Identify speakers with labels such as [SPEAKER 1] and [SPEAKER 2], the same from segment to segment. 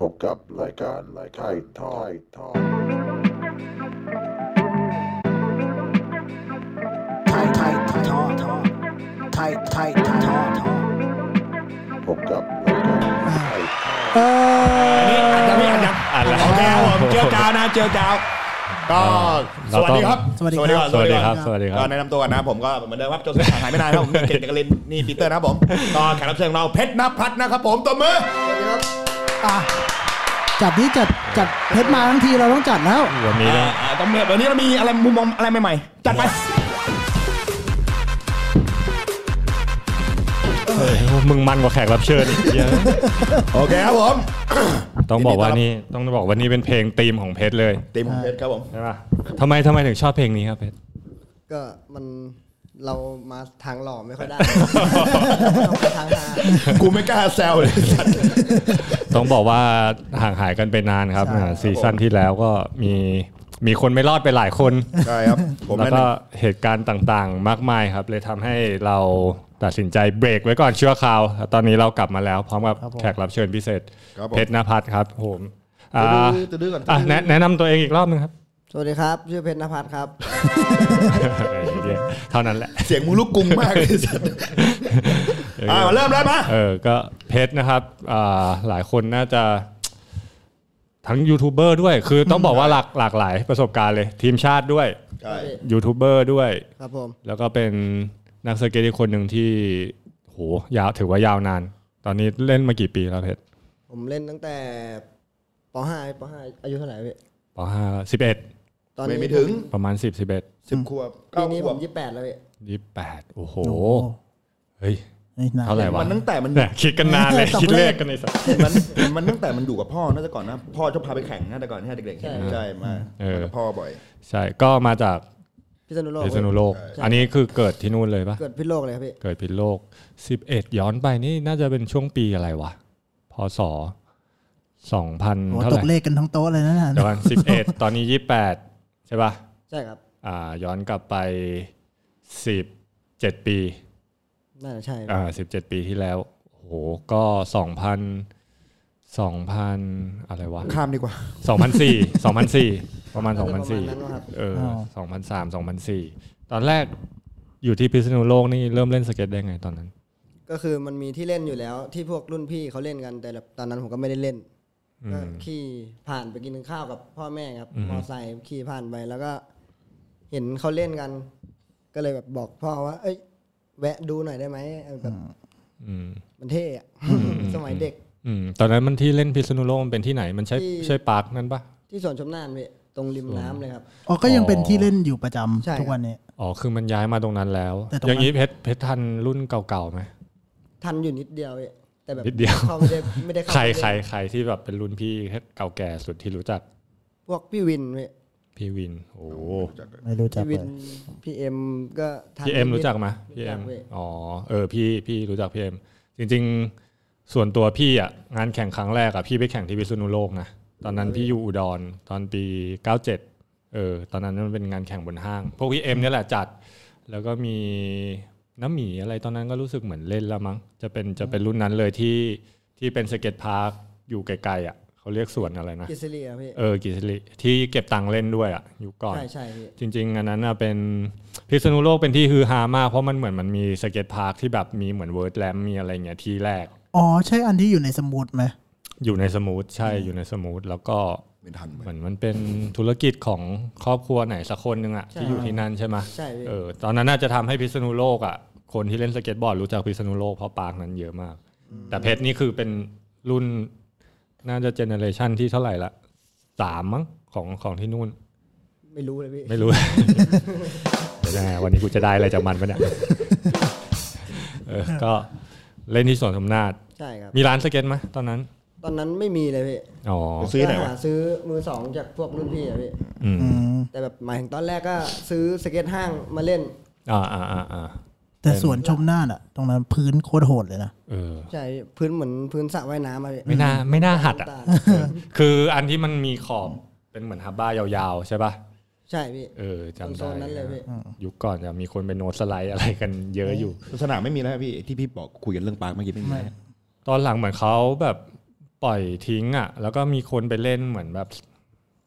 [SPEAKER 1] พบกับรายการรายการไทยทอยทอย
[SPEAKER 2] tight tight talk tight tight talk
[SPEAKER 1] พบกับรายการไทยทอย
[SPEAKER 3] อันนี้อันยัง
[SPEAKER 4] อันละ
[SPEAKER 3] โอเคครับผมเจียวจ้าวนะเจียวจ้าวก็ส
[SPEAKER 4] เรา
[SPEAKER 3] วัส
[SPEAKER 4] ต้อง
[SPEAKER 3] ดีครับ
[SPEAKER 2] สวัสดีครับ
[SPEAKER 3] สวัสดีครับ
[SPEAKER 4] สวัสดีครับสวัสดีครับ
[SPEAKER 3] ก็แนะนำตัวกันนะครับผมก็เหมือนเดิมครับโจเซฟหายไม่นาน ครับผมนี่เก่งจักรินนี่ปีเตอร์ นะครับผมก็แขกรับเชิญของเราเพชรนภัทรนะครับผมตบมือ
[SPEAKER 2] อ่ะจัดนี้จัดจัดเพชรมาทั้งทีเราต้องจัดแล้ว
[SPEAKER 4] วันนี้นะ
[SPEAKER 3] อ่าตบมือเดี๋ยวนี้เรามีอะไรมุมมองอะไรใหม่ๆจัดไป
[SPEAKER 4] มึงมันกว่าแขกรับเชิ ญอีกเยอะ
[SPEAKER 3] โอเคครับผม
[SPEAKER 4] ต้องบอกว่านี่ต้องบอกว่านี่เป็นเพลงธีมของเพชรเลย
[SPEAKER 3] ทีมของเพชรครับผม
[SPEAKER 4] ใช่ป่ะทำไมทำไมถึงชอบเพลงนี้ครับเพชร
[SPEAKER 5] ก็มันเรามาทางหล่อไม่ค่อย ได้ เรามาทางฮา
[SPEAKER 3] กูไม่กล้าแซวเลย สัตว์
[SPEAKER 4] ต้องบอกว่าห่างหายกันไปนานครับ
[SPEAKER 2] ใช่
[SPEAKER 4] อ่าซีซั่นที่แล้วก็มีมีคนไม่รอดไปหลายคน
[SPEAKER 3] ใช่ครับผม
[SPEAKER 4] แล้ว
[SPEAKER 3] นั่น
[SPEAKER 4] ก็
[SPEAKER 3] น่ะ
[SPEAKER 4] เหตุการณ์ต่างๆ มากมายครับ เลยทำให้เราตัดสินใจเบรกไว้ก่อนชั่วคราว ตอนนี้เรากลับมาแล้วพร้อมกับแขกรับเชิญพิเศษ
[SPEAKER 3] ครับผม
[SPEAKER 4] เพชรนภัทรครับผมอ่า
[SPEAKER 3] จะดื้อก่อน
[SPEAKER 4] อ่ะแนะแนะนำตัวเองอีกรอบนึงครับ
[SPEAKER 5] สวัสดีครับ ชื่อเพชรนภัสครับ
[SPEAKER 4] เท่านั้นแหละ
[SPEAKER 3] เสียงมูลูกกรุงมากเลยสัตว์อ่ามาเริ่มแล้วมา
[SPEAKER 4] เออ ก็เพชรนะครับอ่าหลายคนน่าจะ ทั้งยูทูบเบอร์ด้วย คือต้องบอกว่าหลากหลากหลายประสบการณ์เลย ทีมชาติด้วย
[SPEAKER 3] ใช่
[SPEAKER 4] ยูทูบเบอร์ด้วย
[SPEAKER 5] ครับผม
[SPEAKER 4] แล้วก็เป็นนักสเก็ตอีกคนหนึ่งที่โหยาวถือว่ายาวนาน ตอนนี้เล่นมากี่ปีแล้วเพชร
[SPEAKER 5] ผมเล่นตั้งแต่ป .5 ป .5 อายุเท่าไหร่พี่
[SPEAKER 4] ปห้าสิบเอ็ด
[SPEAKER 5] ตอน
[SPEAKER 3] ไม่
[SPEAKER 5] นี้
[SPEAKER 3] ไม่ถึง
[SPEAKER 4] ประมาณสิบสิบเอ็ด
[SPEAKER 3] สิบขวบ
[SPEAKER 5] ปี
[SPEAKER 3] เก้า
[SPEAKER 5] นี้
[SPEAKER 3] ข
[SPEAKER 5] ผ
[SPEAKER 3] วบ
[SPEAKER 5] มยี่แปดแล้วพี่
[SPEAKER 4] ยี่แปดโอ้โห
[SPEAKER 2] โอ้โห
[SPEAKER 4] เฮ้ย
[SPEAKER 2] นี่นะ
[SPEAKER 4] เท่าไหร่วะ
[SPEAKER 3] มันตั้งแต่มัน
[SPEAKER 4] เนี่ยคิดกันนานเลย
[SPEAKER 2] ตอบเลข
[SPEAKER 4] คิดเลขกันในสัตว์
[SPEAKER 3] มันมันตั้งแต่มันอยู่กับพ่อน่าจะก่อนนะ พ่อชอบพาไปแข่งนะแต่ก่อนให้เด็กๆเห็นใช่มา
[SPEAKER 4] เออ
[SPEAKER 3] กับพ่อบ่อย
[SPEAKER 4] ใช่ ก็มาจาก
[SPEAKER 5] พิษณุโลก
[SPEAKER 4] พิษณุโลก อันนี้คือเกิดที่นู่นเลยปะ
[SPEAKER 5] เกิดพิษณุโลกเลยครับพี่
[SPEAKER 4] เกิดพิษโลก 11 ย้อนไปนี่น่าจะเป็นช่วงปีอะไรวะ พศ
[SPEAKER 2] โอ้
[SPEAKER 4] 2000
[SPEAKER 2] โห
[SPEAKER 4] เท่า
[SPEAKER 2] ต
[SPEAKER 4] ไห
[SPEAKER 2] ก
[SPEAKER 4] ร่
[SPEAKER 2] เลขกันทั้งโต๊ะเลยนะน่ะ
[SPEAKER 4] เดี๋ยวกัน11 ตอนนี้ 28 ใช่ป่ะ
[SPEAKER 5] ใช่ครับ
[SPEAKER 4] อ่า ย้อนกลับไป 17 ปี
[SPEAKER 5] น่าจะใช่
[SPEAKER 4] อ่า 17 ปีที่แล้ว โอ้โห ก็ 2,000 2,000 อะไรวะ
[SPEAKER 3] ข้ามดีกว่า
[SPEAKER 4] 2004 2004 ประมาณ
[SPEAKER 5] น่าจะประมาณนั้นวะครับ
[SPEAKER 4] 2004 เออ 2003 2004 ตอนแรกอยู่ที่พิษณุโลกนี่เริ่มเล่นสเก็ตได้ไงตอนนั้น
[SPEAKER 5] ก็คือมันมีที่เล่นอยู่แล้วที่พวกรุ่นพี่เขาเล่นกันแต่แบบตอนนั้นผมก็ไม่ได้เล่นก็ขี่ผ่านไปกินข้าวกับพ่อแม่ครับมอไซค์ขี่ผ่านไปแล้วก็ เห็นเขาเล่นกัน ก็เลยแบบบอกพ่อว่า เอ้ย แวะดูหน่อยได้ไหมเออแบบ
[SPEAKER 4] อืม
[SPEAKER 5] มันเท่อะ สมัยเด็ก
[SPEAKER 4] อืมตอนนั้นมันที่เล่นพิษณุโลกมันเป็นที่ไหนมันใช่
[SPEAKER 5] ที่
[SPEAKER 4] ใช่ปาร์คนั่นปะ
[SPEAKER 5] ที่สวนชมนานพี่ตรงริมน้ำเลยครับ
[SPEAKER 2] อ๋อก็ยังเป็น
[SPEAKER 4] อ๋อ
[SPEAKER 2] ที่เล่นอยู่ประจำ
[SPEAKER 5] ใช่ครับ
[SPEAKER 2] ทุกวันนี้
[SPEAKER 4] อ๋อคือมันย้ายมาตรงนั้นแล้ว
[SPEAKER 2] แต่ตรงนั้น
[SPEAKER 4] อย่างนี้เพชรเพชรทันรุ่นเก่าๆไหม
[SPEAKER 5] ทันอยู่นิดเดียวพี่แต่แบบ
[SPEAKER 4] นิดเดียว
[SPEAKER 5] เขาไม่ได้ไม่ได้เข้า
[SPEAKER 4] ใคร
[SPEAKER 5] ไปเล่น
[SPEAKER 4] ใครใครที่แบบเป็นรุ่นพี่เก่าแก่สุดที่รู้จัก
[SPEAKER 5] พวกพี่วินพี่
[SPEAKER 4] พี่วิน โอ้
[SPEAKER 2] ไม่รู้จักเล
[SPEAKER 5] พี่วิน
[SPEAKER 2] ย
[SPEAKER 5] พี่เอ็มก็ทัน
[SPEAKER 4] พี่เอ็มรู้จักไหม
[SPEAKER 5] รู้
[SPEAKER 4] พี่เอ็ม
[SPEAKER 5] ว้ย
[SPEAKER 4] อ๋อเออพี่พี่รู้จักพี่เอ็มจริง ๆส่วนตัวพี่อ่ะงานแข่งครั้งแรกอ่ะพี่ไปแข่งที่พิษณุโลกนะตอนนั้นพี่อยู่อุดรตอนปี 97เออตอนนั้นมันเป็นงานแข่งบนห้าง พวกพี่เอ็มเนี่ยแหละจัด แล้วก็มีน้ำหมีอะไรตอนนั้นก็รู้สึกเหมือนเล่นแล้วมั้งจะเป็นจะเป็นรุ่นนั้นเลยที่ที่เป็นสเก็ตพาร์คอยู่ไกลๆอ่ะเขาเรียกสวนอะไรนะ
[SPEAKER 5] กิสเลียพี่
[SPEAKER 4] เออกิสลิที่เก็บตังค์เล่นด้วยอ่ะอยู่ก่อน
[SPEAKER 5] ใช่ใช่พี่
[SPEAKER 4] จริงๆอันนั้นน่ะเป็นพิษณุโลกเป็นที่ฮือฮามากเพราะมันเหมือนมันมีสเก็ตพาร์คที่แบบมีเหมือนเวิร์ดแลมมีอะไรเงี้ยที่แรก
[SPEAKER 2] อ๋อใช่อันที่อยู่ในสมุดไหม
[SPEAKER 4] อยู่ในสมูทใช่อยู่ในสมูทแล้วก็
[SPEAKER 3] ไม่ทัน
[SPEAKER 4] เหมือนมันเป็นธุรกิจของครอบครัวไหนสักคนหนึ่งอะที่อยู่ที่นั่นใช่ไหม
[SPEAKER 5] ใช่พี่
[SPEAKER 4] เออตอนนั้นน่าจะทำให้พิษณุโลกอ่ะคนที่เล่นสเก็ตบอร์ดรู้จักพิษณุโลกเพราะปางนั้นเยอะมาก แต่เพชรนี่คือเป็นรุ่นน่าจะเจเนอเรชันที่เท่าไหร่ละสามมั้งของของที่นู่น
[SPEAKER 5] ไม่รู้เลยพี่
[SPEAKER 4] ไม่รู้ เดี๋ยวยังไงวันนี้กูจะได้อะไรจากมันปะเนี่ยเออก็เล่นที่สวนสมนาท
[SPEAKER 5] ใช่ครับ
[SPEAKER 4] มีร้านสเก็ตไหมตอนนั้น
[SPEAKER 5] ตอนนั้นไม่มีเลยพี่
[SPEAKER 4] อ๋อ
[SPEAKER 3] ซื้อไหนวะ
[SPEAKER 5] ก็าซื้อมือสองจากพวกรุ่นพี่อะพี่
[SPEAKER 4] อืม
[SPEAKER 2] อืม
[SPEAKER 5] แต่แบบหมายถึงตอนแรกก็ซื้อสเก็ตห้างมาเล่น
[SPEAKER 4] อ่าอ่าอ่าอ่า
[SPEAKER 2] แต่สวนชมน่านอ่ะ ตรงนั้นพื้นโคตรโหดเลยนะ
[SPEAKER 4] เออ
[SPEAKER 5] ใช่พี่พื้นเหมือนพื้นสระว่ายน้ำอะพี่
[SPEAKER 4] ไม่น่าไม่น่าหัดอ่ะ
[SPEAKER 5] ตาล
[SPEAKER 4] เออคืออันที่มันมีขอบเป็นเหมือนฮับบ้ายาวๆใช่ป่ะ
[SPEAKER 5] ใช่พี่
[SPEAKER 4] เออจำ
[SPEAKER 5] ตอ
[SPEAKER 4] ได้
[SPEAKER 5] นนั้นเลยพี่
[SPEAKER 4] ยุคก่อนจะมีคนไปโนตสไลด์อะไรกันเยอะอยู่
[SPEAKER 3] สนามไม่มีแล้วพี่ที่พี่บอกคุยกันเรื่องปาร์คเมื่อกี้ไม่มีแล้ว
[SPEAKER 4] ตอนหลังเหมือนเขาแบบ ปล่อยทิ้งอ่ะ แล้วก็มีคนไปเล่นเหมือนแบบ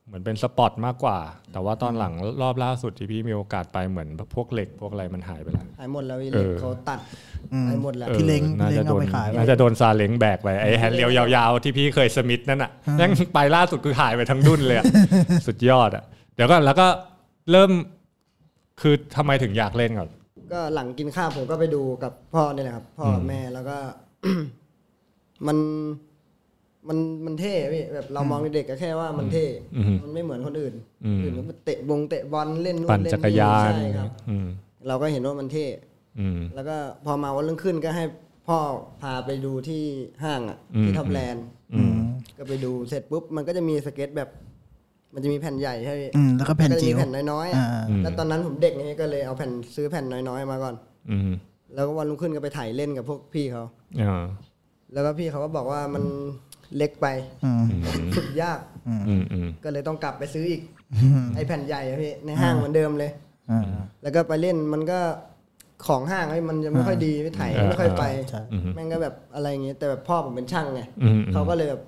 [SPEAKER 4] เหมือนเป็นสปอตมากกว่า แต่ว่าตอนหลังรอบล่าสุดที่พี่มีโอกาสไปเหมือนพวกเหล็กพวกอะไรมันหายไปแล้ว
[SPEAKER 5] หายหมดแล้วอีเล็ก
[SPEAKER 4] เออ
[SPEAKER 5] เขาตัด
[SPEAKER 2] อืม
[SPEAKER 5] หายหมดแล้ว
[SPEAKER 4] ออ
[SPEAKER 2] ที่เล้ง
[SPEAKER 4] น่าจะ
[SPEAKER 2] เล้ง
[SPEAKER 4] โด
[SPEAKER 2] เอา
[SPEAKER 4] น
[SPEAKER 2] ไปขาย
[SPEAKER 4] น่าจะโดนซาเล้งแบกไป ไอ้แฮนด์เลียวยาวๆ ที่พี่เคยสมิธนั่นอ่ะยังไปล่าสุดคือหายไปทั้งดุนเลยอะ สุดยอดอ่ะ เดี๋ยวก็แล้วก็เริ่มคือทำไมถึงอยากเล่นก่อน
[SPEAKER 5] ก็หลังกินข้าวผมก็ไปดูกับพ่อนี่แหละครับ พ่อกับแม่แล้วก็ มันมันมันเท่พี่แบบเรามองเด็กก็แค่ว่ามันเท่
[SPEAKER 4] อืม
[SPEAKER 5] มันไม่เหมือนคนอื่น
[SPEAKER 4] อืม
[SPEAKER 5] อื่นก็เตะบงเตะบอลเล่นนู่
[SPEAKER 4] ปั่น
[SPEAKER 5] เล่
[SPEAKER 4] จักรยาน
[SPEAKER 5] ใช่ครับ
[SPEAKER 4] อืม
[SPEAKER 5] เราก็เห็นว่ามันเท่
[SPEAKER 4] อืม
[SPEAKER 5] แล้วก็พอมาวันรุ่งขึ้นก็ให้พ่อพาไปดูที่ห้างอ่ะ
[SPEAKER 4] อืม
[SPEAKER 5] ที่ท็อปแลนด์
[SPEAKER 2] อืม
[SPEAKER 5] ก็ไปดูเสร็จปุ๊บ มันก็จะมีสเก็ตแบบ มันจะมีแผ่นใหญ่ใช่ไหม
[SPEAKER 2] อืมแล้วก็แผ่น
[SPEAKER 5] ก็จะ
[SPEAKER 2] จิ๋
[SPEAKER 5] มี
[SPEAKER 2] ว
[SPEAKER 5] แผ่นน้อยๆ
[SPEAKER 2] อ่า
[SPEAKER 5] อะแล้วตอนนั้นผมเด็กไงก็เลยเอาแผ่นซื้อแผ่นน้อยๆมาก่อน
[SPEAKER 4] อืม
[SPEAKER 5] แล้วก็วันรุ่งขึ้นก็ไปถ่ายเล่นกับพวกพี่เขา
[SPEAKER 4] อ่า
[SPEAKER 5] แล้วก็พี่เขาก็บอกว่ามันเล็กไป
[SPEAKER 2] อืม
[SPEAKER 4] อืม
[SPEAKER 5] ฝึกยาก
[SPEAKER 4] อืมอืม
[SPEAKER 5] ก็เลยต้องกลับไปซื้ออีกไอแผ่นใหญ่อะพี่ในห้างเหมือนเดิมเลย
[SPEAKER 2] อ่า
[SPEAKER 5] แล้วก็ไปเล่นมันก็ของห้างไอ้มันจะไม่ค่อยดีไม่ถ่ายไม่ค่อยไป
[SPEAKER 2] ใช่
[SPEAKER 5] แม่งก็แบบอะไรอย่างเงี้ยแต่แบบพ่อผมเป็นช่างไง
[SPEAKER 4] อืม
[SPEAKER 5] เขาก็เลยแบบ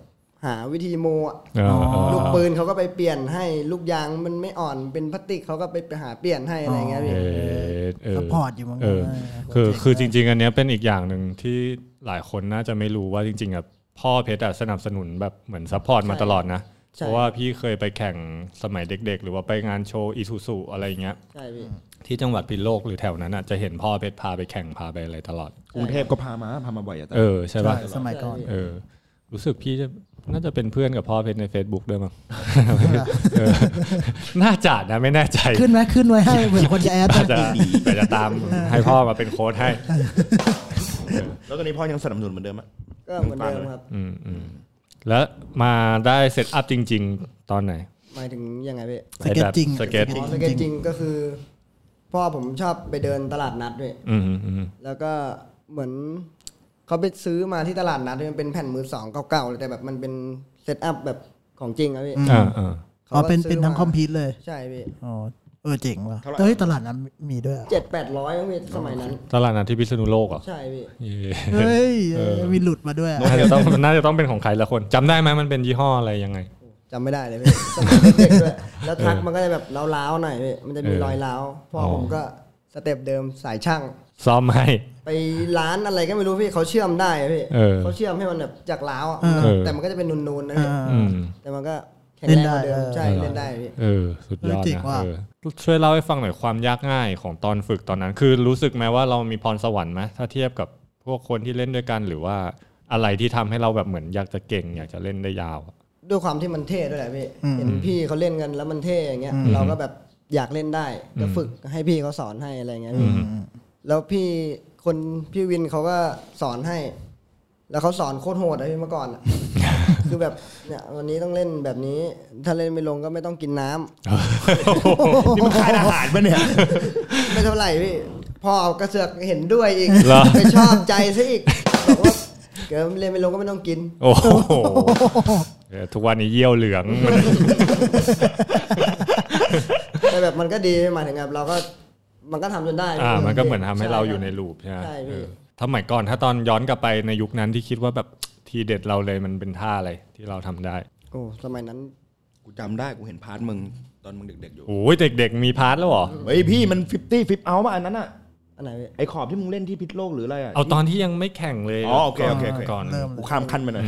[SPEAKER 5] หาวิธีโมอะ
[SPEAKER 4] อ่าอ่า
[SPEAKER 5] ลูกปืนเขาก็ไปเปลี่ยนให้ลูกยางมันไม่อ่อนเป็นพลาสติกเขาก็ไปหาเปลี่ยนให้อะไรอย่างเงี้ย
[SPEAKER 4] เอ
[SPEAKER 5] พี่
[SPEAKER 4] อเออ
[SPEAKER 2] ซัพพอร์ตอยู่มั้ง
[SPEAKER 4] เออ
[SPEAKER 2] เออ
[SPEAKER 4] คือคือจริง ๆ อันเนี้ยเป็นอีกอย่างหนึ่งที่หลายคนน่าจะไม่รู้ว่าจริงๆอ่ะพ่อเพชรอะสนับสนุนแบบเหมือนซัพพอร์ตมาตลอดนะ เพราะว่าพี่เคยไปแข่งสมัยเด็ก ๆ หรือว่าไปงานโชว์อีซูซูอะไรอย่างเงี้ย
[SPEAKER 5] ใช่พี่
[SPEAKER 4] ที่จังหวัดพิษณุโลกหรือแถวนั้นอ่ะจะเห็นพ่อเพชรพาไปแข่งพาไปอะไรตลอด
[SPEAKER 3] กรุงเทพก็พามาพามาบ่อยอะแต่
[SPEAKER 4] เออใช่ป่ะ
[SPEAKER 2] ใช่สมัยก่อน
[SPEAKER 4] เออ รู้สึกพี่จะน่าจะเป็นเพื่อนกับพ่อเพชรใน Facebook ด้วยมั้งเออน่าจะนะไม่แน่ใจ
[SPEAKER 2] ขึ้นไหมขึ้นไว้ให้เผื่อคนจะแอด
[SPEAKER 4] อาจจะอาจจะตามให้พ่อมาเป็นโค้ชให้
[SPEAKER 3] แล้วตอนนี้พ่อยังสนับสนุนเหมือนเดิมไหม
[SPEAKER 5] ก็เหมือนเดิมครับ
[SPEAKER 4] อืมอืมแล้วมาได้เซตอัพจริง ๆ ตอนไหน
[SPEAKER 5] หมายถึงยังไงพี่
[SPEAKER 2] สเก็ตจริง
[SPEAKER 4] สเก็ต
[SPEAKER 5] อ๋อสเก็ตจริงก็คือ พ่อผมชอบไปเดินตลาดนัดด้วย
[SPEAKER 4] อืมอืม
[SPEAKER 5] แล้วก็เหมือนเขาไปซื้อมาที่ตลาดนัดมันเป็นแผ่นมือสองเก่าๆเลยแต่แบบมันเป็นเซตอัพแบบของจริงอะพี่
[SPEAKER 4] อ่าอ่า
[SPEAKER 5] ขา
[SPEAKER 2] อ๋อ
[SPEAKER 5] ก็
[SPEAKER 2] เป็น
[SPEAKER 5] ซื้
[SPEAKER 2] เป็นทั้งคอมพิวเลย
[SPEAKER 5] ใช่พี่
[SPEAKER 2] อ๋อเออเจ๋งว่ะ
[SPEAKER 3] เท่าไหร่
[SPEAKER 2] เอ้ยตลาดนั้นมีด้วยเหรอ
[SPEAKER 5] เจ็ดแปดร้อยพี่สมัยนั้น
[SPEAKER 4] ตลาดนัดที่พิษณุโลกเหรอ่ะ
[SPEAKER 5] ใช่พี่
[SPEAKER 2] เฮ้ยเออมีหลุดมาด้วย
[SPEAKER 4] น่าจะต้อง น่าจะต้องเป็นของใครละคนจำได้ไหมมันเป็นยี่ห้ออะไรยังไง
[SPEAKER 5] จำไม่ได้เลยพี่สมัยเด็กๆ ด้วยแล้วทักมันก็จะแบบล้าวๆหน่อยพี่มันจะมี
[SPEAKER 4] เออ
[SPEAKER 5] รอยล้าวพ่ออ
[SPEAKER 4] อ
[SPEAKER 5] ผมก็สเต็ปเดิมสายช่าง
[SPEAKER 4] ซ่อมให้
[SPEAKER 5] ไปร้านอะไรก็ไม่รู้พี่เขาเชื่อมได้อะพี่
[SPEAKER 4] เออ
[SPEAKER 5] เขาเชื่อมให้มันแบบจากล้าวอะ
[SPEAKER 2] เออ
[SPEAKER 5] มันแต่มันก็จะเป็นนูนๆนะพี่
[SPEAKER 2] อ่า
[SPEAKER 4] อืม
[SPEAKER 5] แต่มันก็แข็งแรงกว่า
[SPEAKER 2] เล่นได้
[SPEAKER 5] เดิม
[SPEAKER 2] เออ
[SPEAKER 5] ใช่เล่นได้พี่
[SPEAKER 4] เออ สุดยอด
[SPEAKER 2] เออเจ๋ง
[SPEAKER 4] นะ
[SPEAKER 2] ว่ะ
[SPEAKER 4] เออช่วยเล่าให้ฟังหน่อยความยากง่ายของตอนฝึกตอนนั้น คือรู้สึกไหมว่าเรามีพรสวรรค์ไหมถ้าเทียบกับพวกคนที่เล่นด้วยกันหรือว่าอะไรที่ทำให้เราแบบเหมือนอยากจะเก่ง อยากจะเล่นได้ยาวอะ
[SPEAKER 5] ด้วยความที่มันเท่ด้วยแหละพี่ เห็นพี่เขาเล่นกันแล้วมันเท่อย่างเงี้ย เราก็แบบอยากเล่นได้ ก็ฝึกให้พี่เขาสอนให้อะไรเงี้ยพี่แล้วพี่คนพี่วินเขาก็สอนให้ แล้วเขาสอนโคตรโหดอะพี่เมื่อ ก่อนอะ คือแบบเนี่ยวันนี้ต้องเล่นแบบนี้ ถ้าเล่นไม่ลงก็ไม่ต้องกินน้ำ
[SPEAKER 3] นี่มันขายอาหารปะเนี่ย
[SPEAKER 5] ไม่เท่าไหร่พี่พ่อก็เสือกเห็นด้วยอีก
[SPEAKER 4] เหรอ
[SPEAKER 5] ไปชอบใจซะอีกบอกว่าเกิดเล่นไม่ลงก็ไม่ต้องกิน
[SPEAKER 4] โอ้โหเออทุกวันนี้เยี่ยวเหลือง
[SPEAKER 5] แต่แบบมันก็ดีหมายถึงแบบเราก็มันก็ทำจนได้
[SPEAKER 4] อ่า มันก็เหมือนทำให้เรา
[SPEAKER 5] ช่คบ
[SPEAKER 4] อยู่ในลูปใช่ไหม
[SPEAKER 5] ใช่พี่
[SPEAKER 4] เออถ้าสมัยก่อนถ้าตอนย้อนกลับไปในยุคนั้นที่คิดว่าแบบทีเด็ดเราเลยมันเป็นท่าอะไรที่เราทำได้
[SPEAKER 5] โอ้สมัยนั้น
[SPEAKER 3] กูจำได้กูเห็นพาร์ทมึงตอนมึงเด็กๆอยู่
[SPEAKER 4] โอ้ยเด็กๆ มีพาร์ทแล้วเหรอ
[SPEAKER 3] เฮ้ยพี่มันฟิฟตี้ฟิปเอาป่ะอันนั้นอะ
[SPEAKER 5] อันไหนพี่
[SPEAKER 3] ไอขอบที่มึงเล่นที่พิษโลกหรืออะไรอะ
[SPEAKER 4] เอาตอนที่ยังไม่แข่งเลย
[SPEAKER 3] อ๋อโอเคโอเคโอเค
[SPEAKER 4] ก่อน
[SPEAKER 2] เริ่ม
[SPEAKER 3] กูข้ามขั้นไปหน่อย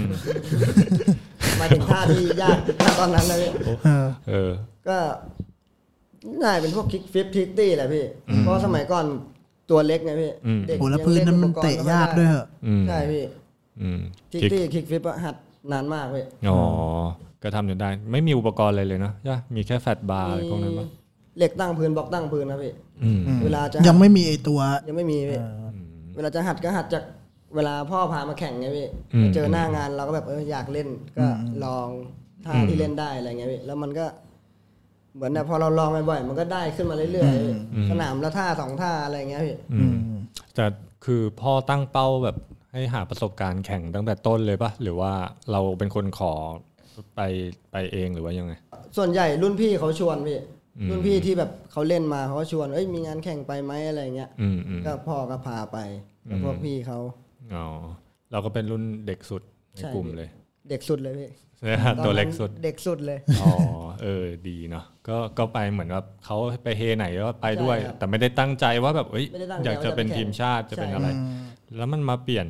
[SPEAKER 5] หมายถึงท่าที่ยากท่าตอนนั้นนะพี่
[SPEAKER 2] เออ
[SPEAKER 4] เออ
[SPEAKER 5] ก็น่าจะเป็นพวกคิกฟิปทิกตี้แหละพี่ เพราะสมัยก่อนตัวเล็กไงพี่
[SPEAKER 4] อืม
[SPEAKER 5] เด็ก
[SPEAKER 2] โหแล้ว
[SPEAKER 5] ยัง
[SPEAKER 2] พื้นนั้น
[SPEAKER 5] อุป
[SPEAKER 2] มัน
[SPEAKER 5] กรณ์
[SPEAKER 2] เตะ
[SPEAKER 5] ไค่อย
[SPEAKER 2] ากด้วยเหรอ
[SPEAKER 4] อืม
[SPEAKER 5] ใช่พี่
[SPEAKER 4] อืม
[SPEAKER 5] ทิก
[SPEAKER 4] คิก
[SPEAKER 5] ตี้คิกฟิปหัดนานมากพี่
[SPEAKER 4] อ๋อ ก็ทำจนได้ ไม่มีอุปกรณ์อะไรเลยเนาะย่ะมีแค่แฟลตบาร์อะไรพวกนั้นปะ
[SPEAKER 5] เหล็กตั้งพื้นบล็อกตั้งพื้นนะพี่
[SPEAKER 4] อืม
[SPEAKER 5] เวลาจะ
[SPEAKER 2] ยังไม่มีไอตัว
[SPEAKER 5] ยังไม่มีพี่
[SPEAKER 2] เออ
[SPEAKER 5] เวลาจะหัดก็หัดจากเวลาพ่อพามาแข่งไงพี่เจอหน้างานเราก็แบบเอออยากเล่นก็ลองท่าที่เล่นได้อะไรเงี้ยพี่แล้วมันก็ เหมือนแบบพอเราลองบ่อยๆมันก็ได้ขึ้นมาเรื่อยๆสนามละท่าสองท่าอะไรเงี้ยพี่
[SPEAKER 4] อืมแต่คือพ่อตั้งเป้าแบบให้หาประสบการณ์แข่งตั้งแต่ต้นเลยปะหรือว่าเราเป็นคนขอไปไปเองหรือว่ายังไง
[SPEAKER 5] ส่วนใหญ่รุ่นพี่เขาชวนพี่รุ่นพี่ที่แบบเขาเล่นมาเขาก็ชวนเอ้ยมีงานแข่งไปไหมอะไรเงี้ย
[SPEAKER 4] อืมอืม
[SPEAKER 5] ก็พ่อก็พาไปกับพวกพี่เขา
[SPEAKER 4] อ๋อเราก็เป็นรุ่นเด็กสุดใน
[SPEAKER 5] ใช่
[SPEAKER 4] กลุ่มเลย
[SPEAKER 5] เด็กสุดเลยพี่อนนั้น
[SPEAKER 4] ตัวเล็กสุด
[SPEAKER 5] เด็กสุดเลย
[SPEAKER 4] อ๋อเออดีเนาะก็ก็ไปเหมือนว่าเขาไปเฮไหนก็ไปด้วย
[SPEAKER 5] ใช่ครับ
[SPEAKER 4] แต่ไม่ได้ตั้งใจว่าแบบเอ้ย
[SPEAKER 5] ไม่ได้ตั้งใจ
[SPEAKER 4] อยากจะเป็นทีมชาติ
[SPEAKER 5] ใช่
[SPEAKER 4] จะเป็นอะไร แล้วมันมาเปลี่ยน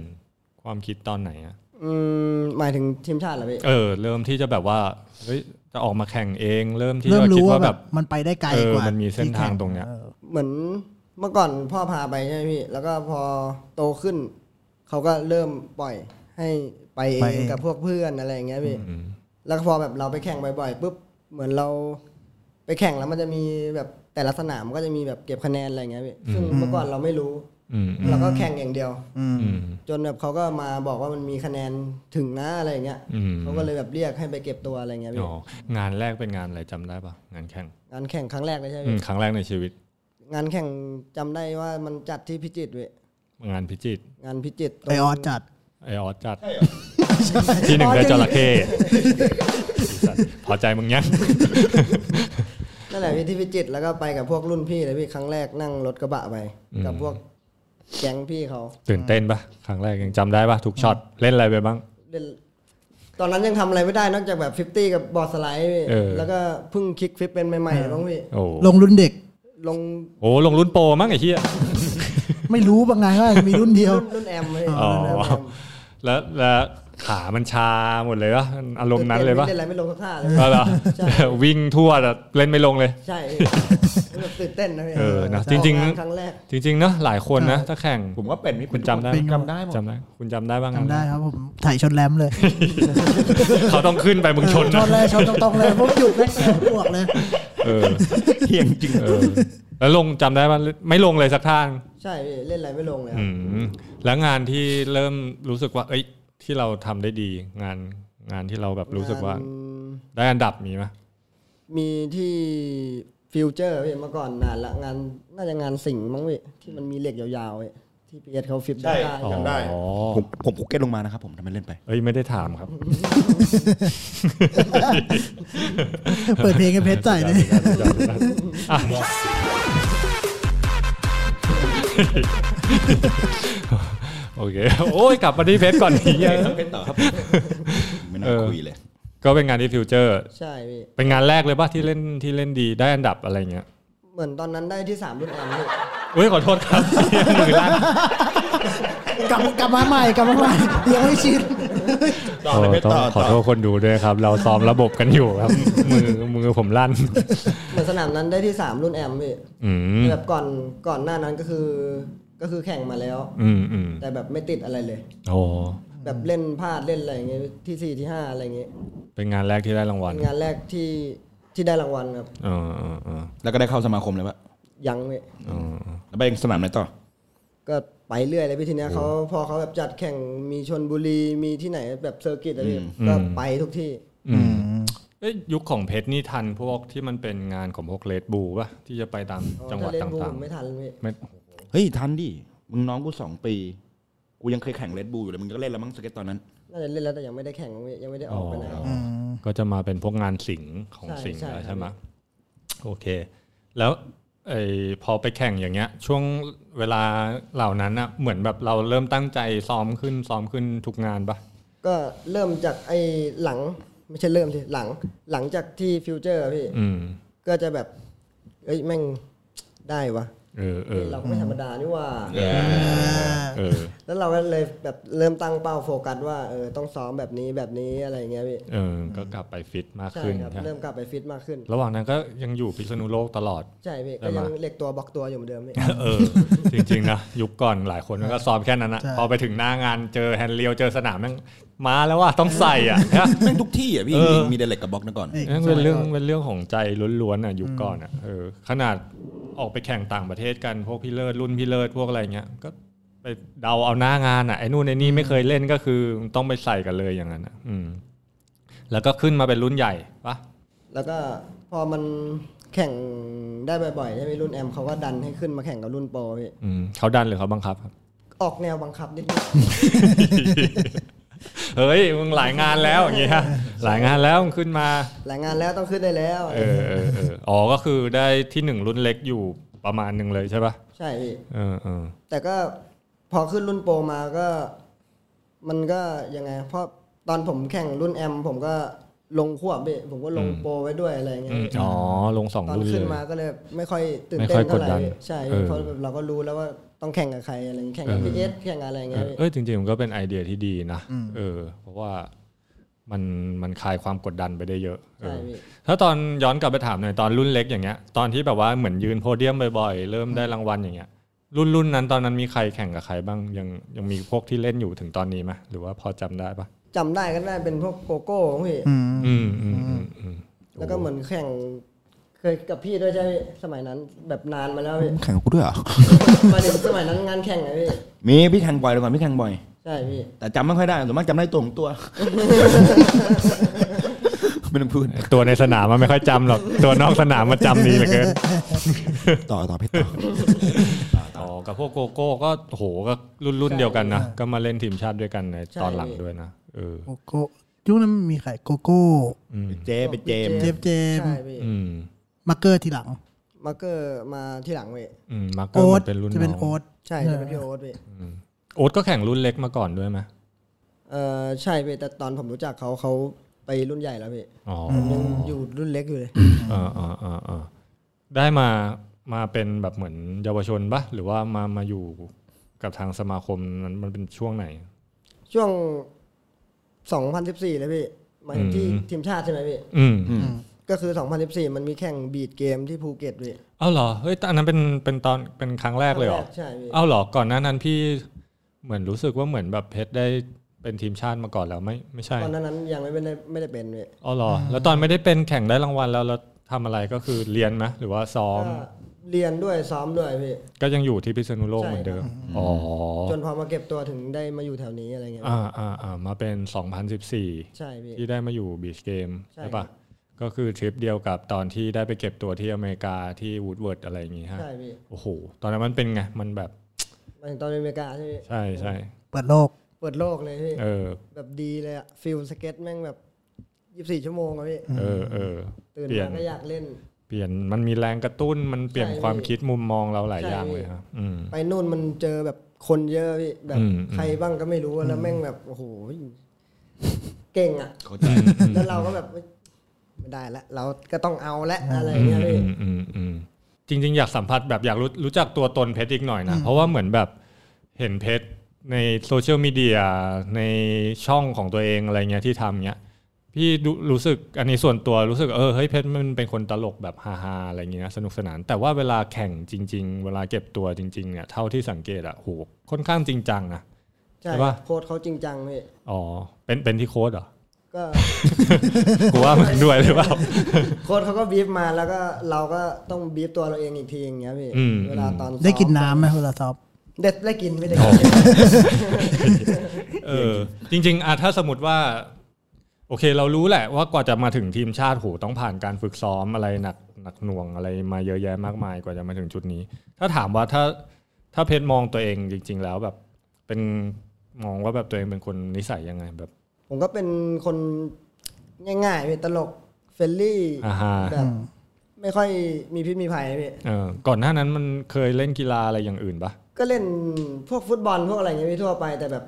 [SPEAKER 4] ความคิดตอนไหนอะ
[SPEAKER 5] อืมหมายถึงทีมชาติเหรอพี่
[SPEAKER 4] เออ เริ่มที่จะแบบว่าเฮ้ยจะออกมาแข่งเอง เริ่มที่
[SPEAKER 2] เริ่ม
[SPEAKER 4] จะคิ
[SPEAKER 2] รู้
[SPEAKER 4] ด
[SPEAKER 2] ว่า
[SPEAKER 4] ว่า
[SPEAKER 2] แบ
[SPEAKER 4] แบบ บ
[SPEAKER 2] มันไปได้ไกล
[SPEAKER 4] เออก
[SPEAKER 2] ว่า
[SPEAKER 4] มันมีเส้น
[SPEAKER 2] ที่แข่
[SPEAKER 4] ทางตรงเนี้ย
[SPEAKER 2] ออ
[SPEAKER 5] เหมือนเมื่อก่อนพ่อพาไปใช่ไหมพี่ แล้วก็พอโตขึ้น เขาก็เริ่มปล่อยให้ไปเองกับพวกเพื่อนอะไรอย่างเงี้ยพี่
[SPEAKER 4] อืม
[SPEAKER 5] แล้วก็พอแบบเราไปแข่งบ่อยๆปุ๊บเหมือนเราไปแข่งแล้วมันจะมีแบบแต่ละสนามก็จะมีแบบเก็บคะแนนอะไรอย่างเงี้ยพี่ซึ่งเมื่อก่อนเราไม่รู้
[SPEAKER 4] อืม
[SPEAKER 5] เราก็แข่งอย่างเดียว
[SPEAKER 2] อืม
[SPEAKER 4] อืม
[SPEAKER 5] จนแบบเขาก็มาบอกว่ามันมีคะแนนถึงนะอะไรอย่างเงี้ย
[SPEAKER 4] อืม
[SPEAKER 5] เขาก็เลยแบบเรียกให้ไปเก็บตัวอะไรอย่างเงี้ยพี่
[SPEAKER 4] อ๋องานแรกเป็นงานอะไรจำได้ปะงานแข่ง
[SPEAKER 5] งานแข่งครั้งแรกเลยใช่ไหม
[SPEAKER 4] อืม
[SPEAKER 5] พี่
[SPEAKER 4] ครั้งแรกในชีวิต
[SPEAKER 5] งานแข่งจำได้ว่ามันจัดที่พิจิตรเว้ย
[SPEAKER 4] งานพิจิตรง
[SPEAKER 5] านพิจิตรตรง
[SPEAKER 2] ไอออสจัด
[SPEAKER 4] ไอออสจัดที่หนึ่งได้จระเข้อีสัตว์พอใจมึงยัง
[SPEAKER 5] นั่นแหละพี่ที่พิจิตรแล้วก็ไปกับพวกรุ่นพี่เลยพี่ครั้งแรกนั่งรถกระบะไปกับพวกแก๊งพี่เขา
[SPEAKER 4] ตื่นเต้นปะครั้งแรกยังจำได้ปะทุกช็อตเล่นอะไรไปบ้าง
[SPEAKER 5] เล่นตอนนั้นยังทำอะไรไม่ได้นอกจากแบบ 50 กับบอร์ดสไลด์พี่
[SPEAKER 4] เออ
[SPEAKER 5] แล้วก็เพิ่งคลิกฟลิปเป็นใหม่ๆบ้างพี่
[SPEAKER 4] โอ้
[SPEAKER 2] ลงรุ่นเด็ก
[SPEAKER 5] ลง
[SPEAKER 4] โอ้ลงรุ่นโปรมั้งไอ้เหี้ย
[SPEAKER 2] ไม่รู้บางงานก็ อาจจะมีรุ่นเดียว
[SPEAKER 5] รุ่นรุ่นแอมเลย
[SPEAKER 4] อ๋อ
[SPEAKER 5] รุ่นแอม
[SPEAKER 4] แล้วแล้วขามันชาหมดเลยวะอารมณ์นั้นเลยปะ
[SPEAKER 5] เล่นอะไรไม่ลงสักท่าเลย
[SPEAKER 4] ก็เหรอ
[SPEAKER 5] ใช่
[SPEAKER 4] วิ่งทั่วแต่เล่นไม่ลงเลย
[SPEAKER 5] ใช่ พี่แบบตื่นเต้นนะพี่
[SPEAKER 4] เออนะ
[SPEAKER 5] ใช่
[SPEAKER 4] จริงๆ
[SPEAKER 5] ออกานครั้งแรก
[SPEAKER 4] จริงๆเนาะหลายคนนะ ถ้าแข่ง
[SPEAKER 3] ผมก็เป็นนี่
[SPEAKER 4] คุณจำได้
[SPEAKER 2] เป็น
[SPEAKER 3] จำได้หมด
[SPEAKER 4] จำได้คุณจำได้บ้าง
[SPEAKER 2] จำได้ครับผมถ่ายชนแรมเลย
[SPEAKER 4] เขาต้องขึ้นไปมึงชน
[SPEAKER 2] ช
[SPEAKER 4] นะ
[SPEAKER 2] นเลยชนตรงๆเลยพวกหยุดแม่งเสียงพวกเลย
[SPEAKER 4] เออ
[SPEAKER 3] เที่ยงจริง
[SPEAKER 4] เออแล้วลงจำได้ปะไม่ลงเลยสักท่าง
[SPEAKER 5] ใช่พี่เล่นอะไรไม่ลงเลย
[SPEAKER 4] อืมแล้วงานที่เริ่มรู้สึกว่า เอ้ย ที่เราทำได้ดี งานงานที่เราแบบรู้สึกว่า
[SPEAKER 5] งน
[SPEAKER 4] ได้อันดับมีไหม
[SPEAKER 5] มีที่ฟิวเจอร์พี่เมื่อก่อนนานละงานน่าจะงานสิงห์มั้งพี่ที่มันมีเหล็กยาวๆพี่ที่พีเอสเขาฟิป
[SPEAKER 3] ใช่
[SPEAKER 5] ได้
[SPEAKER 3] จำได้
[SPEAKER 4] อ๋อ
[SPEAKER 1] ผมผมคุกเก็ตลงมานะครับผมทำไมเล่นไป
[SPEAKER 4] เอ้ยไม่ได้ถามครับ
[SPEAKER 2] เปิดเพลงให้เพชรใส่เลย
[SPEAKER 4] อ่ะ โอเค โอ้ยกลับมาที่เพชรก่อนนี้
[SPEAKER 3] เที่ยง เพชรต่อครับ
[SPEAKER 1] ไม่น่าคุยเลย
[SPEAKER 4] ก็เป็นงานที่ฟิวเจอร์
[SPEAKER 5] ใช่พี่
[SPEAKER 4] เป็นงานแรกเลยป่ะที่เล่นที่เล่นดีได้อันดับอะไรเงี้ย
[SPEAKER 5] เหมือนตอนนั้นได้ที่สามรุ่นแอมพี่
[SPEAKER 4] เอ้ยขอโทษครับ มือลั่น
[SPEAKER 2] กลับกลับมาใหม่กลับมาใหม่ยังไม่ชิน
[SPEAKER 3] ต่อเลยเพชร
[SPEAKER 4] ต้
[SPEAKER 3] ต่
[SPEAKER 4] อ
[SPEAKER 3] อง
[SPEAKER 4] ขอ
[SPEAKER 3] ต่อ
[SPEAKER 4] โทษคนดูด้วยครับ เราซ้อมระบบกันอยู่ค รับ มือมือผมลั่น
[SPEAKER 5] เหมือนสนามนั้นได้ที่สามรุ่นแอมพี่
[SPEAKER 4] อืม
[SPEAKER 5] แบบก่อนก่อนหน้านั้นก็คือก็คือแข่งมาแล้ว
[SPEAKER 4] อืมอืม
[SPEAKER 5] แต่แบบไม่ติดอะไรเลย
[SPEAKER 4] โอ้
[SPEAKER 5] แบบเล่นพลาดเล่นอะไรอย่างเงี้ยที่สี่ที่ห้าอะไรอย่างเงี้ย
[SPEAKER 4] เป็นงานแรกที่ได้รางวัล
[SPEAKER 5] เป็นงานแรกที่ที่ได้รางวัลครับ
[SPEAKER 4] เออเออเออ
[SPEAKER 1] แล้วก็ได้เข้าสมาคมเลยวะ
[SPEAKER 5] ยังพี่
[SPEAKER 4] เออ
[SPEAKER 1] แล้วไปสนามไหนต่อ
[SPEAKER 5] ก็ไปเรื่อยเลยพี่ทีเนี้ยเขาพอเขาแบบจัดแข่งมีชนบุรีมีที่ไหนแบบเซอร์กิตอะไรพี่ก็ไปทุกที่
[SPEAKER 4] อืมเอ้ยยุคของเพชรนี่ทันพวกที่มันเป็นงานของพวกเลดบูป่ะ ที่จะไปตาม
[SPEAKER 5] อ๋อ
[SPEAKER 4] จังหวัด
[SPEAKER 5] ถ้าเล่นบู
[SPEAKER 4] ต่าง
[SPEAKER 5] ผมไม่ทันพี่
[SPEAKER 4] ๆไม่
[SPEAKER 1] เฮ้ย ทันดิ มึงน้องกูสองปี กูยังเคยแข่งเลดบูอยู่เลย มึงก็เล่นแล้วมั้งสเก็ตตอนนั้น
[SPEAKER 5] น่าจะเล่นแล้วแต่ยังไม่ได้แข่งพี่ยังไม่ได้อ
[SPEAKER 4] อ๋อ
[SPEAKER 5] อกไปไหน
[SPEAKER 4] ก็จะมาเป็นพวกงานสิงห์ของ
[SPEAKER 5] ใช่
[SPEAKER 4] สิงห์
[SPEAKER 5] ใช่
[SPEAKER 4] แล้ว
[SPEAKER 5] ครั
[SPEAKER 4] ใช่
[SPEAKER 5] บ
[SPEAKER 4] ไหมโอเค แล้วไอพอไปแข่งอย่างเงี้ย ช่วงเวลาเหล่านั้นอะเหมือนแบบเราเริ่มตั้งใจซ้อมขึ้นซ้อมขึ้นทุกงานปะ
[SPEAKER 5] ก็เริ่มจากไอ้หลังไม่ใช่เริ่มทีหลังหลังจากที่ฟิวเจอร์อะพี่
[SPEAKER 4] อืม
[SPEAKER 5] ก็จะแบบ เอ้ย แม่ง ได้วะ
[SPEAKER 4] เออเออ
[SPEAKER 5] เราก็ไม่ธรรมดานี่ว่า
[SPEAKER 4] เออ
[SPEAKER 5] แล้วเราก็เลยแบบเริ่มตั้งเป้าโฟกัสว่าเออต้องซ้อมแบบนี้แบบนี้อะไรอย่างเงี้ยพี่
[SPEAKER 4] เออ ก็กลับไปฟิตมาก
[SPEAKER 5] ใช่
[SPEAKER 4] ขึ้น
[SPEAKER 5] ครับ
[SPEAKER 4] ใช่ไหม
[SPEAKER 5] เริ่มกลับไปฟิตมากขึ้น
[SPEAKER 4] ระหว่างนั้นก็ยังอยู่พิษณุโลกตลอ ด
[SPEAKER 5] ใช่พี่
[SPEAKER 4] ได้
[SPEAKER 5] ก็
[SPEAKER 4] มา
[SPEAKER 5] ยังเหล็กตัวบล็อกตัวอยู่เหมือนเดิมพี่
[SPEAKER 4] เออ จริง ๆ นะ ยุคก่อนหลายคนมันก็ซ้อมแค่นั้นอะ
[SPEAKER 2] ใช่
[SPEAKER 4] พอไปถึงหน้างานเจอแฮนด์เลียวเจอสนามแม่งมาแล้วว่าต้องใส่ อ่ะนะ
[SPEAKER 1] แม่งทุกที่อ่ะพี่
[SPEAKER 4] เออ
[SPEAKER 1] มีเดเล็กกับบล็อกนะก่อน
[SPEAKER 2] เอ้ย
[SPEAKER 4] นั่นเป็นเรื่องเป็นเรื่องของใจล้วนๆอ่ะยุคก่อนอ่ะเออขนาดออกไปแข่งต่างประเทศกันพวกพี่เลิศรุ่นพี่เลิศพวกอะไรเงี้ยก็ไปเดาเอาหน้างานอ่ะไอ้นู่นไอ้นี่ไม่เคยเล่นก็คือต้องไปใส่กันเลยอย่างนั้นอะอืม แล้วก็ขึ้นมาเป็นรุ่นใหญ่ปะ
[SPEAKER 5] แล้วก็พอมันแข่งได้บ่อยๆใช่ไหมรุ่นแอมเขาก็ดันให้ขึ้นมาแข่งกับรุ่นโปรพี่
[SPEAKER 4] อืมเขาดันหรือเขาบังคับครับ
[SPEAKER 5] ออกแนวบังคับนิดนึง
[SPEAKER 4] เฮ้ยมึงหลายงานแล้วอย่างเงี้ยหลายงานแล้วมึงขึ้นมา
[SPEAKER 5] หลายงานแล้วต้องขึ้นได้แล้ว
[SPEAKER 4] เออเออเอออ๋อก็คือได้ที่หนึ่งรุ่นเล็กอยู่ประมาณหนึ่งเลยใช่ปะ
[SPEAKER 5] ใช่พี่
[SPEAKER 4] เออเออ
[SPEAKER 5] แต่ก็พอขึ้นรุ่นโปรมาก็ มันก็ยังไง เพราะ ตอนผมแข่งรุ่นแอม ผมก็ลงขั้วเบะผมก็ลงโปรไว้ด้วยอะไรเงี้
[SPEAKER 4] อื
[SPEAKER 5] ย
[SPEAKER 4] มอ๋อลงสอง
[SPEAKER 5] ตอน
[SPEAKER 4] รุ่นเล
[SPEAKER 5] ขึ้น
[SPEAKER 4] ย
[SPEAKER 5] มาก็เลยไม่ค่อยตื่น
[SPEAKER 4] ไม่
[SPEAKER 5] เต้
[SPEAKER 4] ค่อย
[SPEAKER 5] นเท่าก
[SPEAKER 4] ด
[SPEAKER 5] ไห
[SPEAKER 4] ดัน
[SPEAKER 5] ร่ใช่
[SPEAKER 4] เออ
[SPEAKER 5] เพราะแบบเราก็รู้แล้วว่าต้องแข่งกับใครอะไรเงี้ยแข่งกับ
[SPEAKER 4] เออ
[SPEAKER 5] พีเอสแข่งกับอะไร
[SPEAKER 4] เอ
[SPEAKER 5] เงี้ย
[SPEAKER 4] อเออจริงๆมันก็เป็นไอเดียที่ดีนะเออ เพราะว่ามันมันคลายความกดดันไปได้เยอะเอ
[SPEAKER 5] ใช่
[SPEAKER 4] อ
[SPEAKER 5] พี่
[SPEAKER 4] ถ้าตอนย้อนกลับไปถามหน่อยตอนรุ่นเล็กอย่างเงี้ยตอนที่แบบว่าเหมือนยืนโพเดียมบ่อยๆ เริ่มได้รางวัลอย่างเงี้ย รุ่นรุ่นนั้นตอนนั้นมีใครแข่งกับใครบ้างยังยังมีพวกที่เล่นอยู่ถึงตอนนี้ไหมหรือว่าพอจำได้ปะ
[SPEAKER 5] จำได้ก็ได้เป็นพวกโกโก้พี่
[SPEAKER 2] อืม
[SPEAKER 4] อืมอืมอืมอืม
[SPEAKER 5] แล้วก็เหมือนแข่งเคยกับพี่ด้วยใช่ไหมสมัยนั้นแบบนานมาแล้ว พี่
[SPEAKER 2] แข่งกับกูด้วยเหรอ
[SPEAKER 5] หมายถึงสมัยนั้นงานแข่งไงพี่
[SPEAKER 1] มีพี่แข่งบ่อยแต่ก่อนพี่แข่งบ่อย
[SPEAKER 5] ใช่พี่
[SPEAKER 1] แต่จำไม่ค่อยได้ส่วนมากจำได้ตัวของตัว ไม่ต้องพูด
[SPEAKER 4] ไอ้ตัวในสนามมันไม่ค่อยจำหรอก ตัวนอกสนามมันจำดีเหลือเกิน
[SPEAKER 2] ต่อต่อเพชรต่อ
[SPEAKER 4] อ๋อกับพวกโกโก้ก็โอ้โหก็รุ่นรุ่นเดียวกันนะก็มาเล่นทีมชาติด้วยกันใน
[SPEAKER 5] ใช่
[SPEAKER 4] ตอนหลังด้วยนะเออ
[SPEAKER 2] โกโก้ยุคนั้นมีใครโกโก้
[SPEAKER 4] อืม
[SPEAKER 1] เจ๊ไปเจม
[SPEAKER 2] เจมส์เจมส์
[SPEAKER 5] ใช่พี่
[SPEAKER 4] อืม
[SPEAKER 2] มาร์เกอร์ทีหลัง
[SPEAKER 5] มาร์เกอร์มาที่หลังเว้ย
[SPEAKER 4] อืมมาร์เกอ
[SPEAKER 2] โอ๊
[SPEAKER 4] ร์
[SPEAKER 2] ต
[SPEAKER 4] มันเป็นรุ่น
[SPEAKER 2] จะเป็น
[SPEAKER 4] น้อ
[SPEAKER 2] โอ๊
[SPEAKER 4] ง
[SPEAKER 2] ต
[SPEAKER 5] ใช่จะเป็นพี่โอ๊ตพี่
[SPEAKER 4] โอ๊ตก็แข่งรุ่นเล็กมาก่อนด้วยไหม
[SPEAKER 5] เออใช่พี่แต่ตอนผมรู้จักเขาเขาไปรุ่นใหญ่แล้วพี่
[SPEAKER 4] อ๋อ
[SPEAKER 5] ยังอยู่รุ่นเล็กอยู่เลย
[SPEAKER 4] เออเออเออเออได้มามาเป็นแบบเหมือนเยาวชนปะหรือว่ามามาอยู่กับทางสมาคมนั้นมันเป็นช่วงไหน
[SPEAKER 5] ช่วง 2014 เลยพี่หมายถึงที่
[SPEAKER 4] อืม
[SPEAKER 5] ทีมชาติใช่ไหมพี่
[SPEAKER 4] อืม
[SPEAKER 5] ก็คือ 2014 มันมีแข่งบีดเกมที่ภูเก็ตพี่
[SPEAKER 4] เอ้าเหรอเฮ้ยแต่อันนั้นเป็นเป็นตอนเป็นครั้งแรกเลยเหรอ
[SPEAKER 5] ใช่พี่
[SPEAKER 4] เอ้าเหรอก่อนหน้านั้นพี่เหมือนรู้สึกว่าเหมือนแบบเพชรได้เป็นทีมชาติมาก่อนแล้วไม่ไม่ใช่
[SPEAKER 5] ตอนนั้นยังไม่ได้ไม่ได้เป็นพี่
[SPEAKER 4] เอ้าเหรอแล้วตอนไม่ได้เป็นแข่งได้รางวัลแล้วแล้วทำอะไรก็คือเรียนไหมหรือว่าซ้อม
[SPEAKER 5] ก็เรียนด้วยซ้อมด้วยพี่
[SPEAKER 4] ก็ยังอยู่ที่พิษณุโลกเหมือนเดิมอ๋อ
[SPEAKER 5] จนพอมาเก็บตัวถึงได้มาอยู่แถวนี้อะไรเงี้ย
[SPEAKER 4] อ่าอ่าอ่ามาเป็น 2014
[SPEAKER 5] ใช่พี่
[SPEAKER 4] ที่ได้มาอยู่บีชเกม
[SPEAKER 5] ใช่
[SPEAKER 4] ใช่ปะ
[SPEAKER 5] ครับ
[SPEAKER 4] ก็คือทริปเดียวกับตอนที่ได้ไปเก็บตัวที่อเมริกาที่วูดเวิร์ดอะไรอย่างงี้ฮะ
[SPEAKER 5] ใช่พี่
[SPEAKER 4] โอ้โห ตอนนั้นมันเป็นไง มันแบบ
[SPEAKER 5] มาถึงตอนไปอเมริกาใช่พี่
[SPEAKER 4] ใช่ใช่
[SPEAKER 2] เปิดโลก
[SPEAKER 5] เปิดโลกเลยพี่
[SPEAKER 4] เออ
[SPEAKER 5] แบบดีเลยอะฟิลสเก็ตแม่งแบบ 24 ชั่วโมงอะพี่
[SPEAKER 4] เออเออ
[SPEAKER 5] ตื่น
[SPEAKER 4] เปลี่ย
[SPEAKER 5] มาน ก็อยากเล่น
[SPEAKER 4] เปลี่ยนมันมีแรงกระตุ้นมันเปลี่ยน
[SPEAKER 5] ใช่
[SPEAKER 4] ความ
[SPEAKER 5] พี่
[SPEAKER 4] คิดมุมมองเราหลาย
[SPEAKER 5] ใช่
[SPEAKER 4] อย่าง
[SPEAKER 5] พี่
[SPEAKER 4] เลยครับอืม
[SPEAKER 5] ไปนู่นมันเจอแบบคนเยอะพี่แบบ
[SPEAKER 4] อืม
[SPEAKER 5] ใครบ้างก็ไม่รู้อะแล้วแม่งแบบโอ้โหเก่งอ่ะ
[SPEAKER 1] เขาใจ
[SPEAKER 5] แล้วเราก็แบบไม่ได้ละเราก็ต้องเอาละอะไร
[SPEAKER 4] อื
[SPEAKER 5] เงี้
[SPEAKER 4] ม
[SPEAKER 5] ย
[SPEAKER 4] อื
[SPEAKER 5] พี่
[SPEAKER 4] มอืมอืมจริง ๆ อยากสัมผัสแบบอยากรู้รู้จักตัวตนเพชรอีกหน่อยนะ เพราะว่าเหมือนแบบเห็นเพชรในโซเชียลมีเดียในช่องของตัวเองอะไรเงี้ยที่ทำเงี้ย พี่ดูรู้สึกอันนี้ส่วนตัวรู้สึกเออเฮ้ยเพชรมันเป็นคนตลกแบบฮาๆอะไรเงี้ยนะสนุกสนาน แต่ว่าเวลาแข่งจริง ๆ เวลาเก็บตัวจริงๆเนี่ยเท่าที่สังเกตอะโหค่อนข้างจริงจังนะ
[SPEAKER 5] ใช่
[SPEAKER 4] ใช่ปะ
[SPEAKER 5] โค้ดเขาจริงจังพี่
[SPEAKER 4] อ๋อเป็นเป็นที่โค้ดเหรอ
[SPEAKER 5] ก็
[SPEAKER 4] กูว่ามันด้วยหรือเปล่า
[SPEAKER 5] โค้ดเขาก็บีฟมาแล้วก็เราก็ต้องบีฟตัวเราเองอีกทีอย่างเงี้ยพี่
[SPEAKER 4] อืม
[SPEAKER 5] เวลาตอนซ้อม
[SPEAKER 2] ได้กินน้ำไหมเวลาซ้อม
[SPEAKER 5] ได้ได้กินไม่ได้กิน
[SPEAKER 4] เออจริงๆอะถ้าสมมติว่า โอเค เรารู้แหละว่ากว่าจะมาถึงทีมชาติโหต้องผ่านการฝึกซ้อมอะไรหนักหนักหน่วงอะไรมาเยอะแยะมากมายกว่าจะมาถึงจุดนี้ ถ้าถามว่าถ้าถ้าเพชรมองตัวเองจริง ๆ แล้วแบบ เป็นมองว่าแบบตัวเองเป็นคนนิสัยยังไงแบบ
[SPEAKER 5] ผมก็เป็นคนง่ายๆเป็นตลกเฟรนลี่
[SPEAKER 4] อาฮา
[SPEAKER 5] แบบไม่ค่อยมีพิษมีภัยพี่
[SPEAKER 4] เออก่อนหน้านั้นมันเคยเล่นกีฬาอะไรอย่างอื่นปะ
[SPEAKER 5] ก็เล่นพวกฟุตบอลพวกอะไรอย่างเงี้ยพี่ทั่วไป แต่แบบ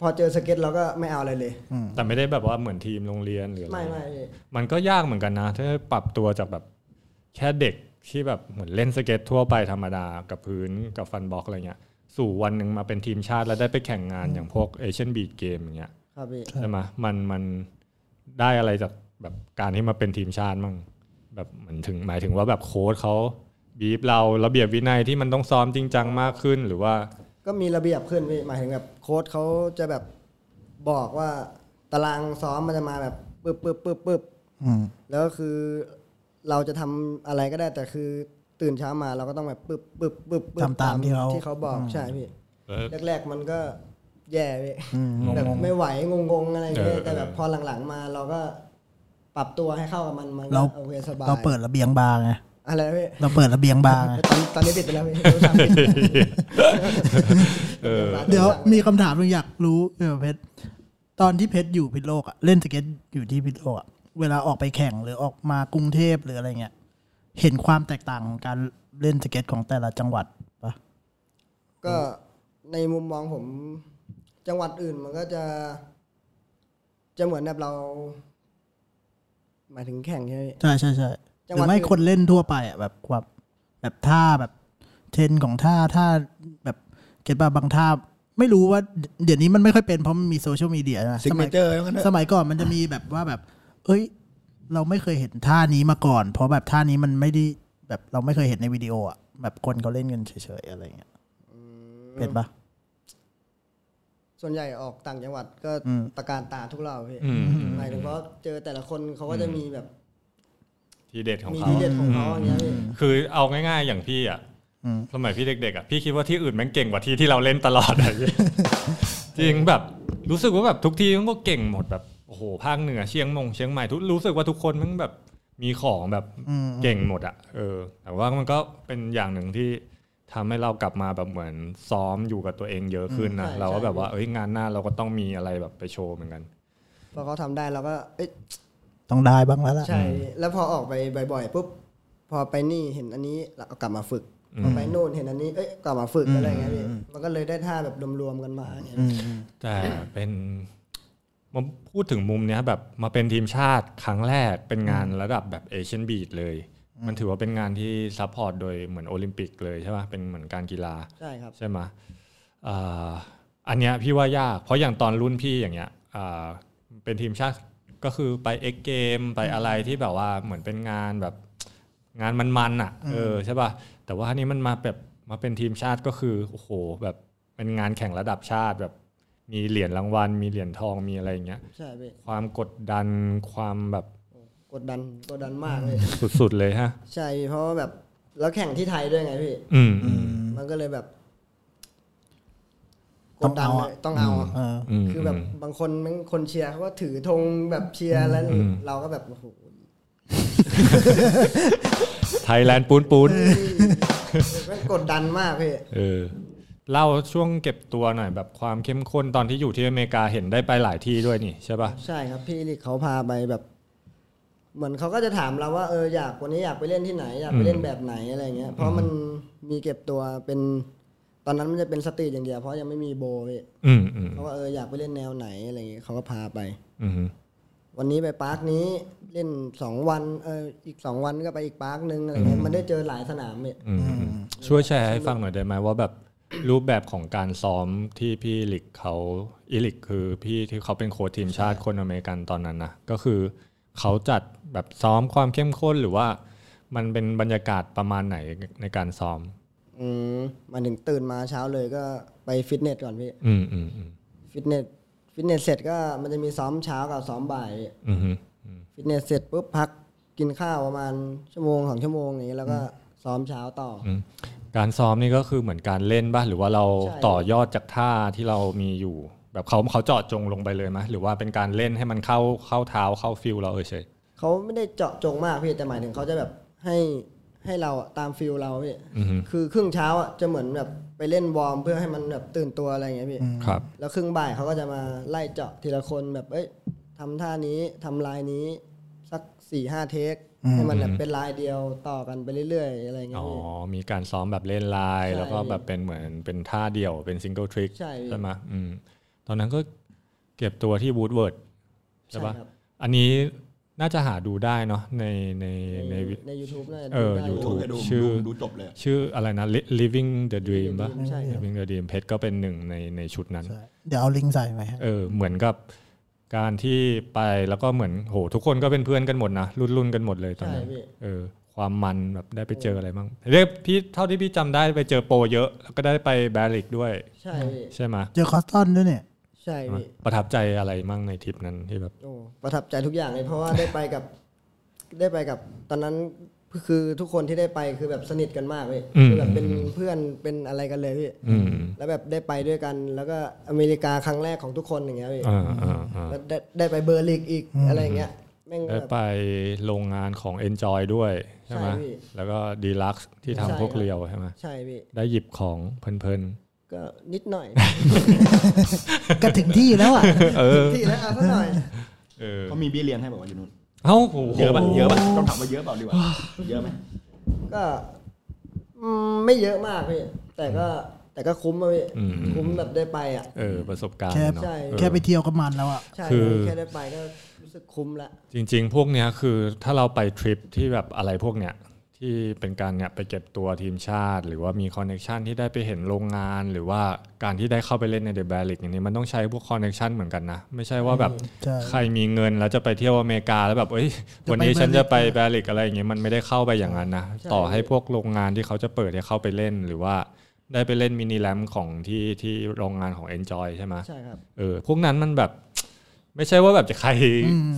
[SPEAKER 5] พอเจอสเก็ตเราก็ไม่เอาอะไรเลย
[SPEAKER 4] แต่ไม่ได้แบบว่าเหมือนทีมโรงเรียนหรืออะไร
[SPEAKER 5] ไม่ไม่พี่
[SPEAKER 4] มันก็ยากเหมือนกันนะ ถ้าปรับตัวจากแบบแค่เด็กที่แบบเหมือนเล่นสเก็ตทั่วไปธรรมดากับพื้นกับฟันบล็อกอะไรเงี้ย สู่วันหนึ่งมาเป็นทีมชาติแล้วได้ไปแข่งงานอย่างพวกเอเชียนบีดเกมอย่างเงี้ย
[SPEAKER 5] ครับพี่
[SPEAKER 4] ใช่ไหมมันมันได้อะไรจากแบบการที่มาเป็นทีมชาติมั่งแบบเหมือนถึงหมายถึงว่าแบบโค้ชเขาบีบเราระเบียบวินัยที่มันต้องซ้อมจริงจังมากขึ้นหรือว่า
[SPEAKER 5] ก็มีระเบียบขึ้นพี่หมายถึงแบบโค้ชเขาจะแบบบอกว่าตารางซ้อมมันจะมาแบบปึ๊บปึ๊บปึ๊บปึ๊บ
[SPEAKER 2] อืม
[SPEAKER 5] แล้วก็คือเราจะทำอะไรก็ได้แต่คือตื่นเช้ามาเราก็ต้องแบบปึ๊บปึ๊บปึ๊บปึ๊บ
[SPEAKER 2] ทำตามที่เขา
[SPEAKER 5] ที่เขาบอกใช่พี่
[SPEAKER 4] เออ
[SPEAKER 5] แรกๆมันก็แย่พี่
[SPEAKER 2] อืม
[SPEAKER 5] แบบไม่ไหวงงๆอะไรอย่างเงี้
[SPEAKER 4] เอ
[SPEAKER 5] ย
[SPEAKER 4] อเออ
[SPEAKER 5] แต่แบบพอหลังๆมาเราก็ปรับตัวให้เข้ากับมันมันก็
[SPEAKER 2] เรา
[SPEAKER 5] โอเคสบาย
[SPEAKER 2] เราเปิดระเบียงบาร์ไง
[SPEAKER 5] อะไรนะพี่
[SPEAKER 2] เราเปิดระเบียงบาร์ไง
[SPEAKER 5] ตอนตอนนี้ติดไปแล้วพี่รู้สึกผิด
[SPEAKER 2] เดี๋ยวมีคำถามหนึงอยากรู้เกี่ยวกับเพชรตอนที่เพชรอยู่พิษณุโลกอะเล่นสเก็ตอยู่ที่พิษณุโลกอะเวลาออกไปแข่งหรือออกมากรุงเทพหรืออะไรเงี้ยเห็นความแตกต่างของการเล่นสเก็ตของแต่ละจังหวัดปะ
[SPEAKER 5] ก็ในมุมมองผมจังหวัดอื่นมันก็จะ จะเหมือนแบบเรา หมายถึงแข่งใช่ไหม
[SPEAKER 2] ใช่ใช่ใช่ห
[SPEAKER 5] จังห
[SPEAKER 2] รื
[SPEAKER 5] วะ
[SPEAKER 2] อไม่
[SPEAKER 5] ที่
[SPEAKER 2] คนเล่นทั่วไปอ่ะแบบแบบแบบท่าแบบเทรนด์ของท่าท่าแบบเก็ตป่ะบางท่าไม่รู้ว่าเดี๋ยวนี้มันไม่ค่อยเป็นเพราะมันมีโซเชียลมีเดียนะ
[SPEAKER 3] ซิก
[SPEAKER 2] ส
[SPEAKER 3] เน
[SPEAKER 2] มัย
[SPEAKER 3] เจอร์งั้นเถอะ
[SPEAKER 2] สมัยก่อนมันจะมีแบบว่าแบบ เอ้ย เราไม่เคยเห็นท่านี้มาก่อน เพราะแบบท่านี้มันไม่ได้แบบเราไม่เคยเห็นในวิดีโออ่ะแบบคนเขาเล่นกันเฉยๆอะไรเงี้ยเป็นปะ
[SPEAKER 5] ส่วนใหญ่ออกต่างจังหวัดก็
[SPEAKER 2] อืม
[SPEAKER 5] ตะการตาทุกรอบพี่
[SPEAKER 4] อืม
[SPEAKER 5] หมายถึงว่าเจอแต่ละคนเขาก็จะมีแบบ
[SPEAKER 4] ทีเด็ดของ
[SPEAKER 5] มี
[SPEAKER 4] เขา
[SPEAKER 5] ทีเด็ดของเขาอย่างเงี้ยพี่
[SPEAKER 4] คือเอาง่ายๆอย่างพี่อ่ะ
[SPEAKER 2] อืม
[SPEAKER 4] สมัยพี่เด็กๆอ่ะพี่คิดว่าที่อื่นแม่งเก่งกว่าที่ที่เราเล่นตลอดอะ พี่จริงแบบรู้สึกว่าแบบทุกที่มันก็เก่งหมดแบบโอ้โหภาคเหนือเชียงมงเชียงใหม่ทุกรู้สึกว่าทุกคนมันแบบมีของแบบ
[SPEAKER 2] อืม
[SPEAKER 4] เก่งหมดอ่ะเออ แต่ว่ามันก็เป็นอย่างหนึ่งที่ทำให้เรากลับมาแบบเหมือนซ้อมอยู่กับตัวเองเยอะขึ้นนะเราก็แบบว่าเอ้ยงานหน้าเราก็ต้องมีอะไรแบบไปโชว์เหมือนกัน
[SPEAKER 5] พอเขาทำได้เราก็เอ้ย
[SPEAKER 2] ต้องได้บ้างแล้วล่ะ
[SPEAKER 5] ใช่ แล้วพอออกไปบ่อยๆปุ๊บ พอไปนี่เห็นอันนี้เราเอากลับมาฝึก
[SPEAKER 4] อืม
[SPEAKER 5] พอไปโน่นเห็นอันนี้ เอ้ยกลับมาฝึกอะไรอย่างเงี้ยพี่ มันก็เลยได้ท่าแบบรวมๆกันมาเนี่ย
[SPEAKER 4] แต่เป็นมาพูดถึงมุมเนี้ยแบบมาเป็นทีมชาติครั้งแรกเป็นงานระดับแบบเอเชียนบีดเลย มันถือว่าเป็นงานที่ซัพพอร์ตโดยเหมือนโอลิมปิกเลยใช่ปะเป็นเหมือนการกีฬา
[SPEAKER 5] ใช่ครับ
[SPEAKER 4] ใช่ไหมะอ่าอันเนี้ยพี่ว่ายาก เพราะอย่างตอนรุ่นพี่อย่างเงี้ยอ่าเป็นทีมชาติก็คือไปเอ็กเกมไปอะไรที่แบบว่าเหมือนเป็นงานแบบงานมันๆอ่ะเออใช่ป่ะแต่ว่าอันนี้มันมาแบบมาเป็นทีมชาติก็คือโอ้โหแบบเป็นงานแข่งระดับชาติแบบ มีเหรียญรางวัล มีเหรียญทอง มีอะไรอย่างเงี้ย
[SPEAKER 5] ใช่พี่
[SPEAKER 4] ความกดดัน ความแบบ
[SPEAKER 5] กดดันกดดันมากเลย
[SPEAKER 4] สุดๆเลยฮะ
[SPEAKER 5] ใช่พี่เพราะว่าแบบแล้วแข่งที่ไทยด้วยไงพี่
[SPEAKER 4] อืมอืม
[SPEAKER 5] มันก็เลยแบบก
[SPEAKER 2] ต้อง
[SPEAKER 5] ดดัน
[SPEAKER 2] เอาอะ
[SPEAKER 5] เลยต้องเอาอะ
[SPEAKER 2] เออ
[SPEAKER 4] อืม
[SPEAKER 5] คือแบบบางคนมันคนเชียร์เขาก็ถือธงแบบเชียร์แล้ว
[SPEAKER 4] อืม
[SPEAKER 5] เราก็แบบโอ้โห
[SPEAKER 4] ไทยแลนด์ปูนปูน
[SPEAKER 5] มันกดดันมากพี่
[SPEAKER 4] เออ เล่าช่วงเก็บตัวหน่อยแบบความเข้มข้นตอนที่อยู่ที่อเมริกาเห็นได้ไปหลายที่ด้วยนี่ใช่ป่ะ
[SPEAKER 5] ใช่ครับพี่ลิกเขาพาไปแบบ เหมือนเขาก็จะถามเราว่าเอออยากวันนี้อยากไปเล่นที่ไหน อยากไปเล่นแบบไหนอะไรเงี้ยเพราะมันมีเก็บตัวเป็นตอนนั้นมันจะเป็นสตรีทอย่างเดียวเพราะยังไม่มีโบว์พี่
[SPEAKER 4] อืมอืม
[SPEAKER 5] เขาว่าเอออยากไปเล่นแนวไหนอะไรเงี้ยเขาก็พาไป
[SPEAKER 4] อืม
[SPEAKER 5] วันนี้ไปปาร์คนี้เล่นสองวันเอออีกสองวันก็ไปอีกปาร์คนึงอะไรเงี้ยมันได้เจอหลายสนามพี่
[SPEAKER 4] อืมอืมช่วยแชร์ให้ฟังหน่อยได้ไหมว่าแบบรูปแบบของการซ้อมที่พี่ลิกเขาอีลิกคือพี่ที่เขาเป็นโค้ชทีมชาติคนอเมริกันตอนนั้นนะก็คือเขาจัดแบบซ้อมความเข้มข้นหรือว่า มันเป็นบรรยากาศประมาณไหนในการซ้อม
[SPEAKER 5] อืมมาถึงตื่นมาเช้าเลยก็ไปฟิตเนสก่อนพี่
[SPEAKER 4] อืมอืมอืม
[SPEAKER 5] ฟิตเนสฟิตเนสเสร็จก็มันจะมีซ้อมเช้ากับซ้อมบ่ายพี่
[SPEAKER 4] อืม
[SPEAKER 5] ฟิตเนสเสร็จปุ๊บพักกินข้าวประมาณชั่วโมงสองชั่วโมงอย่างนี้แล้วก็ซ้อมเช้าต่ออ
[SPEAKER 4] อืมการซ้อมนี่ก็คือเหมือนการเล่นป่ะหรือว่าเรา
[SPEAKER 5] ใช่
[SPEAKER 4] ต่อยอดจากท่าที่เรามีอยู่ แบบเขาเขาเจาะจงลงไปเลยไหมหรือว่าเป็นการเล่นให้มันเข้าเข้าเท้าเข้าฟิลเราเออเฉย
[SPEAKER 5] เขาไม่ได้เจาะจงมากพี่แต่หมายถึงเขาจะแบบให้ให้เราอะตามฟิลเราพี่
[SPEAKER 4] อือฮึ
[SPEAKER 5] คือครึ่งเช้าอะจะเหมือนแบบไปเล่นวอร์มเพื่อให้มันแบบตื่นตัวอะไรอย่างเงี้ยพี่
[SPEAKER 4] ครับ
[SPEAKER 5] แล้วครึ่งบ่ายเขาก็จะมาไล่เจาะทีละคนแบบเอ้ยทำท่านี้ทำลายนี้ สักสี่ห้าเทคให้มันแบบเป็นลายเดียวต่อกันไปเรื่อยๆอะไรอย่างเงี้
[SPEAKER 4] อ๋อ
[SPEAKER 5] ยพี่
[SPEAKER 4] มีการซ้อมแบบเล่นไลาย
[SPEAKER 5] ใช่
[SPEAKER 4] แล้วก็แบบเป็นเหมือนเป็นท่าเดี่ยวเป็นซิงเกิลทริค
[SPEAKER 5] ใช่พี่
[SPEAKER 4] ไหมอืมตอนนั้นก็เก็บตัวที่วูดเวิร์ดใช่ปะ
[SPEAKER 5] ครับ
[SPEAKER 4] อันนี้น่าจะหาดูได้เนาะในในใน
[SPEAKER 5] ในในยูทูบน่าจะ
[SPEAKER 4] เออ
[SPEAKER 5] ดูได้
[SPEAKER 4] YouTube
[SPEAKER 1] ดู
[SPEAKER 4] ชื่อ
[SPEAKER 1] ดูดูจบเลย
[SPEAKER 4] ชื่ออะไรนะ Li- living the dream ป่ะ
[SPEAKER 5] ใช่ครับ
[SPEAKER 4] living the dream เพชรก็เป็นหนึ่งในในชุดนั้น
[SPEAKER 2] ใช่เดี๋ยวเอาลิงก์ใส่ไว้ฮะ
[SPEAKER 4] เออ เหมือนกับการที่ไปแล้วก็เหมือนโหทุกคนก็เป็นเพื่อนกันหมดนะ รุ่นรุ่นกันหมดเลยตอนนั้น
[SPEAKER 5] ใช่พี่
[SPEAKER 4] เออ ความมันแบบได้ไปเจออะไรบ้างเรียกพี่เท่าที่พี่จำได้ไปเจอโปรเยอะ แล้วก็ได้ไปแบริกด้วย
[SPEAKER 5] ใช่พี่
[SPEAKER 4] ใช่ไหม
[SPEAKER 2] เจอคอสตอนด้วยเนี่ย
[SPEAKER 5] ใช่พี่
[SPEAKER 4] ประทับใจอะไรมั่งในทริปนั้นที่แบบ
[SPEAKER 5] โอ้ประทับใจทุกอย่างเลยเพราะว่าได้ไปกับ ได้ไปกับตอนนั้นคือทุกคนที่ได้ไปคือแบบสนิทกันมากเลย
[SPEAKER 4] อืม
[SPEAKER 5] คือแบบเป็นเพื่อนเป็นอะไรกันเลยพี่
[SPEAKER 4] อืม
[SPEAKER 5] แล้วแบบได้ไปด้วยกัน แล้วก็อเมริกาครั้งแรกของทุกคนอย่างเงี้ยพี่
[SPEAKER 4] อ่าอ่าอ่า
[SPEAKER 5] แล้วได้ได้ไปเบอร์ลิกอีกอะไรอย่างเงี้ยแม่ง
[SPEAKER 4] ได้
[SPEAKER 5] แบบ
[SPEAKER 4] ไปโรงงานของ Enjoy ด้วยใช่ไหม
[SPEAKER 5] ใช่พี่
[SPEAKER 4] แล้วก็ดีลักซ์ที่
[SPEAKER 5] ใช่
[SPEAKER 4] ทำพวก
[SPEAKER 5] ครับ
[SPEAKER 4] เรียวใช่ไหม
[SPEAKER 5] ใช่พี่
[SPEAKER 4] ได้หยิบของเพลิน
[SPEAKER 5] ก็นิดหน่อย
[SPEAKER 2] ก็ถึงที่แล้ว อ่ะ
[SPEAKER 4] ๆเออ
[SPEAKER 5] ที่แล้วเอาซะหน่อย
[SPEAKER 4] เออ
[SPEAKER 1] เขามีเบี้ยเลี้ยงให้บอกว่าวะอยู่นู่น
[SPEAKER 4] เอ้าโอ้โห
[SPEAKER 1] เยอะป่ะ เยอะป่ะ ต้องถามว่าเยอะเปล่าดีกว่า เยอะไหม
[SPEAKER 5] ก็อืมไม่เยอะมากพี่แต่ก็ แต่ก็คุ้มอะพี่
[SPEAKER 4] อืม
[SPEAKER 5] คุ้มแบบได้ไปอ่ะ
[SPEAKER 4] เออประสบการณ์
[SPEAKER 2] แค่
[SPEAKER 4] เนาะ
[SPEAKER 5] ใช่
[SPEAKER 4] เออ
[SPEAKER 2] แค่ไปเที่ยวก็มันแล้วอ่ะ
[SPEAKER 5] ใช่
[SPEAKER 4] คือ
[SPEAKER 5] แค่ได้ไปก็รู้สึกคุ้มละ
[SPEAKER 4] จริงๆ พวกเนี้ยคือถ้าเราไปทริปที่แบบอะไรพวกเนี้ยที่เป็นการเนี่ยไปเก็บตัวทีมชาติ หรือว่ามีคอนเน็ชันที่ได้ไปเห็นโรงงาน หรือว่าการที่ได้เข้าไปเล่นในเดอะแบลิกอย่างนี้มันต้องใช้พวกคอนเน็ชันเหมือนกันนะ ไม่ใช่ว่าแบบ
[SPEAKER 2] ใช่
[SPEAKER 4] ใครมีเงินแล้วจะไปเที่ยวอเมริกาแล้วแบบเอ้ยวันนี้ฉันจะไปแบลิกอะไรอย่างเงี้ยมันไม่ได้เข้าไปอย่างนั้นนะ
[SPEAKER 5] ใช่
[SPEAKER 4] ต่อให้พวกโรงงานที่เขาจะเปิดให้เข้าไปเล่น หรือว่าได้ไปเล่นมินิแรมของที่ที่โรงงานของ Enjoy ใช่ไหม
[SPEAKER 5] ใช่ครับ
[SPEAKER 4] เออพวกนั้นมันแบบ ไม่ใช่ว่าแบบจะใคร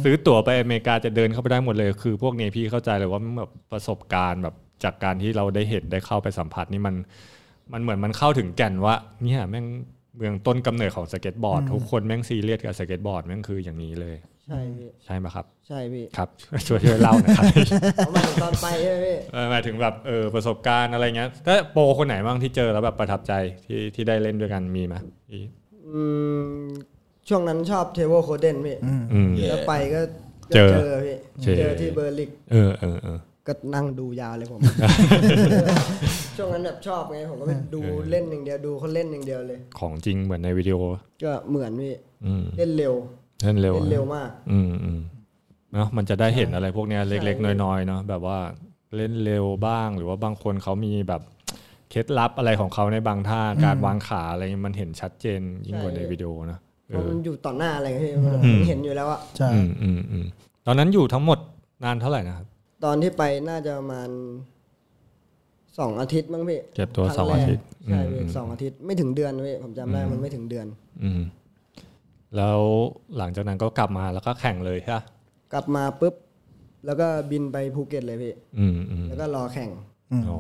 [SPEAKER 4] ซื้อตั๋วไปอเมริกาจะเดินเข้าไปได้หมดเลย คือพวกนี้พี่เข้าใจเลยว่ามันแบบประสบการณ์แบบจากการที่เราได้เห็นได้เข้าไปสัมผัสนี่มัน มันเหมือนมันเข้าถึงแก่นว่า เนี่ยแม่งเมืองต้นกำเนิดของสเก็ตบอร์ดทุกคนแม่งซีเรียสกับสเก็ตบอร์ดแม่งคืออย่างนี้เลย
[SPEAKER 5] ใช่พี่
[SPEAKER 4] ใช่ไหมครับ
[SPEAKER 5] ใช่พี่
[SPEAKER 4] ครับ ช่วยช่วยเล่าหนะครับ
[SPEAKER 5] เพราะมันตอนไปใช่ไหมพี่
[SPEAKER 4] เออหมายถึงแบบเออประสบการณ์อะไรเงี้ยถ้าโปรคนไหนบ้างที่เจอแล้วแบบประทับใจที่ที่ได้เล่นด้วยกันมีไหมอี
[SPEAKER 5] อืมช่วงนั้นชอบเทเบิลโคเดนพี่
[SPEAKER 4] อืม
[SPEAKER 5] แล้วไปก็
[SPEAKER 4] เจอ
[SPEAKER 5] เจอพี่
[SPEAKER 4] เจอ
[SPEAKER 5] เจอที่เบอร์ลิก
[SPEAKER 4] เออเออเออ
[SPEAKER 5] ก็นั่งดูยาวเลยผม ช่วงนั้นแบบชอบไงผมก็ไปดู
[SPEAKER 4] เออ
[SPEAKER 5] เล่นอย่างเดียวดูเขาเล่นอย่างเดียวเลย
[SPEAKER 4] ของจริงเหมือนในวิดีโอปะ
[SPEAKER 5] ก็เหมือนพี่
[SPEAKER 4] อืม
[SPEAKER 5] เล่นเร็ว
[SPEAKER 4] เล่นเร็ว
[SPEAKER 5] เล่นเร็วมาก
[SPEAKER 4] อืมอืมเนาะมันจะได้เห็นอะไรพวกเนี้ยเล็กๆ น้อยๆเนาะแบบว่าเล่นเร็วบ้าง หรือว่าบางคนเขามีแบบเคล็ดลับอะไรของเขาในบางท่าการวางขาอะไรมันเห็นชัดเจนยิ่งกว่า
[SPEAKER 5] ใช่
[SPEAKER 4] ในวิดีโอนะเอ
[SPEAKER 5] เพราะ
[SPEAKER 4] อ
[SPEAKER 5] มันอยู่ต่อหน้าอะไรพี่มันเห็นอยู่แล้วอะ
[SPEAKER 2] ใช่
[SPEAKER 4] อืมอืมอืมตอนนั้นอยู่ทั้งหมดนานเท่าไหร่นะครับ
[SPEAKER 5] ตอนที่ไปน่าจะประมาณสองอาทิตย์มั้งพี่
[SPEAKER 4] เก็บตัว
[SPEAKER 5] ครั้
[SPEAKER 4] สองอาทิตย์
[SPEAKER 5] แรกใช่พี่
[SPEAKER 4] อืม
[SPEAKER 5] สองอาทิตย์ไม่ถึงเดือนพี่ผมจำได้มันไม่ถึงเดือน
[SPEAKER 4] อืม แล้วหลังจากนั้นก็กลับมาแล้วก็แข่งเลยใช่ปะ
[SPEAKER 5] กลับมาปุ๊บ แล้วก็บินไปภูเก็ตเลยพี่
[SPEAKER 4] อืมอืม
[SPEAKER 5] แล้วก็รอแข่ง
[SPEAKER 4] อ๋อ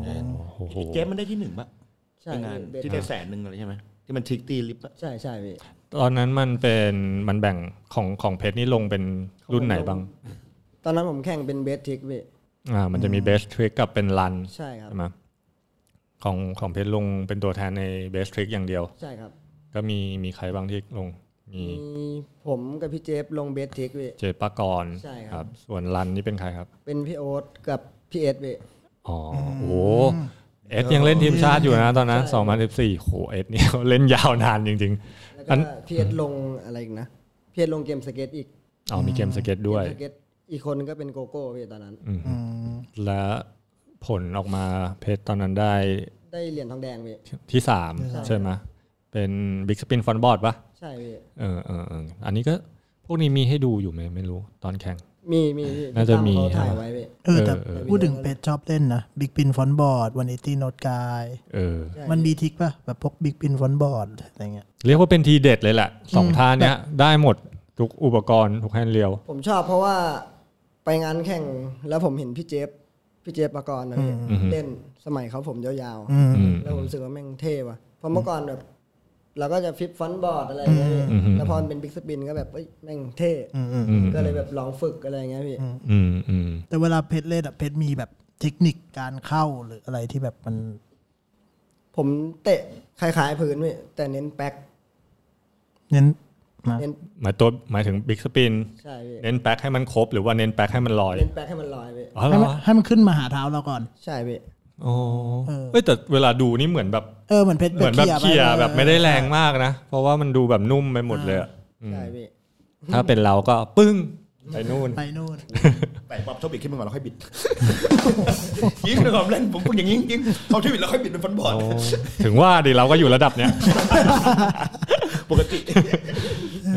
[SPEAKER 4] โอ้โห
[SPEAKER 1] เกมมันได้ที่หนึ่งปะ
[SPEAKER 5] ใช่
[SPEAKER 1] ในงาน
[SPEAKER 5] พี่
[SPEAKER 1] ที่
[SPEAKER 5] เบส
[SPEAKER 1] ได้แสนหนึ่งอะไรใช่ไหมที่มันทริกตี้ลิฟต์อะ
[SPEAKER 5] ใช่ใช่พี่
[SPEAKER 4] ตอนนั้นมันเป็นมันแบ่งของของเพชรนี่ลงเป็นรุ่นไหนบ้าง
[SPEAKER 5] ตอนนั้นผมแข่งเป็นเบสทิกพี่
[SPEAKER 4] อ่า มันจะมีเบสทริกกับเป็นรัน
[SPEAKER 5] ใช่ครับ
[SPEAKER 4] ใช่ไหมของของเพชรลงเป็นตัวแทนในเบสทริกอย่างเดียว
[SPEAKER 5] ใช่ครับ
[SPEAKER 4] ก็มีมีใครบ้างที่ลง มี
[SPEAKER 5] มีผมกับพี่เจฟลงเบสทิกเว้ย
[SPEAKER 4] เจปากร
[SPEAKER 5] ใช่ครับ
[SPEAKER 4] ส่วนรันนี่เป็นใครครับ
[SPEAKER 5] เป็นพี่โอ๊ตกับพี่เอสเว้ย
[SPEAKER 4] อ๋อโอ้เอสยังเล่นทีมชาติอยู่นะตอนนั้น2014โหเอสเนี่ยเขาเล่นยาวนานจริง
[SPEAKER 5] แล้ว
[SPEAKER 4] อั
[SPEAKER 5] ก็
[SPEAKER 4] น
[SPEAKER 5] พี่เอสลงอะไรอีกนะพี่เอสลงเกมสเก็ตอีก
[SPEAKER 4] ๆอ๋อมีเกมสเก็ตด้วย
[SPEAKER 5] เกมสเก็ตอีกคนก็เป็นโกโก้เว้ยตอนนั้น
[SPEAKER 2] อืม
[SPEAKER 4] และผลออกมาเพชรตอนนั้นได้
[SPEAKER 5] ได้เหรียญทองแดงเว้ย
[SPEAKER 4] ที่สาม
[SPEAKER 5] ใช่
[SPEAKER 4] ใช่ไหมเป็นบิ๊กสปินฟอนบอร์ดปะ
[SPEAKER 5] ใช่เว้ย
[SPEAKER 4] เออเออเอออันนี้ก็พวกนี้มีให้ดูอยู่ไหมไม่รู้ตอนแข่ง
[SPEAKER 5] มีมีพี่
[SPEAKER 4] น่าจะมี
[SPEAKER 5] พี่ตั้เขาถ่ายไว้เว้ย
[SPEAKER 2] เออแต่
[SPEAKER 4] เออ
[SPEAKER 2] พูดถึงเพชรชอบเล่นนะบิ๊กปินฟอนบอร์ดวันเอตี้โนดกาย
[SPEAKER 4] เออ
[SPEAKER 5] ใช่
[SPEAKER 2] มันมีทริกป่ะแบบพวกบิ๊กปินฟอนบอร์ดอะไรเงี้ย
[SPEAKER 4] เรียกว่าเป็นทีเด็ดเลยแหละสองท่าเนี้ยได้หมดทุกอุปกรณ์ทุกแฮนด์เรียว
[SPEAKER 5] ผมชอบเพราะว่าไปงานแข่งแล้วผมเห็นพี่เจฟพี่เจฟปากรณ์นะพี่
[SPEAKER 4] อืม
[SPEAKER 5] เล่นสมัยเขาผมยาว
[SPEAKER 2] อืม
[SPEAKER 4] อืม
[SPEAKER 5] ๆแล้วผมรู้สึกว่าแม่งเท่ว่ะเพราะเมื่อก่อนแบบเราก็จะฟลิปฟอนต์บอร์ดอะไรอย่างเงี้ย
[SPEAKER 4] อืม
[SPEAKER 5] แล้วพอมันเป็นบิ๊กสปินก็แบบเอ้ยแม่งเท่
[SPEAKER 2] อืมอืม
[SPEAKER 4] อืม
[SPEAKER 5] ก็เลยแบบลองฝึกอะไรอย่างเงี้ยพี่
[SPEAKER 4] อืมอืม
[SPEAKER 2] แต่เวลาเพชรเล่นอะเพชรมีแบบเทคนิคการเข้าหรืออะไรที่แบบมัน
[SPEAKER 5] ผมเตะคล้ายๆพื้นพี่แต่เน้นแป๊ก
[SPEAKER 2] เน้นนะ
[SPEAKER 5] เน้น
[SPEAKER 4] หมายตัวหมายถึงบิ๊กสปิน
[SPEAKER 5] ใช่พี่
[SPEAKER 4] เน้นแบ็คให้มันครบ หรือว่าเน้นแบ็คให้มันลอย
[SPEAKER 5] เน้นแป๊กให้มันลอยพี่
[SPEAKER 4] อ๋อเหร
[SPEAKER 2] ให้มัน
[SPEAKER 4] อ
[SPEAKER 2] ให้มันขึ้นมาหาเท้าเราก่อน
[SPEAKER 5] ใช่พี่
[SPEAKER 4] อ๋อเอ้ยแต่เวลาดูนี่เหมือนแบบ
[SPEAKER 2] เออเหมือนเพชร
[SPEAKER 4] เหมือนแบบ
[SPEAKER 2] คลี
[SPEAKER 4] เคีย
[SPEAKER 2] ร์
[SPEAKER 4] ร์
[SPEAKER 2] ป
[SPEAKER 4] แบบไม่ได้แรงมากนะ เพราะว่ามันดูแบบนุ่มไปหมดเลยอะ
[SPEAKER 5] ใช่พี่
[SPEAKER 4] ถ้าเป็นเราก็ปึ้งไปนู่น
[SPEAKER 2] ไปนู่น
[SPEAKER 3] แต่ปรับชอบบิดขึ้นมาก่อนแล้วค่อยบิด ยิงเลยผมเล่นผมฝึกอย่างนี้จริงๆชอบที่บิดแล้วค่อยบิดเป็นฟันบอร์ด
[SPEAKER 4] ถึงว่าดิเราก็อยู่ระดับเนี้ย
[SPEAKER 3] ปกติ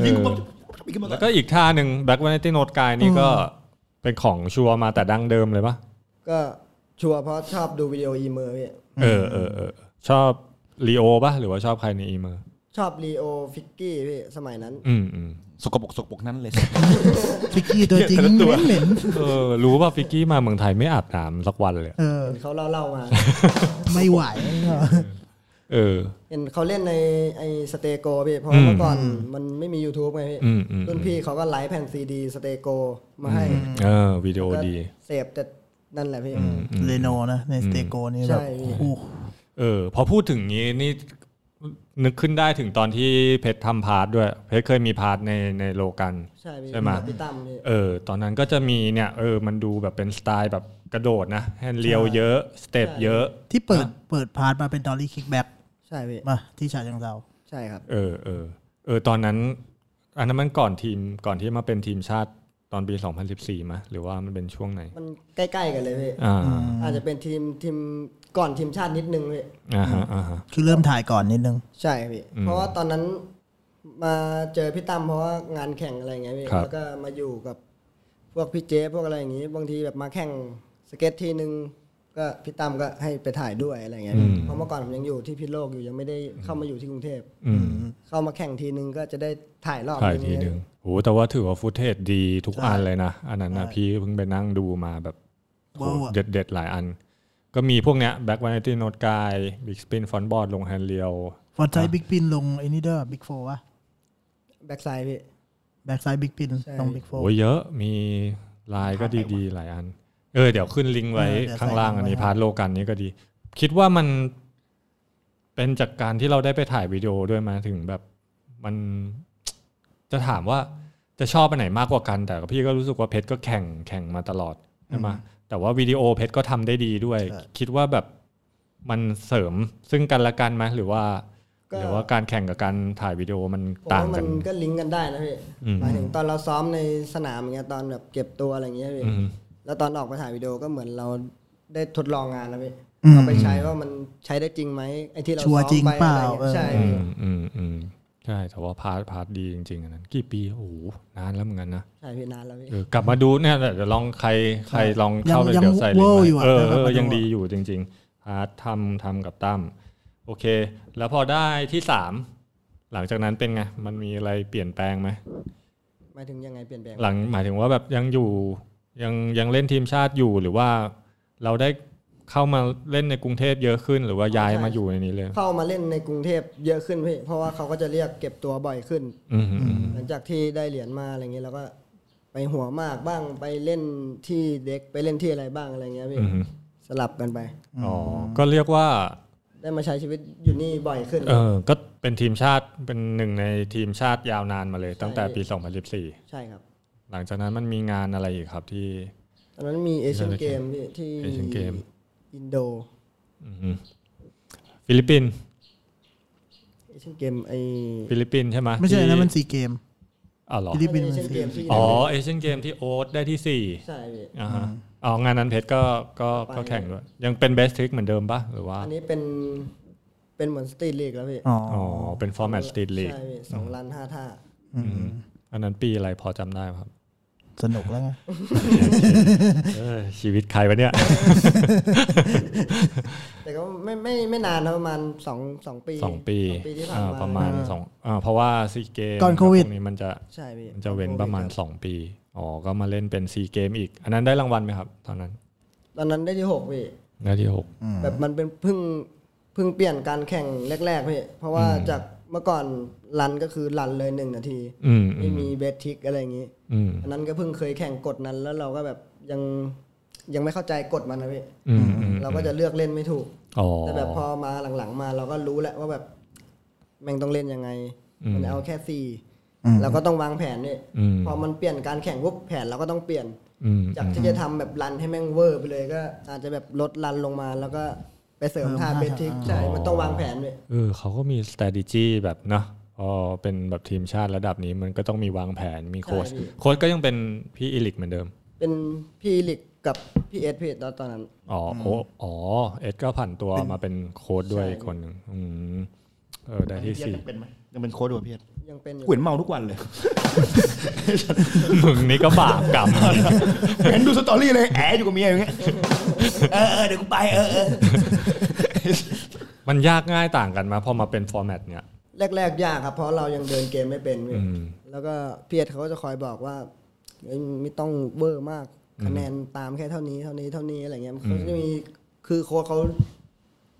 [SPEAKER 3] ยิงผมชอบบิดขึ้นมาก่
[SPEAKER 4] แล้
[SPEAKER 3] อน
[SPEAKER 4] วก็อีกท่าหนึ่งแบ็กวันที่โนดกายนี่ก็เป็นของชัวร์มาแต่ดั้งเดิมเลยปะ
[SPEAKER 5] ก็ชัวร์เพราะชอบดูวิดีโออีเมอร์พี่
[SPEAKER 4] เออเออเออชอบลีโอป่ะ หรือว่าชอบใครในอีเมอร์
[SPEAKER 5] ชอบลีโอฟิกกี้พี่สมัยนั้น
[SPEAKER 4] อืมอืม
[SPEAKER 1] สกปรกสกปรกนั่นเลย
[SPEAKER 2] ฟิกกี้ตัวจริงเหม็นเหม็น
[SPEAKER 4] เออ รู้ป่ะฟิกกี้มาเมืองไทยไม่อาบน้ำสักวันเลย
[SPEAKER 2] เออ
[SPEAKER 5] เขาเล่าเล่าๆมา
[SPEAKER 2] ไม่ไหวเออ
[SPEAKER 4] เออ
[SPEAKER 5] เห็นเขาเล่นในไอสเตโกพี่เพราะ
[SPEAKER 4] อืม
[SPEAKER 5] เมื่อก่อนมันไม่มี YouTube ไงพี่
[SPEAKER 4] อืมอืม
[SPEAKER 5] รุ่นพี่เขาก็ไลฟ์แผ่นซีดีสเตโกมาให้
[SPEAKER 4] เออวิดีโอ
[SPEAKER 5] ก็
[SPEAKER 4] ดี
[SPEAKER 5] เสพแต่นั่นแหละพี่
[SPEAKER 2] เรโนนะ ในสเตโกนี่แบบ
[SPEAKER 5] ใช่
[SPEAKER 2] โอ้โห
[SPEAKER 4] เออ พอพูดถึงนี้นี่นึกขึ้นได้ถึงตอนที่เพชรทำพาร์ทด้วย เพชรเคยมีพาร์ทในในโลกัน
[SPEAKER 5] ใช่พี่
[SPEAKER 4] ใช่ไหม
[SPEAKER 5] กับพี่ตั้มพี่
[SPEAKER 4] เออ ตอนนั้นก็จะมีเนี่ย เออ มันดูแบบเป็นสไตล์แบบกระโดดนะแฮนด์เลียวเยอะ สเต็ปเยอะ
[SPEAKER 2] ที่เปิดเปิดพาร์ทมาเป็นดอลลี่คิกแบ็ก
[SPEAKER 5] ใช่ ใช่พี่
[SPEAKER 2] มาที่ฉะเชิงเทรา
[SPEAKER 5] ใช่ครับ
[SPEAKER 4] เออเออเออตอนนั้น อันนั้นมันก่อนทีมก่อนที่มาเป็นทีมชาติตอนปี 2014มะหรือว่ามันเป็นช่วงไหน
[SPEAKER 5] มันใกล้ๆกันเลยพี่
[SPEAKER 4] อ่า
[SPEAKER 5] อาจจะเป็นทีมทีมก่อนทีมชาตินิดนึงพี่
[SPEAKER 4] อ่าฮะอ่าฮะ
[SPEAKER 2] คือเริ่มถ่ายก่อนนิดนึง
[SPEAKER 5] ใช่พี่เพราะว่าตอนนั้นมาเจอพี่ตั้มเพราะว่างานแข่งอะไรอย่างเงี้ยพี่
[SPEAKER 4] ครับ
[SPEAKER 5] แล้วก็มาอยู่กับพวกพี่เจ๊พวกอะไรอย่างงี้ บางทีแบบมาแข่งสเก็ตทีนึงก็พี่ตั้มก็ให้ไปถ่ายด้วยอะไรอย่างเงี้ยพี่เพราะเมื่อก่อนผมยังอยู่ที่พิษณุโลกอยู่ยังไม่ได้เข้ามาอยู่ที่กรุงเทพ
[SPEAKER 4] อืม
[SPEAKER 5] เข้ามาแข่งทีนึงก็จะได้ถ่ายรอบ
[SPEAKER 4] ถ่าย
[SPEAKER 5] ง
[SPEAKER 4] ทีหนึ่ง
[SPEAKER 5] เงี้
[SPEAKER 4] โหแต่ว่าถือว่าฟุตเทจดีทุกอันเลยนะ อันนั้นนะพี่เพิ่งไปนั่งดูมาแบบโห
[SPEAKER 2] ว้าวอะ
[SPEAKER 4] เด็ดเด็ดๆหลายอัน ก็มีพวกเนี้ยแบ็กวันตี้โนดกายบิ๊กสปินฟอนบอร์ดลงแฮนด์เรียว
[SPEAKER 2] ฟอร์ดไซบิ๊กปินลงไอ้นี่เด้อบิ๊กโฟวะ
[SPEAKER 5] แบ็กไซด์พี่
[SPEAKER 2] แบ็กไซบิ๊กปิน
[SPEAKER 5] ใช่
[SPEAKER 2] ลงบิ๊กโฟ
[SPEAKER 4] โอ้ยเยอะมีลายก็ดีๆ หลายอัน เออ เดี๋ยวขึ้นลิงก์ไว้
[SPEAKER 2] เออเดี๋ยวใส่
[SPEAKER 4] ข้างล่างอันนี้
[SPEAKER 2] ลิงก์ไว้
[SPEAKER 4] พาร์ทโลกันนี้ก็ดี คิดว่ามันเป็นจากการที่เราได้ไปถ่ายวิดีโอด้วยมาถึงแบบมัน จะถามว่าจะชอบอันไหนมากกว่ากัน แต่พี่ก็รู้สึกว่าเพชรก็แข่งแข่งมาตลอดใช่ไหมแต่ว่าวิดีโอเพชรก็ทำได้ดีด้วย คิดว่าแบบมันเสริมซึ่งกันและกันไหมหรือว่า
[SPEAKER 5] ก็
[SPEAKER 4] หรือว่าการแข่งกับการถ่ายวิดีโอมัน
[SPEAKER 5] ผม
[SPEAKER 4] ต่า
[SPEAKER 5] ว่าง มั
[SPEAKER 4] กัน
[SPEAKER 5] นก็ลิงก์กันได้นะพี่
[SPEAKER 4] อืม
[SPEAKER 5] หมายถึงตอนเราซ้อมในสนามอย่างเงี้ยตอนแบบเก็บตัวอะไรอย่างเงี้ยพี่
[SPEAKER 4] อืม
[SPEAKER 5] แล้วตอนออกไปถ่ายวิดีโอก็เหมือนเราได้ทดลองงานนะพี่
[SPEAKER 2] อืม
[SPEAKER 5] เราไปใช้ว่ามันใช้ได้จริงไหมไอ้ที่เรา
[SPEAKER 2] ชัวร์
[SPEAKER 5] ซ้อม
[SPEAKER 2] จริง
[SPEAKER 5] ไป
[SPEAKER 2] เปล่า
[SPEAKER 5] อะ
[SPEAKER 2] เอ
[SPEAKER 5] ไรงี้ย
[SPEAKER 2] อ
[SPEAKER 5] ใช่
[SPEAKER 4] อื
[SPEAKER 5] พี่
[SPEAKER 4] มอืมอืมใช่แต่ว่าพาร์ทพาร์ทดีจริงๆอันนั้นกี่ปีโอ้โหนานแล้วเหมือนกันนะ
[SPEAKER 5] ใช่พี่นานแล้วพี่
[SPEAKER 4] เออกลับมาดูเนี่ยเดี๋ยวลองใครใครลองเข้าไป
[SPEAKER 2] ยัง
[SPEAKER 4] เดี๋ยวใส่ลิง
[SPEAKER 2] เวอร์
[SPEAKER 4] ก์
[SPEAKER 2] อยู่อะ
[SPEAKER 4] ไว้เออ
[SPEAKER 2] แต่กลับมาดู
[SPEAKER 4] เออ
[SPEAKER 2] อะ
[SPEAKER 4] ยังดีอยู่จริงๆพาร์ททำทำกับตั้มโอเค แล้วพอได้ที่สามหลังจากนั้นเป็นไง มันมีอะไรเปลี่ยนแปลงไหม
[SPEAKER 5] หมายถึงยังไงเปลี่ยนแปลง
[SPEAKER 4] หลังหมายถึงว่าแบบยังอยู่ยังยังเล่นทีมชาติอยู่หรือว่า เราได้เข้ามาเล่นในกรุงเทพเยอะขึ้น หรือว่าย้ายมาอยู่ในนี้เลย
[SPEAKER 5] เข้ามาเล่นในกรุงเทพเยอะขึ้นพี่เพราะว่าเขาก็จะเรียกเก็บตัวบ่อยขึ้น
[SPEAKER 4] อืมอืมอืม
[SPEAKER 5] หลังจากที่ได้เหรียญมาอะไรเงี้ยเราก็ไปหัวมากบ้างไปเล่นที่เด็กไปเล่นที่อะไรบ้างอะไรเงี้ยพี่
[SPEAKER 4] อืม
[SPEAKER 5] สลับกันไป
[SPEAKER 4] อ๋อก็เรียกว่า
[SPEAKER 5] ได้มาใช้ชีวิตอยู่นี่บ่อยขึ้น
[SPEAKER 4] เออ ก็เป็นทีมชาติเป็นหนึ่งในทีมชาติยาวนานมาเลย ตั้งแต่ปี 2014
[SPEAKER 5] ใช่ครับ
[SPEAKER 4] หลังจากนั้นมันมีงานอะไรอีกครับที่
[SPEAKER 5] ตอนนั้นมีเอเชียนเกมที่
[SPEAKER 4] Asian Game
[SPEAKER 5] อินโด
[SPEAKER 4] อืมฟิลิปปินส์
[SPEAKER 5] เอเชียนเกมไอ
[SPEAKER 4] ฟิลิปปินส์ใช่ไหม
[SPEAKER 2] ไม่ใช่
[SPEAKER 4] ที่
[SPEAKER 2] นะมันสีเกม
[SPEAKER 4] อ๋อเหรอ
[SPEAKER 2] ฟิลิปปินส์
[SPEAKER 5] เอเชียนเกมที่
[SPEAKER 4] อ๋อเอเชียนเกมที่โอ๊ตได้ที่สี่
[SPEAKER 5] ใช่พี่
[SPEAKER 4] อ่าฮะอ๋องานนั้นเพชรก็ก็ก็แข่งด้วย ยังเป็นเบสทริกเหมือนเดิมปะหรือว่า
[SPEAKER 5] อันนี้เป็นเป็นเหมือนสตรีทลีกแล้วพี่
[SPEAKER 2] อ๋อ
[SPEAKER 4] อ๋อ เป็นฟอร์แมตสตรีทลีก
[SPEAKER 5] ใช่พี่สองล้านห้าท่า
[SPEAKER 4] อันนั้นปีอะไรพอจำได้ไหมครับ
[SPEAKER 2] สนุกแล้วไง
[SPEAKER 4] เอ้ยชีวิตใครวะเนี่ย
[SPEAKER 5] แต่ก็ไม่ไม่ไม่นานนะประมาณสองสองปี
[SPEAKER 4] สองปี
[SPEAKER 5] ที่ผ่าน
[SPEAKER 4] อ่า
[SPEAKER 5] มา
[SPEAKER 4] ประมาณสองอ่าเพราะว่าซีเกม
[SPEAKER 2] ก่อนโควิด
[SPEAKER 4] นี้มันจะ
[SPEAKER 5] ใช่พี่
[SPEAKER 4] มันจะเว้น
[SPEAKER 5] โคด
[SPEAKER 4] ประมาณ
[SPEAKER 5] คบ
[SPEAKER 4] 2 ปี อ๋อ ก็มาเล่นเป็นซีเกมอีก อันนั้นได้รางวัลไหมครับ ตอนนั้น
[SPEAKER 5] ตอนนั้นได้ที่หกพี่
[SPEAKER 4] ได้ที่
[SPEAKER 5] แบบมันเป็นเพิ่งเพิ่งเปลี่ยนการแข่งแรกๆพี่เพราะว่าจากเมื่อก่อนรันก็คือรันเลยหนึ่งนาที
[SPEAKER 4] 6 อืมอื
[SPEAKER 5] ไม่
[SPEAKER 4] ม
[SPEAKER 5] มีเบสทิกอะไรอย่างงี้
[SPEAKER 4] อืม
[SPEAKER 5] อันนั้นก็เพิ่งเคยแข่งกฎนั้นแล้วเราก็แบบยังยังไม่เข้าใจกฎมันนะพี่
[SPEAKER 4] อืมอืม
[SPEAKER 5] เราก็จะเลือกเล่นไม่ถูก
[SPEAKER 4] อ๋อ
[SPEAKER 5] แต่แบบพอมาหลังๆมาเราก็รู้แหละว่าแบบแม่งต้องเล่นยังไง
[SPEAKER 4] อืม
[SPEAKER 5] มันเอาแค่สี่เราก็ต้องวางแผนนี่
[SPEAKER 4] อืม
[SPEAKER 5] พอมันเปลี่ยนการแข่งปุ๊บแผนเราก็ต้องเปลี่ยน
[SPEAKER 4] อืม
[SPEAKER 5] จากที่จะทำแบบรันให้แม่งเวอร์ไปเลยก็อาจจะแบบลดรันลงมา แล้วก็ไปเสริมท่าเบสทิกใช่มันต้องวางแผนด้วย
[SPEAKER 4] เออเขาก็มี s t r a t e g y แบบเนาะพอเป็นแบบทีมชาติระดับนี้มันก็ต้องมีวางแผน มีโค้ช โค้ชก็ยังเป็นพี่อิลิกเหมือนเดิม
[SPEAKER 5] เป็นพี่ลิกกับพี่เอสพี่ตอนตอนนั้น
[SPEAKER 4] อ๋อโออ๋อ เอ็ดก็ผ่านตัวมาเป็นโค้ชด้วย
[SPEAKER 5] ใช่
[SPEAKER 4] คนหนึ่งอืมเออ ได้ที่
[SPEAKER 1] เพียร
[SPEAKER 4] สี่
[SPEAKER 1] ยังเป็นไหมยังเป็นโค้ดด้วยเพียร
[SPEAKER 5] ยังเป็นอยู่
[SPEAKER 1] กูเห็นเมาทุกวันเลย
[SPEAKER 4] มึงนี่ก็บาปกรรม
[SPEAKER 1] เห็นดูสตอรี่เลยแอะอยู่กับเมียอย่างเงี้ยเออเออเดี๋ยวกูไปเออเออ
[SPEAKER 4] มันยากง่ายต่างกันไหมาพอมาเป็นฟอร์แมตเนี่ย
[SPEAKER 5] แรกๆยากครับเพราะเรายังเดินเกมไม่เป็นพี่
[SPEAKER 4] อืม
[SPEAKER 5] แล้วก็เพียรเขาก็จะคอยบอกว่าเอ้ยไม่ต้องเวอร์มากคะแนนตามแค่เท่านี้เท่านี้เท่านี้อะไรเงี้ยเขาจะมีคือโค้ชเขา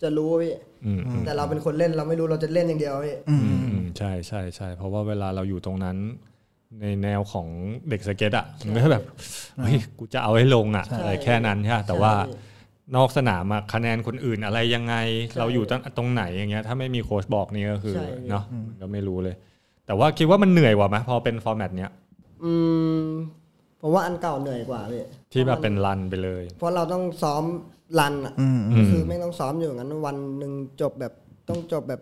[SPEAKER 5] จะรู้พี่
[SPEAKER 4] อืม
[SPEAKER 5] แต่เราเป็นคนเล่นเราไม่รู้เราจะเล่นอย่างเดียวพี่
[SPEAKER 4] อืมอืมใช่ใช่ใช่เพราะว่าเวลาเราอยู่ตรงนั้น ในแนวของเด็กสเก็ตอ่ะมันก็แบบเฮ้ยกูจะเอาให้ลงอ่ะอะไรแค่นั้นใช่ปะแต่ว่านอกสนามอะคะแนนคนอื่นอะไรยังไง เราอยู่ตรงตรงไหนอย่างเงี้ยถ้าไม่มีโค้ชบอกนี่ก็คือเนาะก็ไม่รู้เลย แต่ว่าคิดว่ามันเหนื่อยกว่าไหมพอเป็นฟอร์แมตเนี้ย
[SPEAKER 5] อืมผมว่าอันเก่าเหนื่อยกว่าพี่
[SPEAKER 4] ที่แบบเป็นรันไปเลย
[SPEAKER 5] เพราะเราต้องซ้อมรันอ่ะ
[SPEAKER 2] อืม
[SPEAKER 5] คือไม่ต้องซ้อมอยู่อย่างนั้นวันหนึ่งจบแบบ ต้องจบแบบ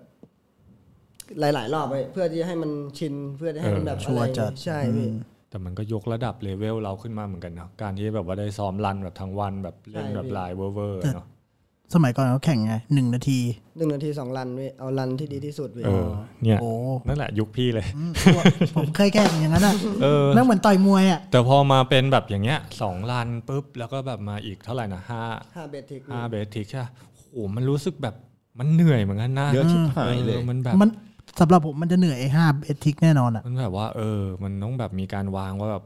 [SPEAKER 5] หลาย ๆ รอบไปเพื่อที่จะให้มันชินเพื่อที่ให้มันแบบ
[SPEAKER 2] ชัวร์
[SPEAKER 5] อะไร
[SPEAKER 2] จัด
[SPEAKER 5] ใช่พี่
[SPEAKER 4] แต่มันก็ยกระดับเลเวลเราขึ้นมาเหมือนกันนะการที่แบบว่าได้ซ้อมรันแบบทั้งวันแบบเล่น
[SPEAKER 5] ใช่
[SPEAKER 4] แบบ
[SPEAKER 5] พี่
[SPEAKER 4] ลายเวอร์เวอร์เนาะ
[SPEAKER 2] สมัยก่อนเขาแข่งไงหนึ่งนาที
[SPEAKER 5] หนึ่งนาทีสองรันพี่เอารันที่ดีที่สุดพี่
[SPEAKER 4] เออ เนี่ย
[SPEAKER 2] โอ้
[SPEAKER 4] นั่นแหละยุคพี่เลย
[SPEAKER 2] อืมผมเคยแข่งอย่างนั้นอ่ะ
[SPEAKER 4] เออ
[SPEAKER 2] แม่งเหมือนต่อยมวยอ่ะ
[SPEAKER 4] แต่พอมาเป็นแบบอย่างเงี้ยสองลันปุ๊บ แล้วก็แบบมาอีกเท่าไหร่นะห้า
[SPEAKER 5] ห้าเบทิก
[SPEAKER 4] ห้าเบทิกใช่ปะโอ้โหมันรู้สึกแบบมันเหนื่อยเหมือนกันนะ
[SPEAKER 1] เยอะชิบหายเลย
[SPEAKER 4] ออมันแบบ
[SPEAKER 2] มันสำหรับผมมันจะเหนื่อยไอ้ห้าเอทิกแน่นอนอ่ะ
[SPEAKER 4] มันแบบว่า เออ มันต้องแบบมีการวางว่าแบบ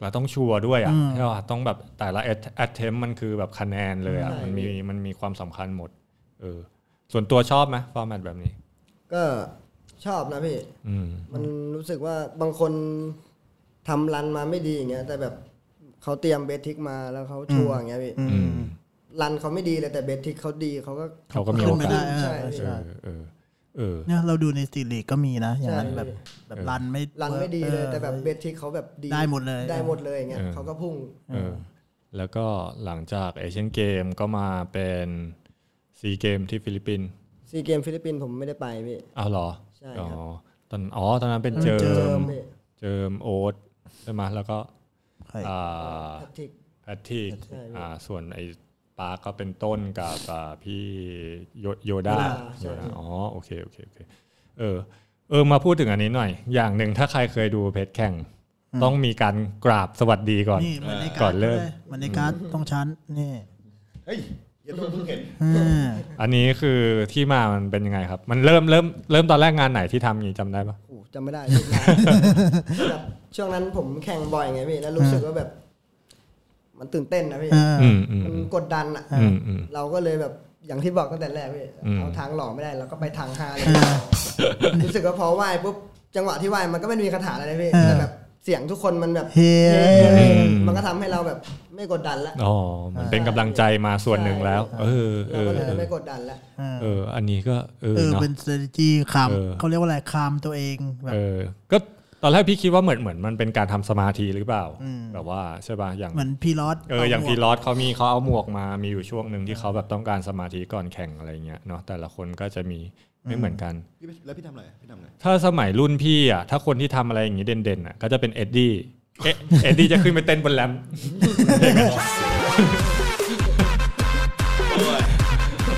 [SPEAKER 4] เราต้องชัวร์ด้วยอ่ะ
[SPEAKER 2] อืม
[SPEAKER 4] ใช่ป่ะต้องแบบแต่ละแอดเทมมันคือแบบคะแนนเลยอ่ะมันมีมันมีความสำคัญหมด เออ ส่วนตัวชอบไหมฟอร์แมตแบบนี้
[SPEAKER 5] ก็ชอบนะพี่
[SPEAKER 4] อืม
[SPEAKER 5] มันรู้สึกว่าบางคนทำรันมาไม่ดีอย่างเงี้ย แต่แบบเขาเตรียมเบทิกมาแล้วเขาชัวร์อย่างเงี้ยพี่
[SPEAKER 4] อืม
[SPEAKER 5] รันเขาไม่ดีเลยแต่เบทิกเขาดีเขาก็
[SPEAKER 4] เขาก็มี
[SPEAKER 2] ขึ้
[SPEAKER 4] โอน
[SPEAKER 2] ไป
[SPEAKER 4] กา
[SPEAKER 2] ได้
[SPEAKER 4] ส
[SPEAKER 2] เออ
[SPEAKER 4] เอ
[SPEAKER 5] ใช่
[SPEAKER 2] ใช่
[SPEAKER 4] อเออเออ
[SPEAKER 2] เนี่ยเราดูในสตรีทลีกก็มีนะ อย่างนั้น
[SPEAKER 5] ใช่
[SPEAKER 2] แบบแบบรันไม่
[SPEAKER 5] รันไม่ดีเลย แต่แบบเบ
[SPEAKER 2] เออ
[SPEAKER 5] ทิกเขาแบบดี
[SPEAKER 2] ได้หมดเลย
[SPEAKER 5] ได้หมดเลยอย่างเงี้ย
[SPEAKER 4] เออ
[SPEAKER 5] เขาก็พุ่ง
[SPEAKER 4] เออแล้วก็หลังจากเอเชียนเกมก็มาเป็นซีเกมที่ฟิลิปปินส์
[SPEAKER 5] ซีเกมฟิลิปปินส์ผมไม่ได้ไปพี่
[SPEAKER 4] อ้าวเหรอ
[SPEAKER 5] ใช่ครับ
[SPEAKER 4] อ๋อตอนอ๋อตอนนั้นเป็นเจิ
[SPEAKER 2] เจิ
[SPEAKER 4] ม
[SPEAKER 2] ม
[SPEAKER 5] พี่
[SPEAKER 4] เจิมโอ๊ตใช่ไหมแล้วก็
[SPEAKER 2] ใคร
[SPEAKER 4] อ่า
[SPEAKER 5] แพทริก
[SPEAKER 4] แพทติก
[SPEAKER 5] ใช่
[SPEAKER 4] อ่าส่วนไอ้ปาร์คก็เป็นต้นกับอ่าพี่โยโยดา
[SPEAKER 5] โยดา
[SPEAKER 4] โย
[SPEAKER 5] ใช่
[SPEAKER 4] ดาอ๋อโอเคโอเคโอเคเออเออมาพูดถึงอันนี้หน่อย อย่างหนึ่งถ้าใครเคยดูเพจแข่ง ต้องมีการกราบสวัสดีก่อน
[SPEAKER 2] นี่เหมันใน
[SPEAKER 4] ก่
[SPEAKER 2] กา
[SPEAKER 4] อ
[SPEAKER 2] ร์
[SPEAKER 4] น
[SPEAKER 2] ด
[SPEAKER 4] เริ่ม
[SPEAKER 2] เลยเหมันในการ์ดตรงชั้นนี่
[SPEAKER 3] เฮ้ยอย่าตัวเพิ่งเห็น
[SPEAKER 2] เออ
[SPEAKER 4] อันนี้คือที่มามันเป็นยังไงครับ มันเริ่มเริ่มเริ่มตอนแรกงานไหนที่ทำอย่างนี้จำได้ปะ
[SPEAKER 5] โอ้โหจำไม่ได้ แบบช่วงนั้นผมแข่งบ่อยไงพี่แล้วรู้สึกว่าแบบ มันตื่นเต้นนะพี่
[SPEAKER 2] เออ
[SPEAKER 4] อืมอืม
[SPEAKER 5] มัน
[SPEAKER 4] อืม
[SPEAKER 5] กดดันอ่ะ
[SPEAKER 4] อืมอืม
[SPEAKER 5] เราก็เลยแบบอย่างที่บอกตั้งแต่แรกพี่
[SPEAKER 4] อืม
[SPEAKER 5] เอาทางหล่อไม่ได้เราก็ไปทางฮาเลย
[SPEAKER 2] เออ
[SPEAKER 5] รู้สึกว่าพอไหว้ปุ๊บจังหวะที่ไหว้มันก็ไม่มีคาถาอะไรนะพี่
[SPEAKER 2] เออ
[SPEAKER 5] แต่แบบเสียงทุกคนมันแบบ
[SPEAKER 2] เฮ้
[SPEAKER 5] มันก็ทำให้เราแบบไม่กดดันละ
[SPEAKER 4] อ๋อมันเป็นกำลังใจมาส่วนหนึ่งแล้ว เออเอ
[SPEAKER 5] เรา
[SPEAKER 4] อเอ
[SPEAKER 5] ก็เลย
[SPEAKER 4] อ
[SPEAKER 5] ไม่กดดันละ
[SPEAKER 2] เออ
[SPEAKER 4] เออ อันนี้ก็เออ
[SPEAKER 2] เออ
[SPEAKER 4] เนาะ
[SPEAKER 2] เป็น strategy คาม
[SPEAKER 4] เออ
[SPEAKER 2] เขาเรียกว่าอะไรคามตัวเองแบบ
[SPEAKER 4] เออ ก็ตอนแรกพี่คิดว่าเหมือนเหมือนมันเป็นการทำสมาธิหรือเปล่า แบบว่าใช่ป่ะอย่าง
[SPEAKER 2] เหมือนพีลอต
[SPEAKER 4] เอออย่างพีรอดเขามีเขาเอาหมวกมามีอยู่ช่วงหนึ่งที่เขาแบบต้องการสมาธิก่อนแข่งอะไรเงี้ยเนาะแต่ละคนก็จะมีไม่เหมือนกัน
[SPEAKER 3] พี่แล้วพี่ทำอะไรพี่ทำอะไร
[SPEAKER 4] ถ้าสมัยรุ่นพี่อ่ะถ้าคนที่ทำอะไรอย่างนี้เด่นๆอ่ะก็จะเป็นเอ็ดดี้เอ๊ะเอ็ดดี้จะขึ้นไปเต้นบนแรมป์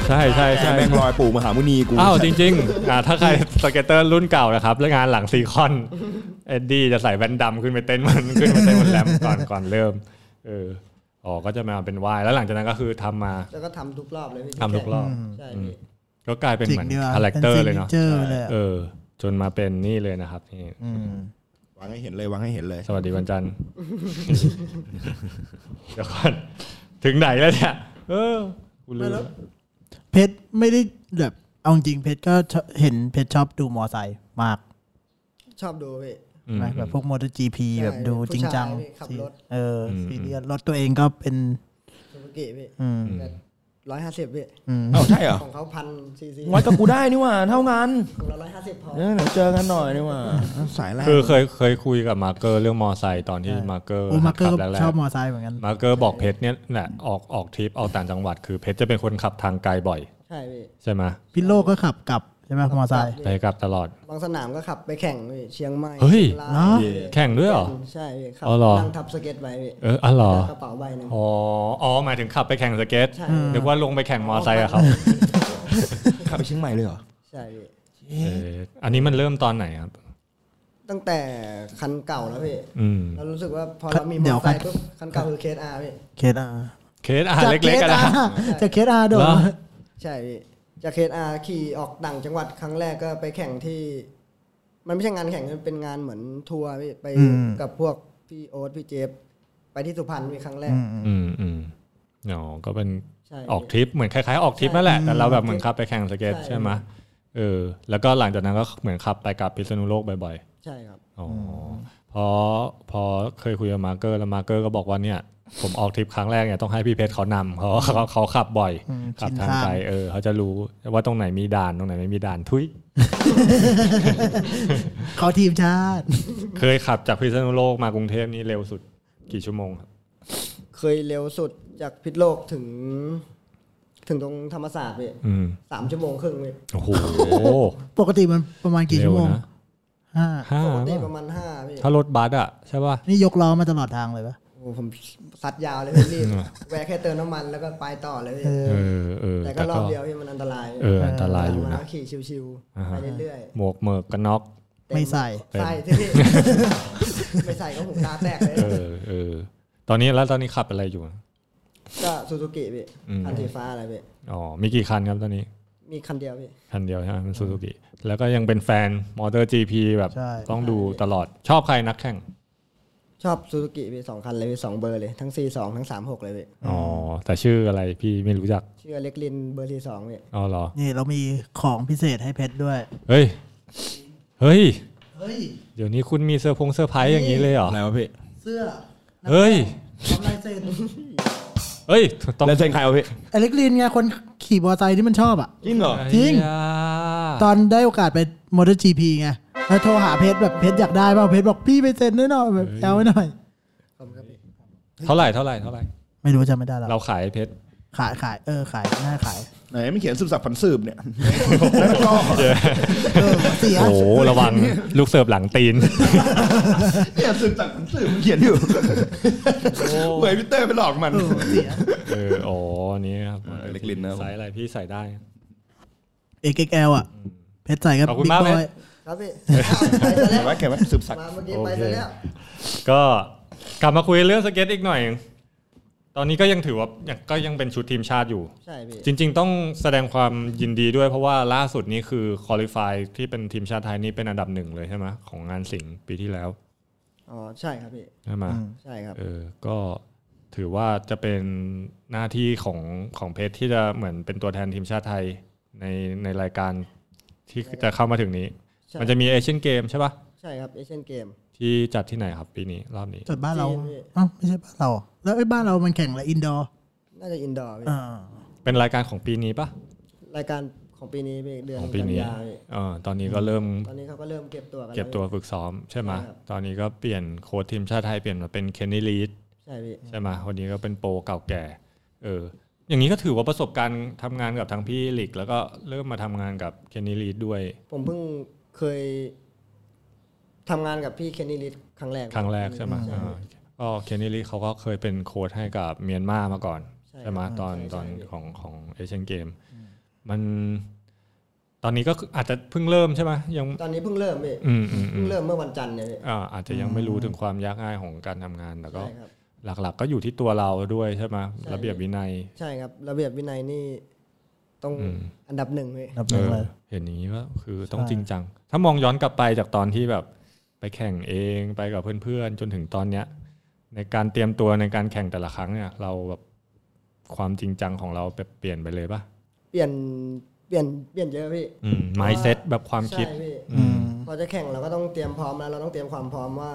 [SPEAKER 4] ใช่ใช่ใช่
[SPEAKER 1] แม่งลอยปู่มหามุนีกู
[SPEAKER 4] อ้าวจริงๆอ่าถ้าใครสเก็ตเตอร์รุ่นเก่านะครับแล้วงานหลังซีค อนเอ็ดดี้จะใส่แว่นดำขึ้นไปเต้นบ นขึ้นไปเต้นบนแรมป์ก่อนก่อนเริ่มเอออ๋อก็จะมาเป็นวายแล้วหลังจากนั้นก็คือทำมา
[SPEAKER 5] แล้วก็ทำทุกรอบเลยพี่
[SPEAKER 4] ทำทุกรอบ
[SPEAKER 5] ใช่พี่
[SPEAKER 4] ก็กลายเป็น
[SPEAKER 2] สิ่ง
[SPEAKER 4] เหมือน
[SPEAKER 2] เดียว
[SPEAKER 4] คาแรคเตอร์เลยเนาะ
[SPEAKER 2] เจอเลยอะ
[SPEAKER 4] เออ จนมาเป็นนี่เลยนะครับนี่
[SPEAKER 2] ม
[SPEAKER 3] วางให้เห็นเลยวางให้เห็นเลย
[SPEAKER 4] สวัสดีวันจันทร์ เดี๋ยวก่อนถึงไหนแล้วเนี่ย เออกูลืมละ
[SPEAKER 2] เพชรไม่ได้แบบเอาจริงเพชรก็ชอบเห็นเพชรชอบดูมอไซค์มาก
[SPEAKER 5] ชอบดูพี่
[SPEAKER 4] อืม
[SPEAKER 2] นะแบบพวก Moto GP
[SPEAKER 5] ใช่
[SPEAKER 2] แบบดูจริงจัง
[SPEAKER 5] ผู้ชายที่ขับรถ
[SPEAKER 2] เอออ
[SPEAKER 4] ม
[SPEAKER 2] ซีเรียสรถตัวเองก็เป็น
[SPEAKER 5] ซูซูกิพี่
[SPEAKER 2] อืม
[SPEAKER 5] ร้อยห้าสิบพี่
[SPEAKER 2] อืม
[SPEAKER 1] เอ้าใช่เหรอ
[SPEAKER 5] ของเขาพันซีซี
[SPEAKER 1] วัดกับกูได้นี่หว่าเท่ากัน
[SPEAKER 5] ของเราร้อยห้าสิบพอ
[SPEAKER 1] เออเดี๋ยวเจอกันหน่อยนี่หว่าสายแรก
[SPEAKER 4] คือเคยเคยคุยกับมาร์เกอร์เรื่องมอไซค์ตอนที่
[SPEAKER 2] ใช่
[SPEAKER 4] มาร์เกอร์
[SPEAKER 2] โอ้มาร์เกอร์ก็
[SPEAKER 4] ขัแรกๆ
[SPEAKER 2] ชอบมอไซค์เหมือนกัน
[SPEAKER 4] มาร์เกอร์บอกเพชรเนี่ยแหละออกออกทริปออกต่างจังหวัด คือเพชรจะเป็นคนขับทางไกลบ่อย
[SPEAKER 5] ใช่พี่
[SPEAKER 4] ใช่ไหม
[SPEAKER 2] พิโลกก็ขับกลับใช่ไหมมอไซค์
[SPEAKER 4] ไปกลับตลอด
[SPEAKER 5] บางสนามก็ขับไปแข่งพี่เชียงใหม่
[SPEAKER 4] เฮ้ย
[SPEAKER 5] ชีง
[SPEAKER 2] เหรอ
[SPEAKER 5] ราย
[SPEAKER 4] แข่งด้วยเหรอ
[SPEAKER 5] ใช่พี่ขั
[SPEAKER 4] อ๋อเหรอ
[SPEAKER 5] นั่งทับสเก็ตไว้พี่
[SPEAKER 4] เอออ๋อเหรอ
[SPEAKER 5] แล้วกระเป๋าใบหนึง
[SPEAKER 4] อ๋ออ๋อหมายถึงขับไปแข่งสเก็ต
[SPEAKER 5] ใช่
[SPEAKER 4] นึกว่าลงไปแข่งมอไซค์อะครับ
[SPEAKER 1] ขับไปเชียงใหม่เลยเหรอ
[SPEAKER 5] ใช่พี่
[SPEAKER 4] เอออันนี้มันเริ่มตอนไหนครับ
[SPEAKER 5] ตั้งแต่คันเก่าแล้วพี่
[SPEAKER 4] อืม
[SPEAKER 5] เรารู้สึกว่าพอ
[SPEAKER 2] คัน
[SPEAKER 5] เรามีมอ
[SPEAKER 2] เดี๋ย
[SPEAKER 5] เตอ
[SPEAKER 2] ว
[SPEAKER 5] ร์ไซค์
[SPEAKER 2] คัน
[SPEAKER 5] ปุ๊บคันเก่าคือเคสอาร์พี่
[SPEAKER 2] เคสอา
[SPEAKER 4] เคสอ่ะเล็กๆกันนะครับ
[SPEAKER 2] จากเคสอาโดน
[SPEAKER 4] เหรอ
[SPEAKER 5] ใช่พี่จากเคสอาร์ขี่ออกต่างจังหวัดครั้งแรกก็ไปแข่งที่ มันไม่ใช่งานแข่งมันเป็นงานเหมือนทัวร์พี่ไปกับพวกพี่โอ๊ตพี่เจฟไปที่สุพรรณพี่ครั้งแรก
[SPEAKER 4] อืมอืมอ๋อก็เป็น
[SPEAKER 5] ใช่
[SPEAKER 4] ออกทริปเหมือนคล้ายๆออกทริปนั่นแหละแต่เราแบบเหมือนขับไปแข่งสเก็ต
[SPEAKER 5] ใช่
[SPEAKER 4] ใช่ไหมเออ แล้วก็หลังจากนั้นก็เหมือนขับไปกลับพิษณุโลกบ่อย
[SPEAKER 5] ใช่ครับ
[SPEAKER 4] ๆอ๋ออพอพอเคยคุยกับมาร์เกอร์แล้วมาร์เกอร์ก็บอกว่าเนี่ย ผมออกทริปครั้งแรกเนี่ยต้องให้พี่เพชรเขานำเขาเขา เขาขับบ่อยขับทางไกลเออเขาจะรู้ว่าตรงไหนมีด่านตรงไหนไม่มีด่านทุย
[SPEAKER 2] เขาทีมชาติ
[SPEAKER 4] เคยขับจากพิษณุโลกมากรุงเทพนี่เร็วสุดกี่ชั่วโมงครับ
[SPEAKER 5] เคยเร็วสุดจากพิษโลกถึง ถึงตรงธรรมศาสตร์พี่
[SPEAKER 4] อืม
[SPEAKER 5] สามชั่วโมงครึ่งพี่
[SPEAKER 4] โอ้โห
[SPEAKER 2] ปกติมันประมาณกี่
[SPEAKER 4] เร็
[SPEAKER 2] ชั่
[SPEAKER 4] ว
[SPEAKER 2] วโมง
[SPEAKER 4] นะ
[SPEAKER 2] ห้า
[SPEAKER 4] ห้า
[SPEAKER 5] ปกติ
[SPEAKER 4] ป่ะ
[SPEAKER 5] ประมาณห้าพี่
[SPEAKER 4] ถ้ารถบัสอ่ะใช่ป่ะ
[SPEAKER 2] นี่ยกล้อมาตลอดทางเลยปะ
[SPEAKER 5] โอ้โหผมซัดยาวเลยพี่รีบแวะแค่เติมน้ำมันแล้วก็ไปต่อเลยพี่
[SPEAKER 2] เออ
[SPEAKER 4] เออเออ
[SPEAKER 5] แต่ก็รอบเดียวพี่มันอันตราย
[SPEAKER 4] เอออันตรายอยู่
[SPEAKER 5] มา
[SPEAKER 4] นะ
[SPEAKER 5] ก็ขี่ชิว
[SPEAKER 4] อ่า
[SPEAKER 5] ๆ
[SPEAKER 4] ฮะ
[SPEAKER 5] ไปเรื่อย
[SPEAKER 4] หมวกเหมิกกันน็อก
[SPEAKER 5] ๆ
[SPEAKER 2] ไม่ใส่
[SPEAKER 5] ใส่ ที่พี่ไม่ใส่ก็หูตาแตกเลย
[SPEAKER 4] เออเออ ตอนนี้แล้วตอนนี้ขับอะไรอยู่
[SPEAKER 5] ก็ซูซูกิพี่
[SPEAKER 4] อืม
[SPEAKER 5] คันสีฟ้าอะไรพี่
[SPEAKER 4] อ๋อ มีกี่คันครับตอนนี้
[SPEAKER 5] มีคันเดียวพี่
[SPEAKER 4] คันเดียวใช่ไหมซูซูกิแล้วก็ยังเป็นแฟนมอเตอร์จีพีแบบ
[SPEAKER 2] ใช่
[SPEAKER 4] ต้องดูตลอดชอบใครนักแข่ง
[SPEAKER 5] ชอบซูซูกิพี่สองคันเลยพี่สองเบอร์เลยทั้ง C2 ทั้ง 36 เลยพี่
[SPEAKER 4] อ๋อ แต่ชื่ออะไรพี่ไม่รู้จัก
[SPEAKER 5] ชื่ออเล็กลินเบอร์ C2 พี่
[SPEAKER 4] อ๋อเหรอ
[SPEAKER 2] นี่เรามีของพิเศษให้เพชรด้วย
[SPEAKER 4] เฮ้ย เฮ้ย
[SPEAKER 2] เฮ้ย
[SPEAKER 4] เดี๋ยวนี้คุณมีเซอร์พงเซอร์ไพรส์อย่างนี้เลยเหรอ
[SPEAKER 1] อะไรวะพี่
[SPEAKER 2] เสื้อ
[SPEAKER 4] เฮ้ย
[SPEAKER 2] พร้อมลายเซ็น
[SPEAKER 4] เฮ้ย ต้อง
[SPEAKER 1] แล้วเซ็นใครวะพี่
[SPEAKER 2] อเล็กลินไงคนขี่มอเตอร์ไซค์ที่มันชอบอ่ะ
[SPEAKER 1] จริงเหรอ
[SPEAKER 2] จริง
[SPEAKER 4] ไอ้ยา
[SPEAKER 2] ตอนได้โอกาสไปมอเตอร์จีพีไงแล้วโทรหาเพชรแบบเพชรอยากได้เปล่าเพชรบอกพี่ไปเซ็นด้วยหน่อยแบบเอาไว้หน่อย
[SPEAKER 5] ขอบคุณครับพี่
[SPEAKER 4] เท่าไหร่เท่าไหร่เท่าไหร่
[SPEAKER 2] ไม่รู้จำไม่ได้แล้ว
[SPEAKER 4] เราขายเพชร
[SPEAKER 2] ขายขายเออขายน่าขาย
[SPEAKER 1] ไหนไม่เขียนสืบสับผันสืบเนี่ย
[SPEAKER 2] เออเสีย
[SPEAKER 4] โอ้โหระวังลูกเสิร์ฟหลังตีน
[SPEAKER 1] เนี่ยสืบสับผันสืบมันเขียนอยู่เหมือนพีเตอร์ไปหลอกมัน
[SPEAKER 2] เออเสีย
[SPEAKER 4] เอออ๋ออันนี้ครับ
[SPEAKER 1] เออเล็กลิ้นนะครับ
[SPEAKER 4] สายอะไรพี่ใส่ได้
[SPEAKER 2] XXL อ่ะ เพชรใส่กับ
[SPEAKER 4] ขอบคุณ
[SPEAKER 2] บิ๊ก
[SPEAKER 4] มา
[SPEAKER 2] บ
[SPEAKER 4] ก
[SPEAKER 2] อ
[SPEAKER 4] เลย ย
[SPEAKER 5] ครับพี่ไปซะแล้ว
[SPEAKER 1] ไว้แกไว้สืบสับ
[SPEAKER 5] มาเมื่อกี้ไปซะแล้ว
[SPEAKER 4] ก็กลับมาคุยเรื่องสเก็ตอีกหน่อย ตอนนี้ก็ยังถือว่ายังก็ยังเป็นชุดทีมชาติอยู่
[SPEAKER 5] ใช่พี่
[SPEAKER 4] จริง ๆ ต้องแสดงความยินดีด้วยเพราะว่าล่าสุดนี้คือคอลิฟายที่เป็นทีมชาติไทยนี่เป็นอันดับหนึ่งเลยใช่ไหมของงานสิงห์ปีที่แล้ว
[SPEAKER 5] อ๋อใช่ครับพี่
[SPEAKER 4] ใช่ไหม
[SPEAKER 5] ใช่ครับ
[SPEAKER 4] เออก็ถือว่าจะเป็นหน้าที่ของของเพชรที่จะเหมือนเป็นตัวแทนทีมชาติไทยในในรายการที่จะเข้ามาถึงนี้
[SPEAKER 5] ใช่
[SPEAKER 4] มันจะมีเอเชียนเกมใช่ปะ
[SPEAKER 5] ใช่ครับเอเชียนเกม
[SPEAKER 4] ที่จัดที่ไหนครับปีนี้รอบนี้
[SPEAKER 2] จดบ้านเรา
[SPEAKER 5] จีนพี่
[SPEAKER 2] เอ้าไม่ใช่บ้านเราอ่ะแล้วไอ้บ้านเรามันแข่งละอินดอร์
[SPEAKER 5] น่าจะอินดอร์พี่
[SPEAKER 2] อ่า
[SPEAKER 4] เป็นรายการของปีนี้ปะ
[SPEAKER 5] รายการของปีนี้พี่เดือน
[SPEAKER 4] ของปี
[SPEAKER 5] กัน
[SPEAKER 4] นี้
[SPEAKER 5] ยาพี่
[SPEAKER 4] เออตอนนี้ก็เริ่ม
[SPEAKER 5] ตอนนี้เขาก็เริ่มเก็บตัวกัน
[SPEAKER 4] เก็บตัว
[SPEAKER 5] แล้
[SPEAKER 4] ฝึกซ้อมใช่ไหม
[SPEAKER 5] ใช่ครับ
[SPEAKER 4] ตอนนี้ก็เปลี่ยนโค้ชทีมชาติไทยเปลี่ยนมาเป็นเคนนี่ลีด
[SPEAKER 5] พี่ใช่พี่
[SPEAKER 4] ใช่ไหมคนนี้ก็เป็นโปรเก่าแก่ เออ อย่างนี้ก็ถือว่าประสบการณ์ทำงานกับทางพี่ลิก แล้วก็เริ่มมาทำงานกับเคนนี่ลีดด้วย
[SPEAKER 5] ผมเพิ่งเคยทำงานกับพี่เคนนี่ลิสครั้งแรก
[SPEAKER 4] ครั้งแรกใช่ไหมเออก็เคนนี่ลีดเขาก็เคยเป็นโค้ชให้กับเมียนมามาก่อน
[SPEAKER 5] ใช่
[SPEAKER 4] ใช่ไหม
[SPEAKER 5] ครับ
[SPEAKER 4] ตอน
[SPEAKER 5] ใช่
[SPEAKER 4] ตอน
[SPEAKER 5] ใช่พี่
[SPEAKER 4] ของของเอเชียนเกม มันตอนนี้ก็อาจจะเพิ่งเริ่มใช่ไหมยัง
[SPEAKER 5] ตอนนี้เพิ่งเริ่มพี่
[SPEAKER 4] อืมอืมอื
[SPEAKER 5] เพิ่ง
[SPEAKER 4] ม
[SPEAKER 5] เริ่มเมื่อวันจันทร์เนี่ยพี่
[SPEAKER 4] อ่าอาจจะยังไม่รู้ถึงความยากง่ายของการทำงานแต่ก็
[SPEAKER 5] ใช่ครับ
[SPEAKER 4] หลักๆก็อยู่ที่ตัวเราด้วยใช่ไหมระเบียบวินัย
[SPEAKER 5] ใช่ครับ ระเบียบวินัยนี่ต้อง
[SPEAKER 4] อืม
[SPEAKER 5] อันดับหนึ่งเลย
[SPEAKER 2] ดับหนึ่ง
[SPEAKER 4] เอ
[SPEAKER 2] เล
[SPEAKER 4] อย เห็นอย่างนี้ก็คือต้อง
[SPEAKER 2] ใช่
[SPEAKER 4] จริงจัง ถ้ามองย้อนกลับไปจากตอนที่แบบไปแข่งเองไปกับเพื่อนๆ จนถึงตอนเนี้ย ในการเตรียมตัวในการแข่งแต่ละครั้งเนี่ย เราแบบความจริงจังของเราแบบเปลี่ยนไปเลยปะ
[SPEAKER 5] เปลี่ยนเปลี่ยนเปลี่ยนเยอะพี่
[SPEAKER 4] อืม mindset แบบความคิด
[SPEAKER 5] ใช่พี่
[SPEAKER 4] อืม
[SPEAKER 5] พอจะแข่งเราก็ต้องเตรียมพร้อมแล้วเราต้องเตรียมความพร้อมว่า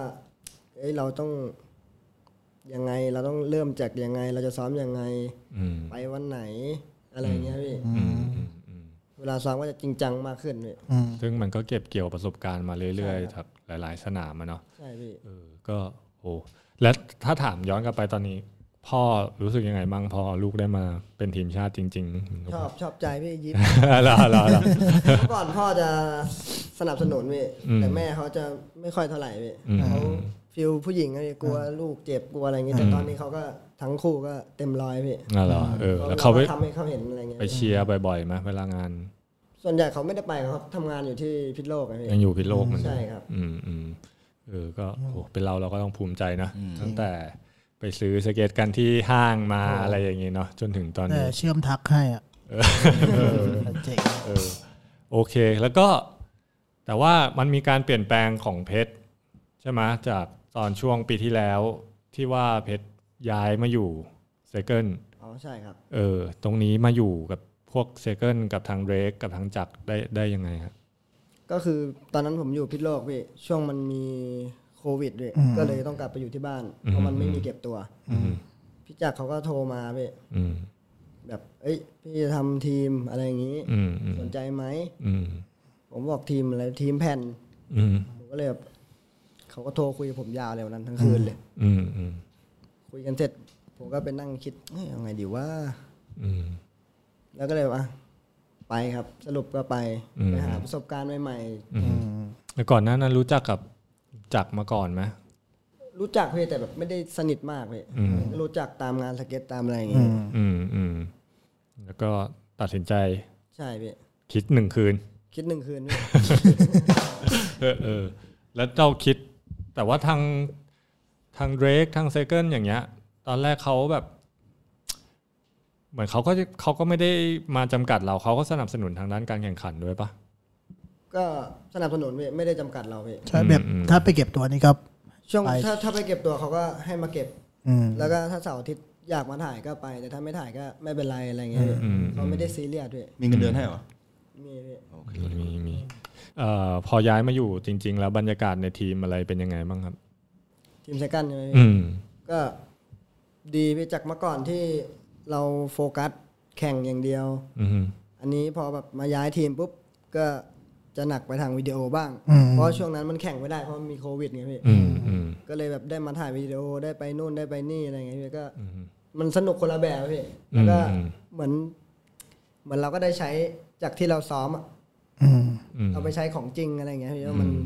[SPEAKER 5] เอ้ยเราต้องยังไงเราต้องเริ่มจากยังไง เราจะซ้อมยังไง
[SPEAKER 4] อืม
[SPEAKER 5] ไปวันไหน อะไรเงี้ยพี่
[SPEAKER 4] อืมอืมอืม
[SPEAKER 5] เวลาซ้อมก็จะจริงจังมากขึ้นพี่
[SPEAKER 2] อืม
[SPEAKER 4] ซึ่งมันก็เก็บเกี่ยวประสบการณ์มาเรื่อยๆจากหลาย ๆ สนามอะเนาะ
[SPEAKER 5] ใช่พี่
[SPEAKER 4] เออก็โอ้และถ้าถามย้อนกลับไปตอนนี้ พ่อรู้สึกยังไงบ้างพอลูกได้มาเป็นทีมชา ติจริงๆ
[SPEAKER 5] ชอบชอบใจพี่ยิป
[SPEAKER 4] ลาลาลา
[SPEAKER 5] เมื่อก่อนพ่อจะสนับสนุนพี่
[SPEAKER 4] อืม
[SPEAKER 5] แต่แม่เขาจะไม่ค่อยเท่าไหร่พี่
[SPEAKER 4] อืม
[SPEAKER 5] เขาฟิลผู้หญิงไงพี่กลัวลูกเจ็บกลัวอะไรเงี้ยแต่ตอนนี้เขาก็ทั้งคู่ก็เต็มร้อยพี่
[SPEAKER 4] อ่าเหรอเออแล้วเขาไป
[SPEAKER 5] ก็ทำให้เขาเห็นอะไรเงี้ย
[SPEAKER 4] ไปเชียร์บ่อยๆไหมเวลางาน
[SPEAKER 5] ส่วนใหญ่เขาไม่ได้ไปเขาทำงานอยู่ที่พิษโลกไงพี่
[SPEAKER 4] ยังอยู่พิษโลกเหมันเดิ
[SPEAKER 5] ใช่
[SPEAKER 4] ม
[SPEAKER 5] ครับ
[SPEAKER 4] อืมอืมเออก็โอ้เป็นเราเราก็ต้องภูมิใจนะตั้งแต่ไปซื้อสเก็ตกันที่ห้างมาอะไรอย่างงี้เนาะจนถึงตอน
[SPEAKER 2] แต่
[SPEAKER 4] นี้
[SPEAKER 2] เชื่อมทักให้อ่ะเจ๋ง
[SPEAKER 4] เออโอเคแล้วก็แต่ว่ามันมีการเปลี่ยนแปลงของเพชรใช่ไหมจากตอนช่วงปีที่แล้วที่ว่าเพชรย้ายมาอยู่เซเกิล
[SPEAKER 5] อ๋อใช่ครับ
[SPEAKER 4] เออตรงนี้มาอยู่กับพวกเซเกิลกับทางเดรกกับทางจักรได้ได้ยังไงครับ
[SPEAKER 5] ก็คือตอนนั้นผมอยู่พิษโลกพี่ช่วงมันมีโควิดด้วยก็เลยต้องกลับไปอยู่ที่บ้านเพราะมันไม่มีเก็บตัว
[SPEAKER 4] อืม
[SPEAKER 5] พี่จักรเขาก็โทรมาพี่
[SPEAKER 4] อืม
[SPEAKER 5] แบบเอ้ยพี่จะทำทีมอะไรอย่างงี้
[SPEAKER 4] อืมอืม
[SPEAKER 5] สนใจไหม
[SPEAKER 4] อืม
[SPEAKER 5] ผมบอกทีมอะไรทีมแผ่น
[SPEAKER 4] อืม
[SPEAKER 5] ผมก็เลยแบบเขาก็โทรคุยกับผมยาวเลยวันนั้นทั้งคืนเลย
[SPEAKER 4] อืมอืม
[SPEAKER 5] คุยกันเสร็จ ผมก็ไปนั่งคิดเอ้ยยังไงดีว่า
[SPEAKER 4] อืม
[SPEAKER 5] แล้วก็เลยว่าไปครับ สรุปก็ไปไปหาประสบการณ์ใหม่
[SPEAKER 4] แล้วก่อนหน้านั้นรู้จักกับจักรมาก่อนไหม
[SPEAKER 5] ๆ รู้จักเพี่แต่แบบไม่ได้สนิทมากเลยรู้จักตามงานสเก็ตตามอะไรอย่าง
[SPEAKER 2] อื
[SPEAKER 5] เงี้ย
[SPEAKER 2] ม
[SPEAKER 4] อืมอืมแล้วก็ตัดสินใจ
[SPEAKER 5] ใช่พี่
[SPEAKER 4] คิดหนึ่งคืน
[SPEAKER 5] คิดหนึ่งคืนพี่
[SPEAKER 4] เออเออแล้วเราคิด แต่ว่าทางทางเดรกทางเซเกิลอย่างเงี้ย ตอนแรกเขาแบบ เหมือนเขาก็เขาก็ไม่ได้มาจำกัดเราเขาก็สนับสนุนทางด้านการแข่งขันด้วยปะ
[SPEAKER 5] ก็สนับสนุนพี่ไม่ได้จำกัดเราพี่
[SPEAKER 2] ใช่แบบ
[SPEAKER 4] อืม
[SPEAKER 2] ถ้าไปเก็บตัวนี่ก็
[SPEAKER 5] ช่วง
[SPEAKER 2] ไป
[SPEAKER 5] ถ้าถ้าไปเก็บตัวเขาก็ให้มาเก็บ
[SPEAKER 2] อืม
[SPEAKER 5] แล้วก็ถ้าเสาร์อาทิตย์อยากมาถ่ายก็ไป แต่ถ้าไม่ถ่ายก็ไม่เป็นไรอะไรเงี้ยพี่
[SPEAKER 4] อืม
[SPEAKER 5] เขาไม่ได้ซีเรียสด้วย
[SPEAKER 1] มีเงินเดือนให้เหรอ
[SPEAKER 5] มีพี่
[SPEAKER 1] โอเค
[SPEAKER 4] มีมีเอ่อพอย้ายมาอยู่จริง ๆ แล้วบรรยากาศในทีมอะไรเป็นยังไงบ้างครับ
[SPEAKER 5] ทีมเซกันใช่ไหมพี่
[SPEAKER 4] อืม
[SPEAKER 5] ก็ดีไปจากเมื่อก่อนที่เราโฟกัสแข่งอย่างเดียว
[SPEAKER 4] อืม
[SPEAKER 5] อันนี้พอแบบมาย้ายทีมปุ๊บก็จะหนักไปทางวิดีโอบ้าง
[SPEAKER 2] อืม
[SPEAKER 5] เพราะช่วงนั้นมันแข่งไม่ได้เพราะมีโควิดไงพี่
[SPEAKER 4] อืมอืม
[SPEAKER 5] ก็เลยแบบได้มาถ่ายวิดีโอได้ไปนู่นได้ไปนี่อะไรเงี้ยพี่ก็
[SPEAKER 4] อืม
[SPEAKER 5] มันสนุกคนละแบบพี่แล้วก็
[SPEAKER 4] อืม
[SPEAKER 5] เหมือน เหมือนเราก็ได้ใช้จากที่เราซ้อมอะ
[SPEAKER 2] อืม
[SPEAKER 4] อืม
[SPEAKER 5] เอาไปใช้ของจริงอะไรเงี้ยพี่ว่ามัน
[SPEAKER 4] อืม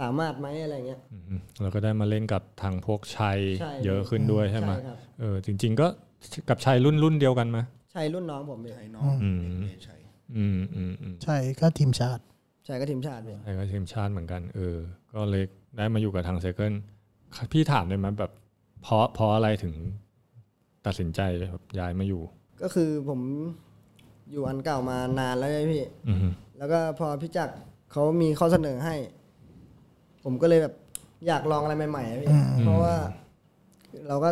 [SPEAKER 5] สามารถไหมอะไรเงี้ย
[SPEAKER 4] อืมแล้วก็ได้มาเล่นกับทางพวกชัย
[SPEAKER 5] ใช่
[SPEAKER 4] เยอะขึ้นด้วยใช่ไหม
[SPEAKER 5] ใช่ครับ
[SPEAKER 4] เออจริง ๆ ก็กับชัยรุ่นรุ่นเดียวกันไหม
[SPEAKER 5] ใช่รุ่นน้องผมพี่
[SPEAKER 1] ใช้น้อง
[SPEAKER 4] อืม
[SPEAKER 1] เอใช้
[SPEAKER 4] อืมอืมอืม
[SPEAKER 2] ใช่ก็ทีมชาติ
[SPEAKER 5] ใช่ก็ทีมชาติพี่
[SPEAKER 4] ไอ้ก็ทีมชาติเหมือนกันเออ ก็เลยได้มาอยู่กับทางเซเกิลพี่ถามได้ไหมแบบ เพราะเพราะอะไรถึงตัดสินใจแบบย้ายมาอยู่
[SPEAKER 5] ก็คือผมอยู่อันเก่ามานานแล้วใช่ไหมพี่
[SPEAKER 4] อืม
[SPEAKER 5] แล้วก็พอพี่จักรเขามีข้อเสนอให้ ผมก็เลยแบบอยากลองอะไรใหม่ๆอะพี่เพราะว่าเราก็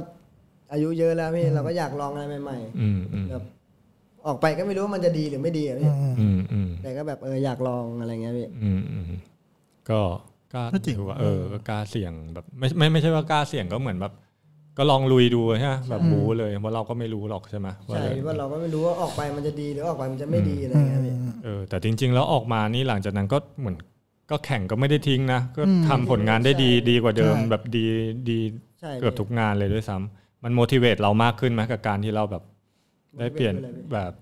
[SPEAKER 5] อายุเยอะแล้วพี่เราก็อยากลองอะไรใหม่
[SPEAKER 4] อืมอืม
[SPEAKER 5] ๆ แบบ ออกไปก็ไม่รู้ว่ามันจะดีหรือไม่ดีอะพี่
[SPEAKER 4] อืมอืม
[SPEAKER 5] แต่ก็แบบเอออยากลองอะไรเงี้ยพี่
[SPEAKER 4] อืมอืมก็กล้า
[SPEAKER 2] ก็จริง
[SPEAKER 4] ถือว่าเออก็กล้าเสี่ยงแบบไม่ไม่ไม่ใช่ว่ากล้าเสี่ยงก็เหมือนแบบ ก็ลองลุยดูใช่ไหมแบบบูเลยเพราะเราก็ไม่รู้หรอกใช่ไหมว่า
[SPEAKER 5] ใช่ว่าเราก็ไม่รู้ว่าออกไปมันจะดีหรือออกไปมันจะไม่ดีอะไรเงี้ยพี่
[SPEAKER 4] เออแต่จริง ๆ แล้วออกมานี่หลังจากนั้นก็เหมือนก็แข่งก็ไม่ได้ทิ้งนะ ก็ทำผลงานได้ดีดีกว่าเดิม
[SPEAKER 2] ใช่
[SPEAKER 4] แบบดีดี
[SPEAKER 5] ใช่พี่
[SPEAKER 4] เกือบทุกงานเลยด้วยซ้ำมันโม t i v a t e เรามากขึ้นไหมกับการที่เราแบบได้เปลี่ยน
[SPEAKER 5] motivate เลย
[SPEAKER 4] แบบ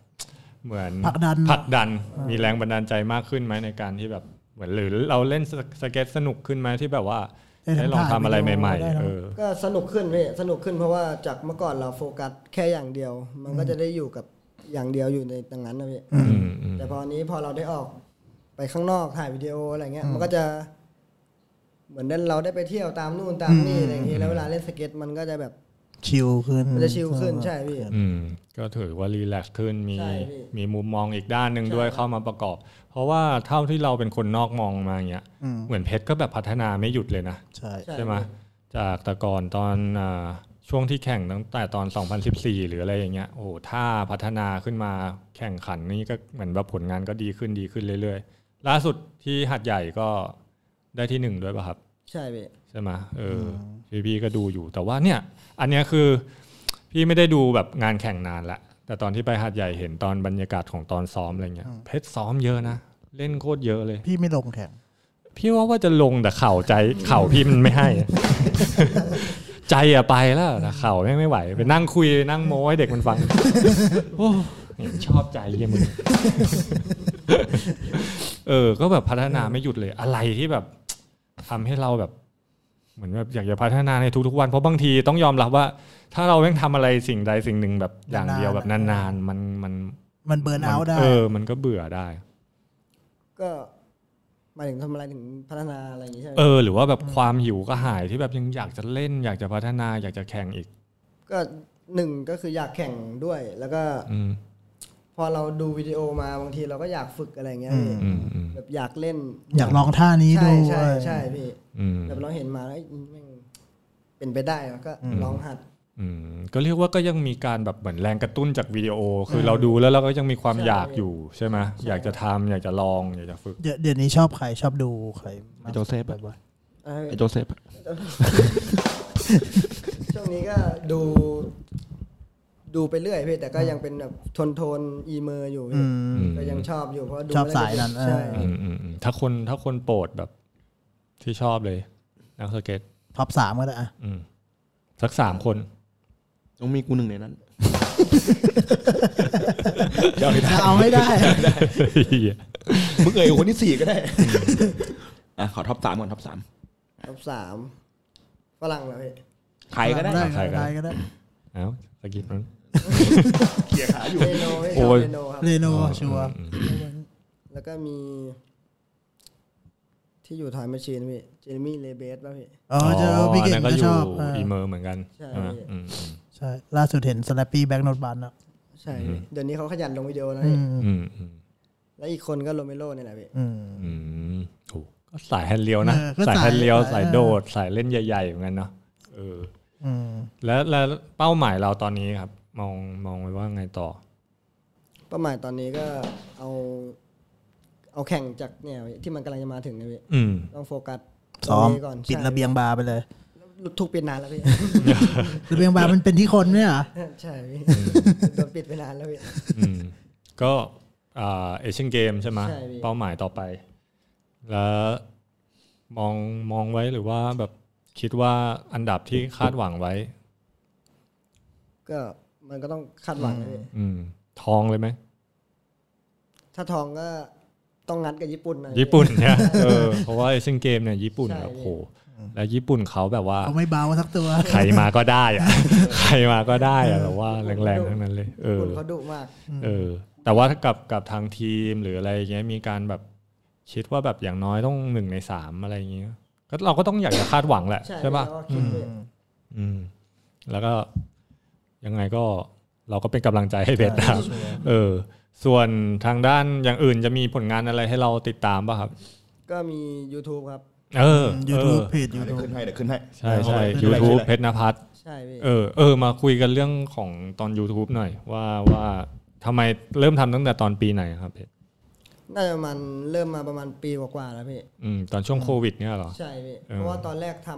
[SPEAKER 4] เหมือน
[SPEAKER 2] ผลักดัน
[SPEAKER 4] ผลักดันมีแรงบันดาลใจมากขึ้นไหมในการที่แบบเหมือนหรือเราเล่นสสเก็ตสนุกขึ้นไหมที่แบบว่า
[SPEAKER 2] ได้ทั้ง
[SPEAKER 4] ได้ลองทำอะไร
[SPEAKER 2] ถ่ายวิดีโอ
[SPEAKER 4] ใหม่
[SPEAKER 2] ได้
[SPEAKER 4] ๆ
[SPEAKER 2] ทั้ง
[SPEAKER 4] เออ
[SPEAKER 5] ก็สนุกขึ้นพี่สนุกขึ้นเพราะว่าจากเมื่อก่อนเราโฟกัสแค่อย่างเดียว มันก็จะได้อยู่กับอย่างเดียวอยู่ในตรงนั้นนะพี่
[SPEAKER 4] อืมอืม
[SPEAKER 5] แต่พอนี้พอเราได้ออกไปข้างนอกถ่ายวิดีโออะไรเงี้ย มันก็จะ เหมือนนั้นเราได้ไปเที่ยวตามนู่นตามนี่อะไรอย่างเงี้ยแล้วเวลาเล่นสเก็ตมันก็จะแบบ
[SPEAKER 2] ชิลขึ้น
[SPEAKER 5] มันจะชิลขึ้นใช่พี่
[SPEAKER 4] อืมก็ถือว่ารีแลกซ์ขึ้นมี
[SPEAKER 5] ใช่พี่
[SPEAKER 4] มีมุมมองอีกด้านหนึ่ง
[SPEAKER 5] ใช่
[SPEAKER 4] ด้วยเข้ามาประกอบ เพราะว่าเท่าที่เราเป็นคนนอกมองมาอย่างเงี้ย
[SPEAKER 2] อืม
[SPEAKER 4] เหมือนเพชรก็แบบพัฒนาไม่หยุดเลยนะ
[SPEAKER 2] ใช่
[SPEAKER 5] ใช่
[SPEAKER 4] ใช่ไหมจากแต่ก่อนตอนอ่าช่วงที่แข่งตั้งแต่ตอน 2014 หรืออะไรอย่างเงี้ยโอ้โหถ้าพัฒนาขึ้นมาแข่งขันนี่ก็เหมือนแบบผลงานก็ดีขึ้นดีขึ้นเรื่อยๆ ล่าสุดที่หัดใหญ่ก็ได้ที่หนึ่งด้วยป่ะครับ
[SPEAKER 5] ใช่พี่
[SPEAKER 4] ใช่ไหมเออพี่พี่ก็ดูอยู่แต่ว่าเนี่ย อันเนี้ยคือพี่ไม่ได้ดูแบบงานแข่งนานละแต่ตอนที่ไปหัดใหญ่เห็นตอนบรรยากาศของตอนซ้อมอะไรเงี้ยเพชรซ้อมเยอะนะเล่นโคตรเยอะเลย
[SPEAKER 2] พี่ไม่ลงแข่ง
[SPEAKER 4] พี่ว่าว่าจะลงแต่เข่าใจ เข่าพี่มันไม่ให้ ใจอะไปแล้วแต่เข่าแม่งไม่ไหว ไปนั่งคุยนั่งโม้ให้เด็กมันฟัง โอ้เห็นชอบใจเยี่ยมึง เออ ก็แบบพัฒนาไม่หยุดเลย อะไรที่แบบทำให้เราแบบ เหมือนแบบอยากจะพัฒนาในทุกๆวันเพราะบางทีต้องยอมรับว่า ถ้าเราแม่งทำอะไรสิ่งใดสิ่งหนึ่งแบบอย่างเดียวแบบนานๆมันมัน
[SPEAKER 2] มันเบิร์นเอาท์ได้
[SPEAKER 4] เออ มันก็เบื่อได้
[SPEAKER 5] ก็หมายถึงทำอะไรถึงพัฒนาอะไรอย่างงี้ใช่ไหม
[SPEAKER 4] เออหรือว่าแบบความหิวก็หายที่แบบยังอยากจะเล่น อยากจะพัฒนาอยากจะแข่งอีก
[SPEAKER 5] ก็หนึ่งก็คืออยากแข่งด้วย แล้วก็
[SPEAKER 4] อืม
[SPEAKER 5] พอเราดูวิดีโอมาบางทีเราก็อยากฝึกอะไรอย่างเงี้ยพี่
[SPEAKER 4] อืมอืม
[SPEAKER 5] แบบอยากเล่น
[SPEAKER 2] อยากลองท่านี้
[SPEAKER 5] ใช่
[SPEAKER 2] ด้วย
[SPEAKER 5] ใช่ใช่พี่
[SPEAKER 4] อืม
[SPEAKER 5] แบบเราเห็นมาแล้วเอ้ยแม่งเป็นไปได้วะก็ลองหัด
[SPEAKER 4] อืมก็เรียกว่าก็ยังมีการแบบเหมือนแรงกระตุ้นจากวิดีโอ คือเราดูแล้วเราก็ยังมีความ
[SPEAKER 5] ใช่
[SPEAKER 4] อยากอยู่ใช่ไหมอยากจะทำอยากจะลองอยากจะฝึก
[SPEAKER 2] เดี๋ยวเดี๋ยวนี้ชอบใครชอบดูใคร
[SPEAKER 1] ไอโจเซฟอะ
[SPEAKER 2] บ่อย
[SPEAKER 5] เออ
[SPEAKER 1] ไอโจเซฟอะ
[SPEAKER 5] ช่วงนี้ก็ดูดูไปเรื่อยพี่แต่ก็ยังเป็นแบบทนโทนอีเมอร์อยู่
[SPEAKER 2] ๆ
[SPEAKER 5] พี่
[SPEAKER 2] อืม
[SPEAKER 4] ม
[SPEAKER 5] ก็ยังชอบอยู่เพราะดู
[SPEAKER 2] ชอบสายนั้น
[SPEAKER 5] ใช่
[SPEAKER 2] เอ
[SPEAKER 4] อืมอืมอืมถ้าคนถ้าคนโปรดแบบที่ชอบเลยนักสเก็ต
[SPEAKER 2] ท็อปสามก็ได้อะ
[SPEAKER 4] อืมสักสามคน
[SPEAKER 1] ต้องมีกูหนึ่งในนั้น
[SPEAKER 2] จะเอาให้ได้
[SPEAKER 4] เหี้ย
[SPEAKER 3] มึงเอ่ยคนที่สี่ก็ได้
[SPEAKER 1] อ่ะขอท็อปสามก่อนท็อปสาม
[SPEAKER 5] รอบสามฝรั่งเหรอพี่
[SPEAKER 1] ใครก็ได้
[SPEAKER 2] ใครก็ได้
[SPEAKER 4] เอ้าสกิปนั้น
[SPEAKER 5] เรโนพี่ช
[SPEAKER 4] โอ้
[SPEAKER 5] อบ
[SPEAKER 4] ย
[SPEAKER 5] เรโนครับ
[SPEAKER 2] เรโนชัวร์
[SPEAKER 5] แล้วก็มี ที่อยู่ทายแมชชีนพี่เจมี่เลเบสป่ะพี่
[SPEAKER 2] อ๋อเจอพี่เก่ง
[SPEAKER 4] น
[SPEAKER 2] ก็
[SPEAKER 4] นั้นอ
[SPEAKER 2] ช
[SPEAKER 4] ยู่
[SPEAKER 2] อบเออ
[SPEAKER 4] อีเมอร์เหมือนกัน
[SPEAKER 5] ใช่
[SPEAKER 4] ใช่ไหมอืม
[SPEAKER 2] ใช่ ล่าสุดเห็นสแลปปี้แบ็กโนดบันอ่ะ
[SPEAKER 5] ใช่พี่เดี๋ยวนี้เขาขยันลงวิดีโอนะ
[SPEAKER 2] อื
[SPEAKER 5] พี่
[SPEAKER 2] ม
[SPEAKER 4] อืมอืม
[SPEAKER 5] แล้วอีกคนก็โรเมโรนี่แหละพี่
[SPEAKER 2] อืม
[SPEAKER 4] อืมโอ้ก็สายแฮนด์เลียวนะ
[SPEAKER 2] เออก็
[SPEAKER 4] สายแฮนด์เลียว
[SPEAKER 2] สาย
[SPEAKER 4] สายโดด สายเล่นใหญ่ๆเหมือนกันเนาะเออ
[SPEAKER 2] อืม
[SPEAKER 4] แล้วแล้วเป้าหมายเราตอนนี้ครับ มองมองไว้ว่าไงต่อ
[SPEAKER 5] เป้าหมายตอนนี้ก็เอา เอาแข่งจากเนี่ยพี่ที่มันกำลังจะมาถึงเนี่ยพี่
[SPEAKER 4] อืม
[SPEAKER 5] ต้องโฟกัส
[SPEAKER 2] ซ้อม
[SPEAKER 5] ตรงนี้ก่อน
[SPEAKER 2] ปิด
[SPEAKER 5] ใช่
[SPEAKER 2] ระเบียงบาร์ไปเลย
[SPEAKER 5] ถูกปิดนานแล้วพี่
[SPEAKER 2] ระเบียงบาร์มันเป็นที่คนเนี่ยเหรอ
[SPEAKER 5] ใช่พี่โดนปิดไปนานแล้วพี่
[SPEAKER 4] อืมก็อ่าเอเชียนเกมใช่ไหม
[SPEAKER 5] ใช่พี่
[SPEAKER 4] เป้าหมายต่อไป แล้วมองมองไว้หรือว่าแบบคิดว่าอันดับที่คาดหวังไว้
[SPEAKER 5] ก็มันก็ต้องคาดหวังนะพี่
[SPEAKER 4] อืม ทองเลยไหม
[SPEAKER 5] ถ้าทองก็ต้องงัดกับญี่ปุ่นหนะ
[SPEAKER 4] ญี่ปุ่นเนี่ยเออเพราะว่าเอเชียนเกมเนี่ยญี่ปุ่น
[SPEAKER 5] ใช่
[SPEAKER 4] แบบโหแล้วญี่ปุ่นเขาแบบว่า
[SPEAKER 2] เขาไม่เบาสักตัว
[SPEAKER 4] ใครมาก็ได้ อะ ใครมาก็ได้อะแบบว่าแรงๆทั้งนั้นเลย เอ
[SPEAKER 5] ญี่
[SPEAKER 4] อ
[SPEAKER 5] ปุ่นเขาดุมาก
[SPEAKER 4] เออ แต่ว่าถ้ากับกับทางทีมหรืออะไรอย่างเงี้ยมีการแบบคิดว่าแบบอย่างน้อยต้องหนึ่งในสามอะไรอย่างเงี้ยก็เราก็ต้องอยากจะคาดหวังแหละ
[SPEAKER 5] ใช่
[SPEAKER 4] ใช่ป่ะ
[SPEAKER 5] แล้วก็คิดด้วย
[SPEAKER 4] อืม แล้วก็ยังไงก็เราก็เป็นกำลังใจให้เพชรนะครับ เออ ส่วนทางด้านอย่างอื่นจะมีผลงานอะไรให้เราติดตามป่ะครับ
[SPEAKER 5] ก็มี YouTube ครับ
[SPEAKER 4] เออ
[SPEAKER 2] ยู
[SPEAKER 4] เอ
[SPEAKER 2] ทูบ
[SPEAKER 4] อ
[SPEAKER 2] เพจยู
[SPEAKER 3] เดี๋ยว
[SPEAKER 2] ทูบ
[SPEAKER 3] ขึ้นให้เดี๋ยวขึ้นให้
[SPEAKER 4] ใช่ใช่
[SPEAKER 3] เอาไป
[SPEAKER 4] YouTube เพชรนภัส
[SPEAKER 5] ใช่พี่
[SPEAKER 4] เออเออ มาคุยกันเรื่องของตอน YouTube หน่อย ว่าว่าทำไมเริ่มทำตั้งแต่ตอนปีไหนครับเพชร
[SPEAKER 5] น่าจะมันเริ่มมาประมาณปีกว่าๆแล้วพี่
[SPEAKER 4] อืมตอนช่วงโควิดเนี่ยเหรอ
[SPEAKER 5] ใช่พี่
[SPEAKER 4] เออ
[SPEAKER 5] เพราะว่าตอนแรกท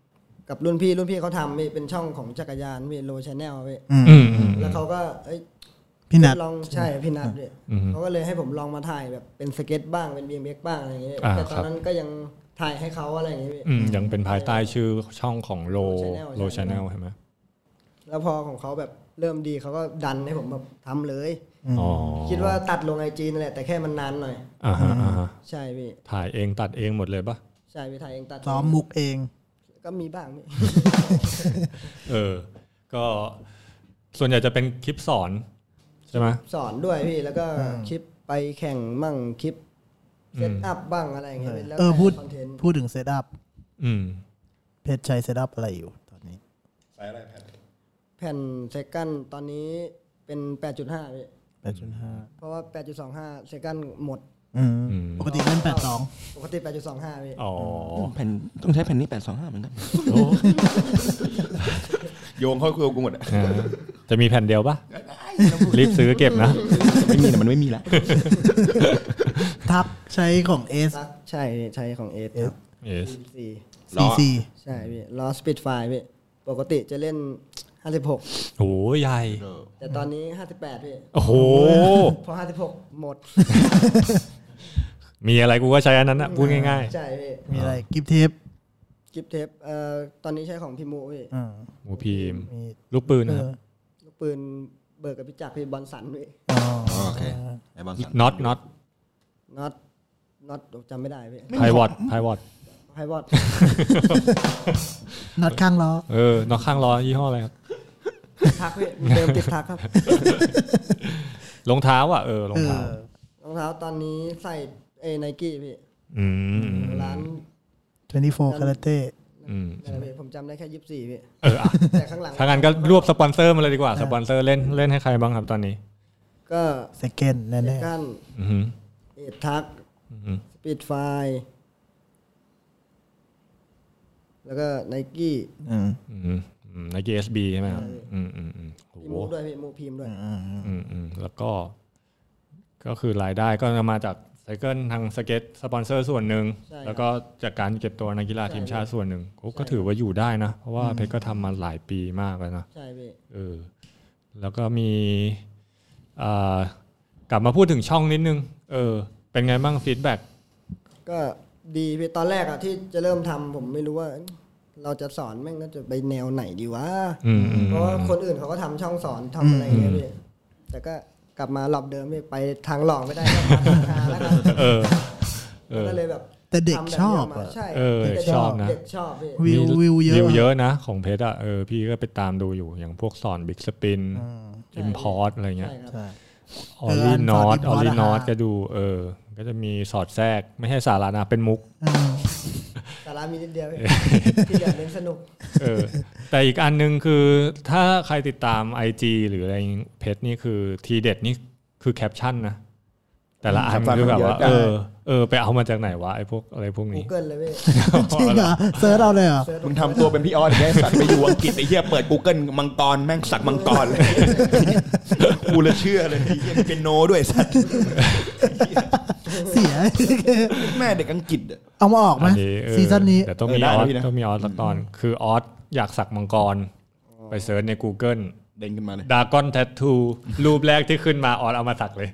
[SPEAKER 5] ำกับรุ่นพี่รุ่นพี่เขาทำพี่เป็นช่องของจักรยานพี่โลชแนลพี่
[SPEAKER 2] อืม
[SPEAKER 4] อืมอืม
[SPEAKER 5] แล้วเขาก็เอ้ย
[SPEAKER 2] พี่นัท
[SPEAKER 5] ลองใช่พี่นัทพี่
[SPEAKER 4] อืม
[SPEAKER 5] เขาก็เลยให้ผมลองมาถ่ายแบบเป็นสเก็ตบ้างเป็นบีเอ็มเอ็กบ้างอะไรอย่างเงี้ย
[SPEAKER 4] อ่า
[SPEAKER 5] แต่ตอ
[SPEAKER 4] ครั
[SPEAKER 5] น
[SPEAKER 4] บ
[SPEAKER 5] นั้นก็ยังถ่ายให้เขาอะไรอย่างเงี้ยพี่
[SPEAKER 4] อืมยังเป็นภายใต้ชื่อช่องของโล
[SPEAKER 5] Low Channel
[SPEAKER 4] โล
[SPEAKER 5] ใช่
[SPEAKER 4] ชา
[SPEAKER 5] ไหม
[SPEAKER 4] แนลใช่ไหม
[SPEAKER 5] แล้วพอของเขาแบบเริ่มดีเขาก็ดันให้ผมแบบทำเลย
[SPEAKER 4] อ๋อ
[SPEAKER 5] คิดว่าตัดลงไอจีนั่นแหละแต่แค่มันนานหน่อย
[SPEAKER 4] อ่าฮะอ่าฮะ
[SPEAKER 5] ใช่พี่
[SPEAKER 4] ถ่ายเองตัดเองหมดเลยปะ
[SPEAKER 5] ใช่พี่ถ่ายเองตัด
[SPEAKER 2] ซ้อมมุกเอง
[SPEAKER 5] ก็มีบ้างพี่
[SPEAKER 4] เออ ก็ส่วนใหญ่จะเป็นคลิปสอนใช่ไหม
[SPEAKER 5] สอนด้วยพี่ แล้วก็คลิปไปแข่งมั่งคลิปเซตอัพบ้างอะไรอย่างเงี้ยแล้ว
[SPEAKER 2] เออ
[SPEAKER 5] แต่
[SPEAKER 2] พูด
[SPEAKER 5] คอนเทนต์
[SPEAKER 2] พูดถึงเซตอัพ
[SPEAKER 4] อืม
[SPEAKER 2] เพจใช้เซตอัพอะไรอยู่ตอนนี้
[SPEAKER 3] ใส่อะไรแพท
[SPEAKER 5] แผ่นเซกันตอนนี้เป็น 8.5พี่
[SPEAKER 2] 8.5
[SPEAKER 5] เพราะว่า 8.25เซกันหมด
[SPEAKER 2] อืม
[SPEAKER 4] อืม
[SPEAKER 2] ปกติเล่น
[SPEAKER 5] ปกติ 8.25พี่
[SPEAKER 4] อ๋อ
[SPEAKER 1] แผ่นต้องใช้แผ่นนี้แปดสองห้าเหมือนกัน
[SPEAKER 3] โยงเข้าคุยกับกูหมดอะ
[SPEAKER 4] นะจะมีแผ่นเดียวปะรีบซื้อเก็บนะ
[SPEAKER 1] ไม่มีแต่มันไม่มีละ
[SPEAKER 2] 82 ทับใช้ของ S
[SPEAKER 5] ซักใช่พี่ใช้ของเอสครับ
[SPEAKER 4] yes
[SPEAKER 5] BBC
[SPEAKER 2] CC
[SPEAKER 5] ใช่พี่ลอสปิดไฟพี่ปกติจะเล่น 56
[SPEAKER 4] โอ้ยใหญ่
[SPEAKER 5] แต่ตอนนี้ 58พี่
[SPEAKER 4] โอ้โห
[SPEAKER 5] เพอ56 หม ด
[SPEAKER 4] มีอะไรกูก็ใช้อันนั้นนะพูดง่าย
[SPEAKER 5] ใช่พี่
[SPEAKER 2] มีอะไรกิฟเทป
[SPEAKER 5] กิฟเทปเอ่อตอนนี้ใช้ของพี่มูพี่
[SPEAKER 2] อ่า
[SPEAKER 4] ๆหมูพิมพ์
[SPEAKER 2] มี
[SPEAKER 4] ลูกปืน
[SPEAKER 2] เอ
[SPEAKER 4] นะครับ
[SPEAKER 2] อ
[SPEAKER 5] ลูกปืนเบิร์กกับพี่จักรพี่บอลสันพี่
[SPEAKER 2] อ๋อ
[SPEAKER 1] โอเคไอ้บางสัน
[SPEAKER 4] น็อตน็อต
[SPEAKER 5] น็อตน็อตจำไม่ได้พี่
[SPEAKER 4] ไพวอตไพวอต
[SPEAKER 5] ไฮวอด
[SPEAKER 2] น็อตข้างล้อ
[SPEAKER 4] เออน็อตข้างล้อยี่ห้ออะไรครับ
[SPEAKER 5] ทัก พี่เดิมติดทักครับ
[SPEAKER 4] รองเท้าอ่ะเออรองเท้า
[SPEAKER 2] เออ
[SPEAKER 5] รองเท้าตอนนี้ใส่เอไนกี้พี่
[SPEAKER 4] อืม
[SPEAKER 5] ร้าน
[SPEAKER 2] 24 Karate
[SPEAKER 4] อืม
[SPEAKER 5] อะไรพี่ผมจำได้แค่ยี่สิบสี่พี่
[SPEAKER 4] เอออ่ะ
[SPEAKER 5] แต่ข้างหลัง
[SPEAKER 4] ถ้างั้นก็รวบสปอนเซอร์มาเลยดีกว่า สปอนเซอร์เล่นเล่นให้ใครบ้างครับตอนนี้
[SPEAKER 5] ก็
[SPEAKER 2] Second แน่
[SPEAKER 5] กัน
[SPEAKER 4] อือหือ
[SPEAKER 5] เอทัก
[SPEAKER 4] อือหือ
[SPEAKER 5] สปีดไฟแล้วก็ไนกี้
[SPEAKER 2] ๆ อืม
[SPEAKER 4] อือหืออืมไนกี้เอสบีใช่ไหมครับอืมอืมอืมโอ้
[SPEAKER 5] มี
[SPEAKER 4] โห
[SPEAKER 5] มูด้วยพี่มูพิมพ์ด้วย
[SPEAKER 4] อืมอืมแล้วก็ ก็คือรายได้ก็จะมาจากไซเคิลทางสเก็ตสปอนเซอร์ส่วนหนึ่งแล้วก็จากการเก็บตัวนักกีฬาทีมชาติส่วนหนึ่งโอ้ก็ถือว่าอยู่ได้นะ เพราะว่าเพชรก็ทำมาหลายปีมากแล้วนะ
[SPEAKER 5] ใช่พี่
[SPEAKER 4] เออแล้วก็มีอ่ากลับมาพูดถึงช่องนิดนึง เออ เป็นไงบ้างฟีดแบ็ก
[SPEAKER 5] ก็ดีพี่ตอนแรกอะที่จะเริ่มทำผมไม่รู้ว่า เราจะสอนแม่งก็จะไปแนวไหนดีวะ
[SPEAKER 4] อืมอืม
[SPEAKER 5] เพราะว่าคนอื่นเขาก็ทำช่องสอนทำอะไรอย่างเงี้ยพี่แต่ก็กลับมาหลอบเดิมพี่ไปทางหลอกไม่ได้ก็มาทางทางแล้วกัน
[SPEAKER 4] เออ เออ
[SPEAKER 5] ก็เลยแบบ
[SPEAKER 2] แต่เด็ก
[SPEAKER 5] ทำ
[SPEAKER 2] ชอบ
[SPEAKER 5] นี้
[SPEAKER 2] อะ
[SPEAKER 5] กมาใช่
[SPEAKER 4] เออ
[SPEAKER 5] แต่
[SPEAKER 4] ชอบนะ
[SPEAKER 5] เด็กชอบพี่
[SPEAKER 2] วิววิวเยอะ
[SPEAKER 4] วิวเย
[SPEAKER 2] อะ
[SPEAKER 4] อะนะ ของเพชรอ่ะเออพี่ก็ไปตามดูอยู่อย่างพวกสอนบิ๊กสปินอิมพอร์ตอะไรเงี้ย
[SPEAKER 5] ใช่ครับ
[SPEAKER 4] ออลลี่นอต
[SPEAKER 2] เอออันสอ
[SPEAKER 4] ออน
[SPEAKER 2] Import
[SPEAKER 4] ลลี่นอต
[SPEAKER 2] อะฮะ
[SPEAKER 4] ก็ดูเออ ก็จะมีสอดแทรกไม่ใช่สาระนะเป็นมุก
[SPEAKER 5] สาระมีนิดเดียวเอง ที่เหลือเน้นสนุก
[SPEAKER 4] เออแต่อีกอันหนึงคือถ้าใครติดตาม IG หรืออะไรเพจนี่คือทีเด็ดนี่คือแคปชั่นนะ แต่ละอันคือแบบว่า
[SPEAKER 3] แคปชั่
[SPEAKER 4] เอน
[SPEAKER 3] มันเยอะจัง
[SPEAKER 4] อเออ ไปเอามาจากไหนวะ ไอ้พวกอะไรพวกนี้
[SPEAKER 5] Google เลยเว้ย
[SPEAKER 2] จริงเหรอเซิร์ชเอาเลยเหรอ
[SPEAKER 5] เสิร์ช
[SPEAKER 1] มึงทำตัวเป็นพี่ออสอย่างเงี้ยสัตว์ไปอยู่อังกฤษไอ้เหี้ยเปิด Google มังกรแม่งสักมังกรเลยกูเลยเชื่อเลยไอ้เหี้ยเป็นโนด้วยสัตว์
[SPEAKER 2] เสีย
[SPEAKER 1] แม่เด็กอังกฤษอะ
[SPEAKER 2] เอามาออกไหม
[SPEAKER 4] อันนี้เออ
[SPEAKER 2] ซีซั่นนี้
[SPEAKER 4] แต่ต้อง
[SPEAKER 1] เอ
[SPEAKER 4] มี
[SPEAKER 1] อได้
[SPEAKER 4] อ
[SPEAKER 1] นะ
[SPEAKER 4] อส
[SPEAKER 1] พี่นะ
[SPEAKER 4] ต้องมีออสสักตอน คือออสอยากสักมังกร ไปเซิร์ชใน Google
[SPEAKER 1] เด้งขึ้นมาเลย
[SPEAKER 4] ดากอนแทททูรูปแรกที่ขึ้นมาออสเอามาสักเลย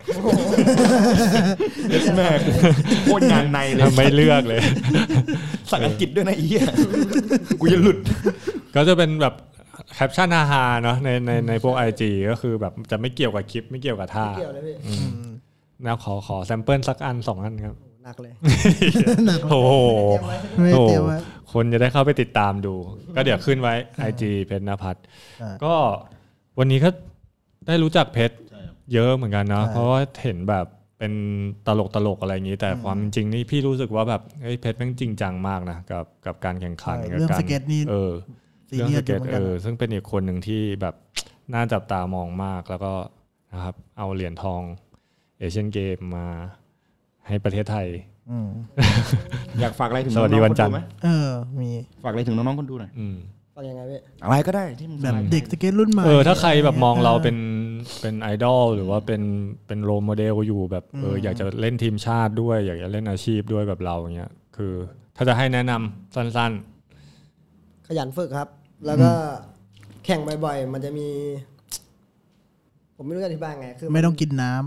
[SPEAKER 1] แม่กูโคตรงานในเลย
[SPEAKER 4] ไม่เลือกเลย
[SPEAKER 1] สักอังกฤษด้วยนะไอ้เหี้ยกูจะหลุด
[SPEAKER 4] ก็จะเป็นแบบแคปชั่นอาหารเนาะในในในพวก IG ก็คือแบบจะไม่เกี่ยวกับคลิปไม่เกี่ยวกับท่า
[SPEAKER 5] เกี่ยวเลยพี่
[SPEAKER 4] แนวขอขอแซมเปิลสักอันสองอันครับ
[SPEAKER 5] หนักเลย
[SPEAKER 2] หนัก
[SPEAKER 4] โอ้โห
[SPEAKER 2] ไม่ได้
[SPEAKER 4] โอ้
[SPEAKER 2] เตรียมไว้
[SPEAKER 4] คนจะได้เข้าไปติดตามดู ก็เดี๋ยวขึ้นไว้ IG เพชรนภัทร
[SPEAKER 2] อ่า
[SPEAKER 4] ก็วันนี้ก็ได้รู้จักเพชร
[SPEAKER 1] ใช่ครับ
[SPEAKER 4] เยอะเหมือนกันเนาะ
[SPEAKER 2] ใช่
[SPEAKER 4] เพราะว่าเห็นแบบเป็นตลกตลกๆอะไรอย่างนี้ แต่ความจริงนี่พี่รู้สึกว่าแบบเฮ้ยเพชรแม่งจริงจังมากนะกับกับการแข่งขัน
[SPEAKER 2] ใช่
[SPEAKER 4] กับ
[SPEAKER 2] เรื่อง
[SPEAKER 4] การ
[SPEAKER 2] สเก็ตนี่
[SPEAKER 4] เออ
[SPEAKER 2] ซี
[SPEAKER 4] เรื่อง
[SPEAKER 2] เรีย
[SPEAKER 4] ส
[SPEAKER 2] สอ
[SPEAKER 4] เก็
[SPEAKER 2] ยู่เห
[SPEAKER 4] ต
[SPEAKER 2] มือน
[SPEAKER 4] เอ
[SPEAKER 2] กัน
[SPEAKER 4] อซึ่งเป็นอีกคนหนึ่งที่แบบ น่าจับตามองมากแล้วก็นะครับเอาเหรียญทองเอเชียนเกมมาให้ประเทศไทย
[SPEAKER 2] ม
[SPEAKER 1] อยากฝากอะไรถึง
[SPEAKER 4] สวัสดี
[SPEAKER 1] องๆ
[SPEAKER 4] วันจันท
[SPEAKER 1] คดู
[SPEAKER 4] ร์
[SPEAKER 1] ไหม
[SPEAKER 2] เออ มี
[SPEAKER 1] ฝากอะไรถึงน้องๆคนดูหน่อย
[SPEAKER 4] อืม
[SPEAKER 5] ฟังยังไงพี่
[SPEAKER 1] อะไรก็ได้ที่มึง
[SPEAKER 2] แบบเด็กสเก็ตรุ่นใหม่
[SPEAKER 4] เออถ้าใครแบบมองเราเป็นเป็นไอดอลหรือว่าเป็นเป็นโรลโมเดลอยู่แบบเอออยากจะเล่นทีมชาติด้วย อยากจะเล่นอาชีพด้วยแบบเราอย่างเงี้ยคือ ถ้าจะให้แนะนำสั้น
[SPEAKER 5] ขยันฝึกครับ แล้วก็แข่งบ่อยๆ มันจะมี ผมไม่รู้จะอธิบายไง คือ
[SPEAKER 2] ไม่ต้องกินน้ำ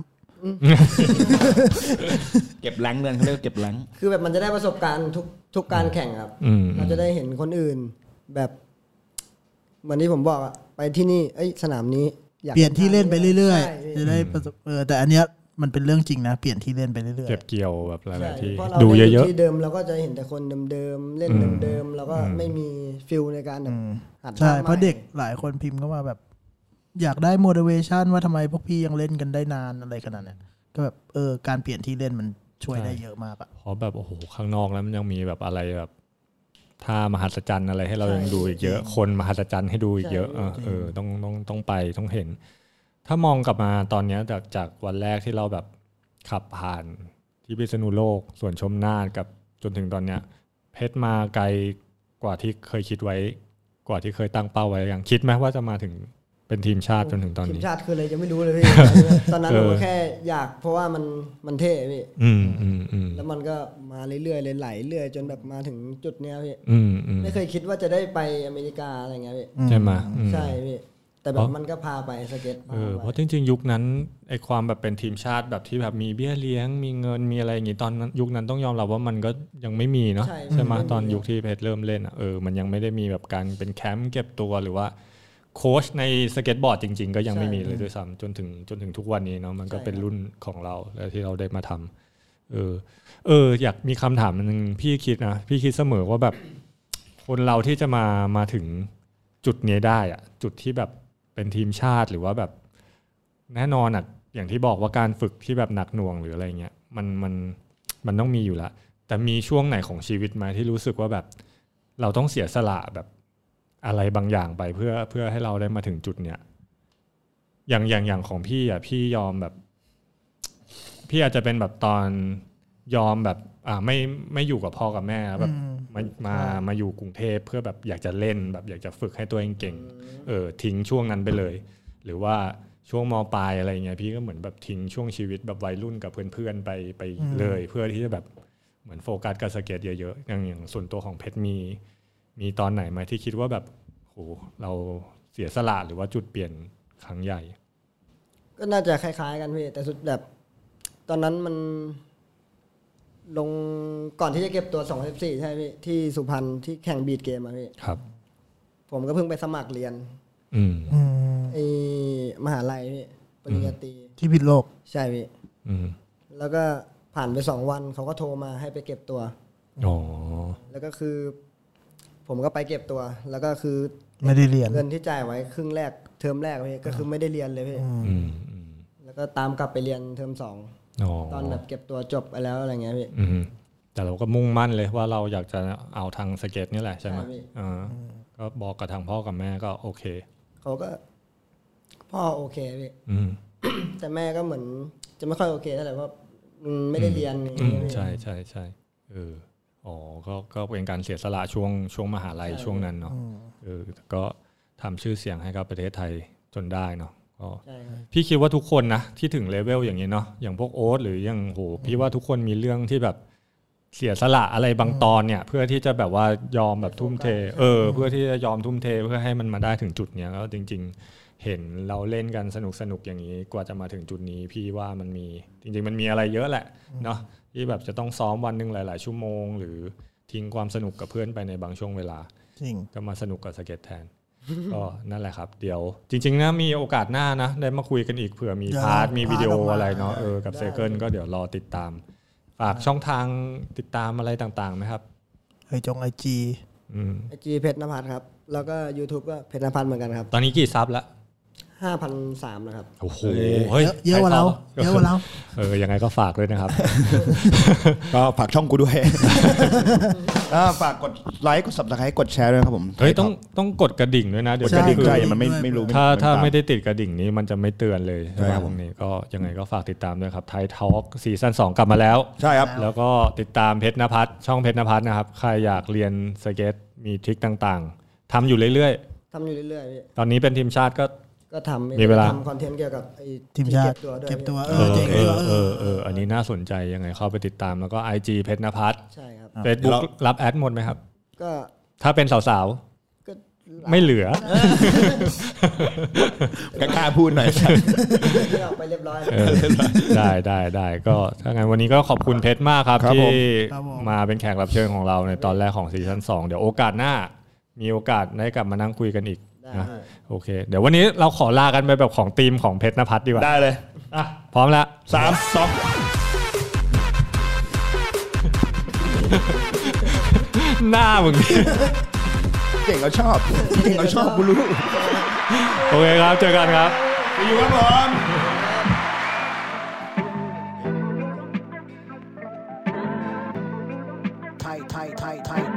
[SPEAKER 1] เก็บแรงเงินเขาเรียกว่าเก็บแรง
[SPEAKER 5] คือแบบมันจะได้ประสบการณ์ทุกทุกการแข่งครับ
[SPEAKER 4] อืม
[SPEAKER 5] เราจะได้เห็นคนอื่น แบบเหมือนที่ผมบอกอะไปที่นี่ เอ้ยสนามนี้อยาก
[SPEAKER 2] เปลี่ยนที่เล่นไปเรื่อย
[SPEAKER 5] ใช่
[SPEAKER 2] ๆ จะได้ประสบเออแต่อันเนี้ยมันเป็นเรื่องจริงนะ เปลี่ยนที่เล่นไปเรื่อย
[SPEAKER 4] ๆ เก็บเกี่ยวแบบหลายๆที่
[SPEAKER 5] ใช่พราะรา
[SPEAKER 4] ดูเย
[SPEAKER 5] ล่น
[SPEAKER 4] อะ
[SPEAKER 5] ที่เดิมเราก็จะเห็นแต่คนเดิมๆ เล่นเดิมๆ แล้วก็ไม่มีฟิลในการแบบหัด
[SPEAKER 2] ๆ ใช่
[SPEAKER 5] ทำ
[SPEAKER 2] เพราะ
[SPEAKER 5] ใหม่
[SPEAKER 2] เด็กหลายคนพิมพ์เข้ามาแบบ อยากได้ motivation ว่าทำไมพวกพี่ยังเล่นกันได้นานอะไรขนาดเนี้ยก็แบบเออการเปลี่ยนที่เล่นมันช่วยได้เยอะมากอะ
[SPEAKER 4] ๆเพราะแบบโอ้โหข้างนอกแล้วมันยังมีแบบอะไรแบบท่ามหัศจรรย์อะไรให้เรายังดูอีกเยอะ คนมหัศจรรย์ให้ดูอีกเยอะเออเออต้องต้องต้องไปต้องเห็น ถ้ามองกลับมาตอนเนี้ยจากจากวันแรกที่เราแบบขับผ่านที่พิษณุโลกส่วนชมน่านกับจนถึงตอนเนี้ย เพชรมาไกลกว่าที่เคยคิดไว้ กว่าที่เคยตั้งเป้าไว้อย่างคิดไหมว่าจะมาถึงเป็นทีมชาติจนถึงตอน
[SPEAKER 5] ทีม
[SPEAKER 4] นี้
[SPEAKER 5] ชาติคืออะไรยังไม่รู้ เลยพี่ ตอนนั้น
[SPEAKER 4] เออ
[SPEAKER 5] ผมก็แค่อยากเพราะว่ามันมันเท่พี่
[SPEAKER 4] อืมอืมอืม
[SPEAKER 5] แล้วมันก็มาเรื่อยๆเลยไหลเรื่อยจนแบบมาถึงจุดเนี้ยพี่
[SPEAKER 4] อืมอืม
[SPEAKER 5] ไม่เคยคิดว่าจะได้ไปอเมริกาอะไรเงี้ยพี่
[SPEAKER 4] ใช่ไหมอืม
[SPEAKER 5] ใช่พี่แต่แบ
[SPEAKER 4] เพ
[SPEAKER 5] บ
[SPEAKER 4] ราะ
[SPEAKER 5] มันก็พาไปสเก็ตพา
[SPEAKER 4] เออเพ
[SPEAKER 5] ไป
[SPEAKER 4] ราะจริงๆ ยุคนั้นไอความแบบเป็นทีมชาติแบบที่แบบมีเบี้ยเลี้ยง มีเงินมีอะไรอย่างงี้ตอนนั้นยุคนั้นต้องยอมรับว่ามันก็ยังไม่มีเนาะใช่ไหมตอนยุคที่เพชรเริ่มเล่นอ่ะเออมันยังไม่ได้มีแบบการเป็นแคมป์เก็บตัวหรือว่าโค้ชในสเก็ตบอร์ดจริง ๆ ก็ยังไม่มีเลยด้วยซ้ำจนถึงจนถึงทุกวันนี้เนาะมันก็เป็นรุ่นของเราและที่เราได้มาทำเออ เออ อยากมีคำถามหนึ่งพี่คิดนะพี่คิดเสมอว่าแบบ คนเราที่จะมามาถึงจุดนี้ได้อะจุดที่แบบเป็นทีมชาติหรือว่าแบบ แน่นอนอ่ะอย่างที่บอกว่าการฝึกที่แบบหนักหน่วงหรืออะไรเงี้ยมันมันมันต้องมีอยู่ละ แต่มีช่วงไหนของชีวิตไหมที่รู้สึกว่าแบบ เราต้องเสียสละแบบอะไรบางอย่างไปเพื่อเพื่อให้เราได้มาถึงจุดเนี้ยอย่างอย่างอย่างของพี่อ่ะพี่ยอมแบบ พี่อาจจะเป็นแบบตอนยอมแบบ อ่าไม่ไม่อยู่กับพ่อกับแม่แล้วแบบ
[SPEAKER 2] อืม
[SPEAKER 4] มามามาอยู่กรุงเทพเพื่อแบบอยากจะเล่นแบบอยากจะฝึกให้ตัวเองเก่ง เออทิ้งช่วงนั้นไปเลย หรือว่าช่วงมปลายอะไรเงี้ยพี่ก็เหมือนแบบทิ้งช่วงชีวิตแบบวัยรุ่นกับเพื่อนๆไปไปเลย เพื่อที่จะแบบเหมือนโฟกัสกับสเก็ตเยอะๆอย่างอย่างส่วนตัวของเพชรมี มีตอนไหนไหมที่คิดว่าแบบโหเราเสียสละหรือว่าจุดเปลี่ยนครั้งใหญ่
[SPEAKER 5] ก็น่าจะคล้ายๆกันพี่แต่สุดแบบ ตอนนั้นมัน ลงก่อนที่จะเก็บตัว2014ใช่ไหมพี่ที่สุพรรณที่แข่งบีดเกมอะพี่
[SPEAKER 4] ครับ
[SPEAKER 5] ผมก็เพิ่งไปสมัครเรียน
[SPEAKER 4] อืม
[SPEAKER 2] อืม
[SPEAKER 5] ไอ้มหาลัยพี่ปริญญาตรี
[SPEAKER 2] ที่พิษโลก
[SPEAKER 5] ใช่พี่
[SPEAKER 4] อืม
[SPEAKER 5] แล้วก็ผ่านไปสองวันเขาก็โทรมาให้ไปเก็บตัว
[SPEAKER 4] อ๋อ
[SPEAKER 5] แล้วก็คือ ผมก็ไปเก็บตัว แล้วก็คือ
[SPEAKER 2] ไม่ได้เรียน
[SPEAKER 5] เงินที่จ่ายไว้ครึ่งแรกเทอมแรกพี่ก็คือไม่ได้เรียนเลยพี่
[SPEAKER 4] อืมอืม
[SPEAKER 5] แล้วก็ตามกลับไปเรียนเทอมสอง
[SPEAKER 4] อ๋อ
[SPEAKER 5] ตอนแบบเก็บตัวจบไปแล้วอะไรเงี้ยพี่
[SPEAKER 4] อืมแต่เราก็มุ่งมั่นเลยว่าเราอยากจะเอาทางสเก็ตนี่แหละใช่ไหม
[SPEAKER 5] ใช่พี่
[SPEAKER 4] อ่าก็บอกกับทางพ่อกับแม่ก็โอเค
[SPEAKER 5] เขาก็ พ่อโอเคพี่
[SPEAKER 4] อืม
[SPEAKER 5] แต่แม่ก็เหมือนจะไม่ค่อยโอเคเท่าไหร่เพราะมันไม่ได้เรียนอย่าง
[SPEAKER 4] อืม
[SPEAKER 5] เงี้ยพี่
[SPEAKER 4] ใช่ใช่ใช่เอออ๋อก็ก็เป็นการเสียสละช่วงช่วงมหาลัย
[SPEAKER 5] ใช่
[SPEAKER 4] ช่วงนั้นเนาะเออแต่ก็ทำชื่อเสียงให้กับประเทศไทยจนได้เนาะก็
[SPEAKER 5] ใช่ครับ
[SPEAKER 4] พี่คิดว่าทุกคนนะที่ถึงเลเวลอย่างนี้เนาะอย่างพวกโอ๊ตหรืออย่างโหพี่ว่าทุกคนมีเรื่องที่แบบเสียสละอะไรบางตอนเนี่ย เพื่อที่จะแบบว่ายอมแบบทุ่มเท เออ เพื่อที่จะยอมทุ่มเทเพื่อให้มันมาได้ถึงจุดเนี้ยแล้วจริง ๆ เห็นเราเล่นกันสนุกสนุกอย่างนี้กว่าจะมาถึงจุดนี้ พี่ว่ามันมีจริง ๆ มันมีอะไรเยอะแหละเนาะ ที่แบบจะต้องซ้อมวันหนึ่งหลาย ๆ ชั่วโมง หรือทิ้งความสนุกกับเพื่อนไปในบางช่วงเวลา
[SPEAKER 2] จริง
[SPEAKER 4] ก็มาสนุกกับสเก็ตแทน ก็นั่นแหละครับ เดี๋ยว จริง ๆ นะมีโอกาสหน้านะ ได้มาคุยกันอีกเผื่อมี
[SPEAKER 2] ได้
[SPEAKER 4] พาร์ทมีวิดีโอ
[SPEAKER 2] พาร์ทออกมา
[SPEAKER 4] อะไรเนาะเออกับเซเกิลก็เดี๋ยวรอติดตาม ฝากช่องทางติดตามอะไรต่างๆไหมครับ
[SPEAKER 2] ไอจงไอจี
[SPEAKER 4] อืม
[SPEAKER 5] ไอจีเพชรนภัสครับ แล้วก็ YouTube ก็เพชรนภัสเหมือนกันครับ
[SPEAKER 4] ตอนนี้กี่ซับละ
[SPEAKER 5] ห้าพันสามนะครับ
[SPEAKER 4] โอ้โห
[SPEAKER 2] เยอะเยอะก ว่าเรา เยอะกว่าเรา
[SPEAKER 4] เออยังไงก็ฝากด้วยนะครับ
[SPEAKER 1] ก็ฝากช่องกูด้วย อ่าฝากกดไลค์กด subscribe กดแชร์ด้วยครับผม
[SPEAKER 4] เฮ้ยต้องต้องกดกระดิ่งด้วยนะเดี๋
[SPEAKER 1] ก
[SPEAKER 4] ยว
[SPEAKER 1] ดกระดิ่ง
[SPEAKER 4] คือ
[SPEAKER 1] ใช่มันไม่ไม่รู้
[SPEAKER 4] ถ้าถ้าไม่
[SPEAKER 1] ได้
[SPEAKER 4] ได้ติดกระดิ่งนี้มันจะไม่เตือนเลยใช่ไหม
[SPEAKER 1] ใช่ครับ
[SPEAKER 4] ตรงนี้ก็ยังไงก็ฝากติดตามด้วยครับไทยทอล์กซีซั่น2กลับมาแล้ว
[SPEAKER 1] ใช่ครับ
[SPEAKER 4] แล้วก็ติดตามเพชรนภัทรช่องเพชรนภัทรนะครับ ใครอยากเรียนสเก็ตมีทริคต่างๆทำอยู่เรื่อย
[SPEAKER 5] ทำอยู่เรื่อยๆพี่
[SPEAKER 4] ๆ ตอนนี้เป็นทีมชาติก็
[SPEAKER 5] ก็ทำ
[SPEAKER 4] มีเวลา
[SPEAKER 5] ทำคอนเทนต์เกี่ยวกับไอ
[SPEAKER 2] ทีมชาติ
[SPEAKER 5] เก็บตัวด้วย
[SPEAKER 2] เก็บตัวเอ
[SPEAKER 5] พี่
[SPEAKER 2] อเจ๋ง
[SPEAKER 4] เอ
[SPEAKER 2] ดี
[SPEAKER 4] อ
[SPEAKER 2] ว่ะ
[SPEAKER 4] เอ
[SPEAKER 2] เอ
[SPEAKER 4] อ
[SPEAKER 2] อ
[SPEAKER 4] เอออันนี้น่าสนใจยังไงเข้าไปติดตามแล้วก็ IG เพชรนภัทร
[SPEAKER 5] ใช่ครับ
[SPEAKER 4] Facebook
[SPEAKER 1] แล้ว
[SPEAKER 4] รับแอดหมดไหมครับ
[SPEAKER 5] ก็
[SPEAKER 4] ถ้าเป็นสาว
[SPEAKER 5] ก็
[SPEAKER 4] ๆ ไม่เหลือ
[SPEAKER 1] กล้าๆพูดหน่อย
[SPEAKER 5] ที่ออกไปเรียบร้อยแล้ว
[SPEAKER 4] เอ อได้ได้ได้ก็ถ้างั้นวันนี้ก็ขอบคุณเพชรมากครับ
[SPEAKER 1] ครับผ
[SPEAKER 4] ที่
[SPEAKER 1] ม
[SPEAKER 2] ครับผม
[SPEAKER 4] มาเป็นแขกรับเชิญของเราในตอนแรกของซีซั่น2เดี๋ยวโอกาสหน้า มีโอกาสได้กลับมานั่งคุยกันอีก
[SPEAKER 5] ได้
[SPEAKER 4] นะโอเค เดี๋ยววันนี้เราขอลากันไปแบบของทีมของเพชรนภัทรดีกว่า
[SPEAKER 1] ได้เลย
[SPEAKER 4] อ่ะพร้อมแล้ว
[SPEAKER 1] สามสอง
[SPEAKER 4] หน้ามึง
[SPEAKER 1] เก่งเราชอบเก่งเราชอบกูรู้
[SPEAKER 4] โอเคครับ เจอกันครับ
[SPEAKER 1] ไปอยู่ครับผม
[SPEAKER 2] ไทยไทยไทยไทย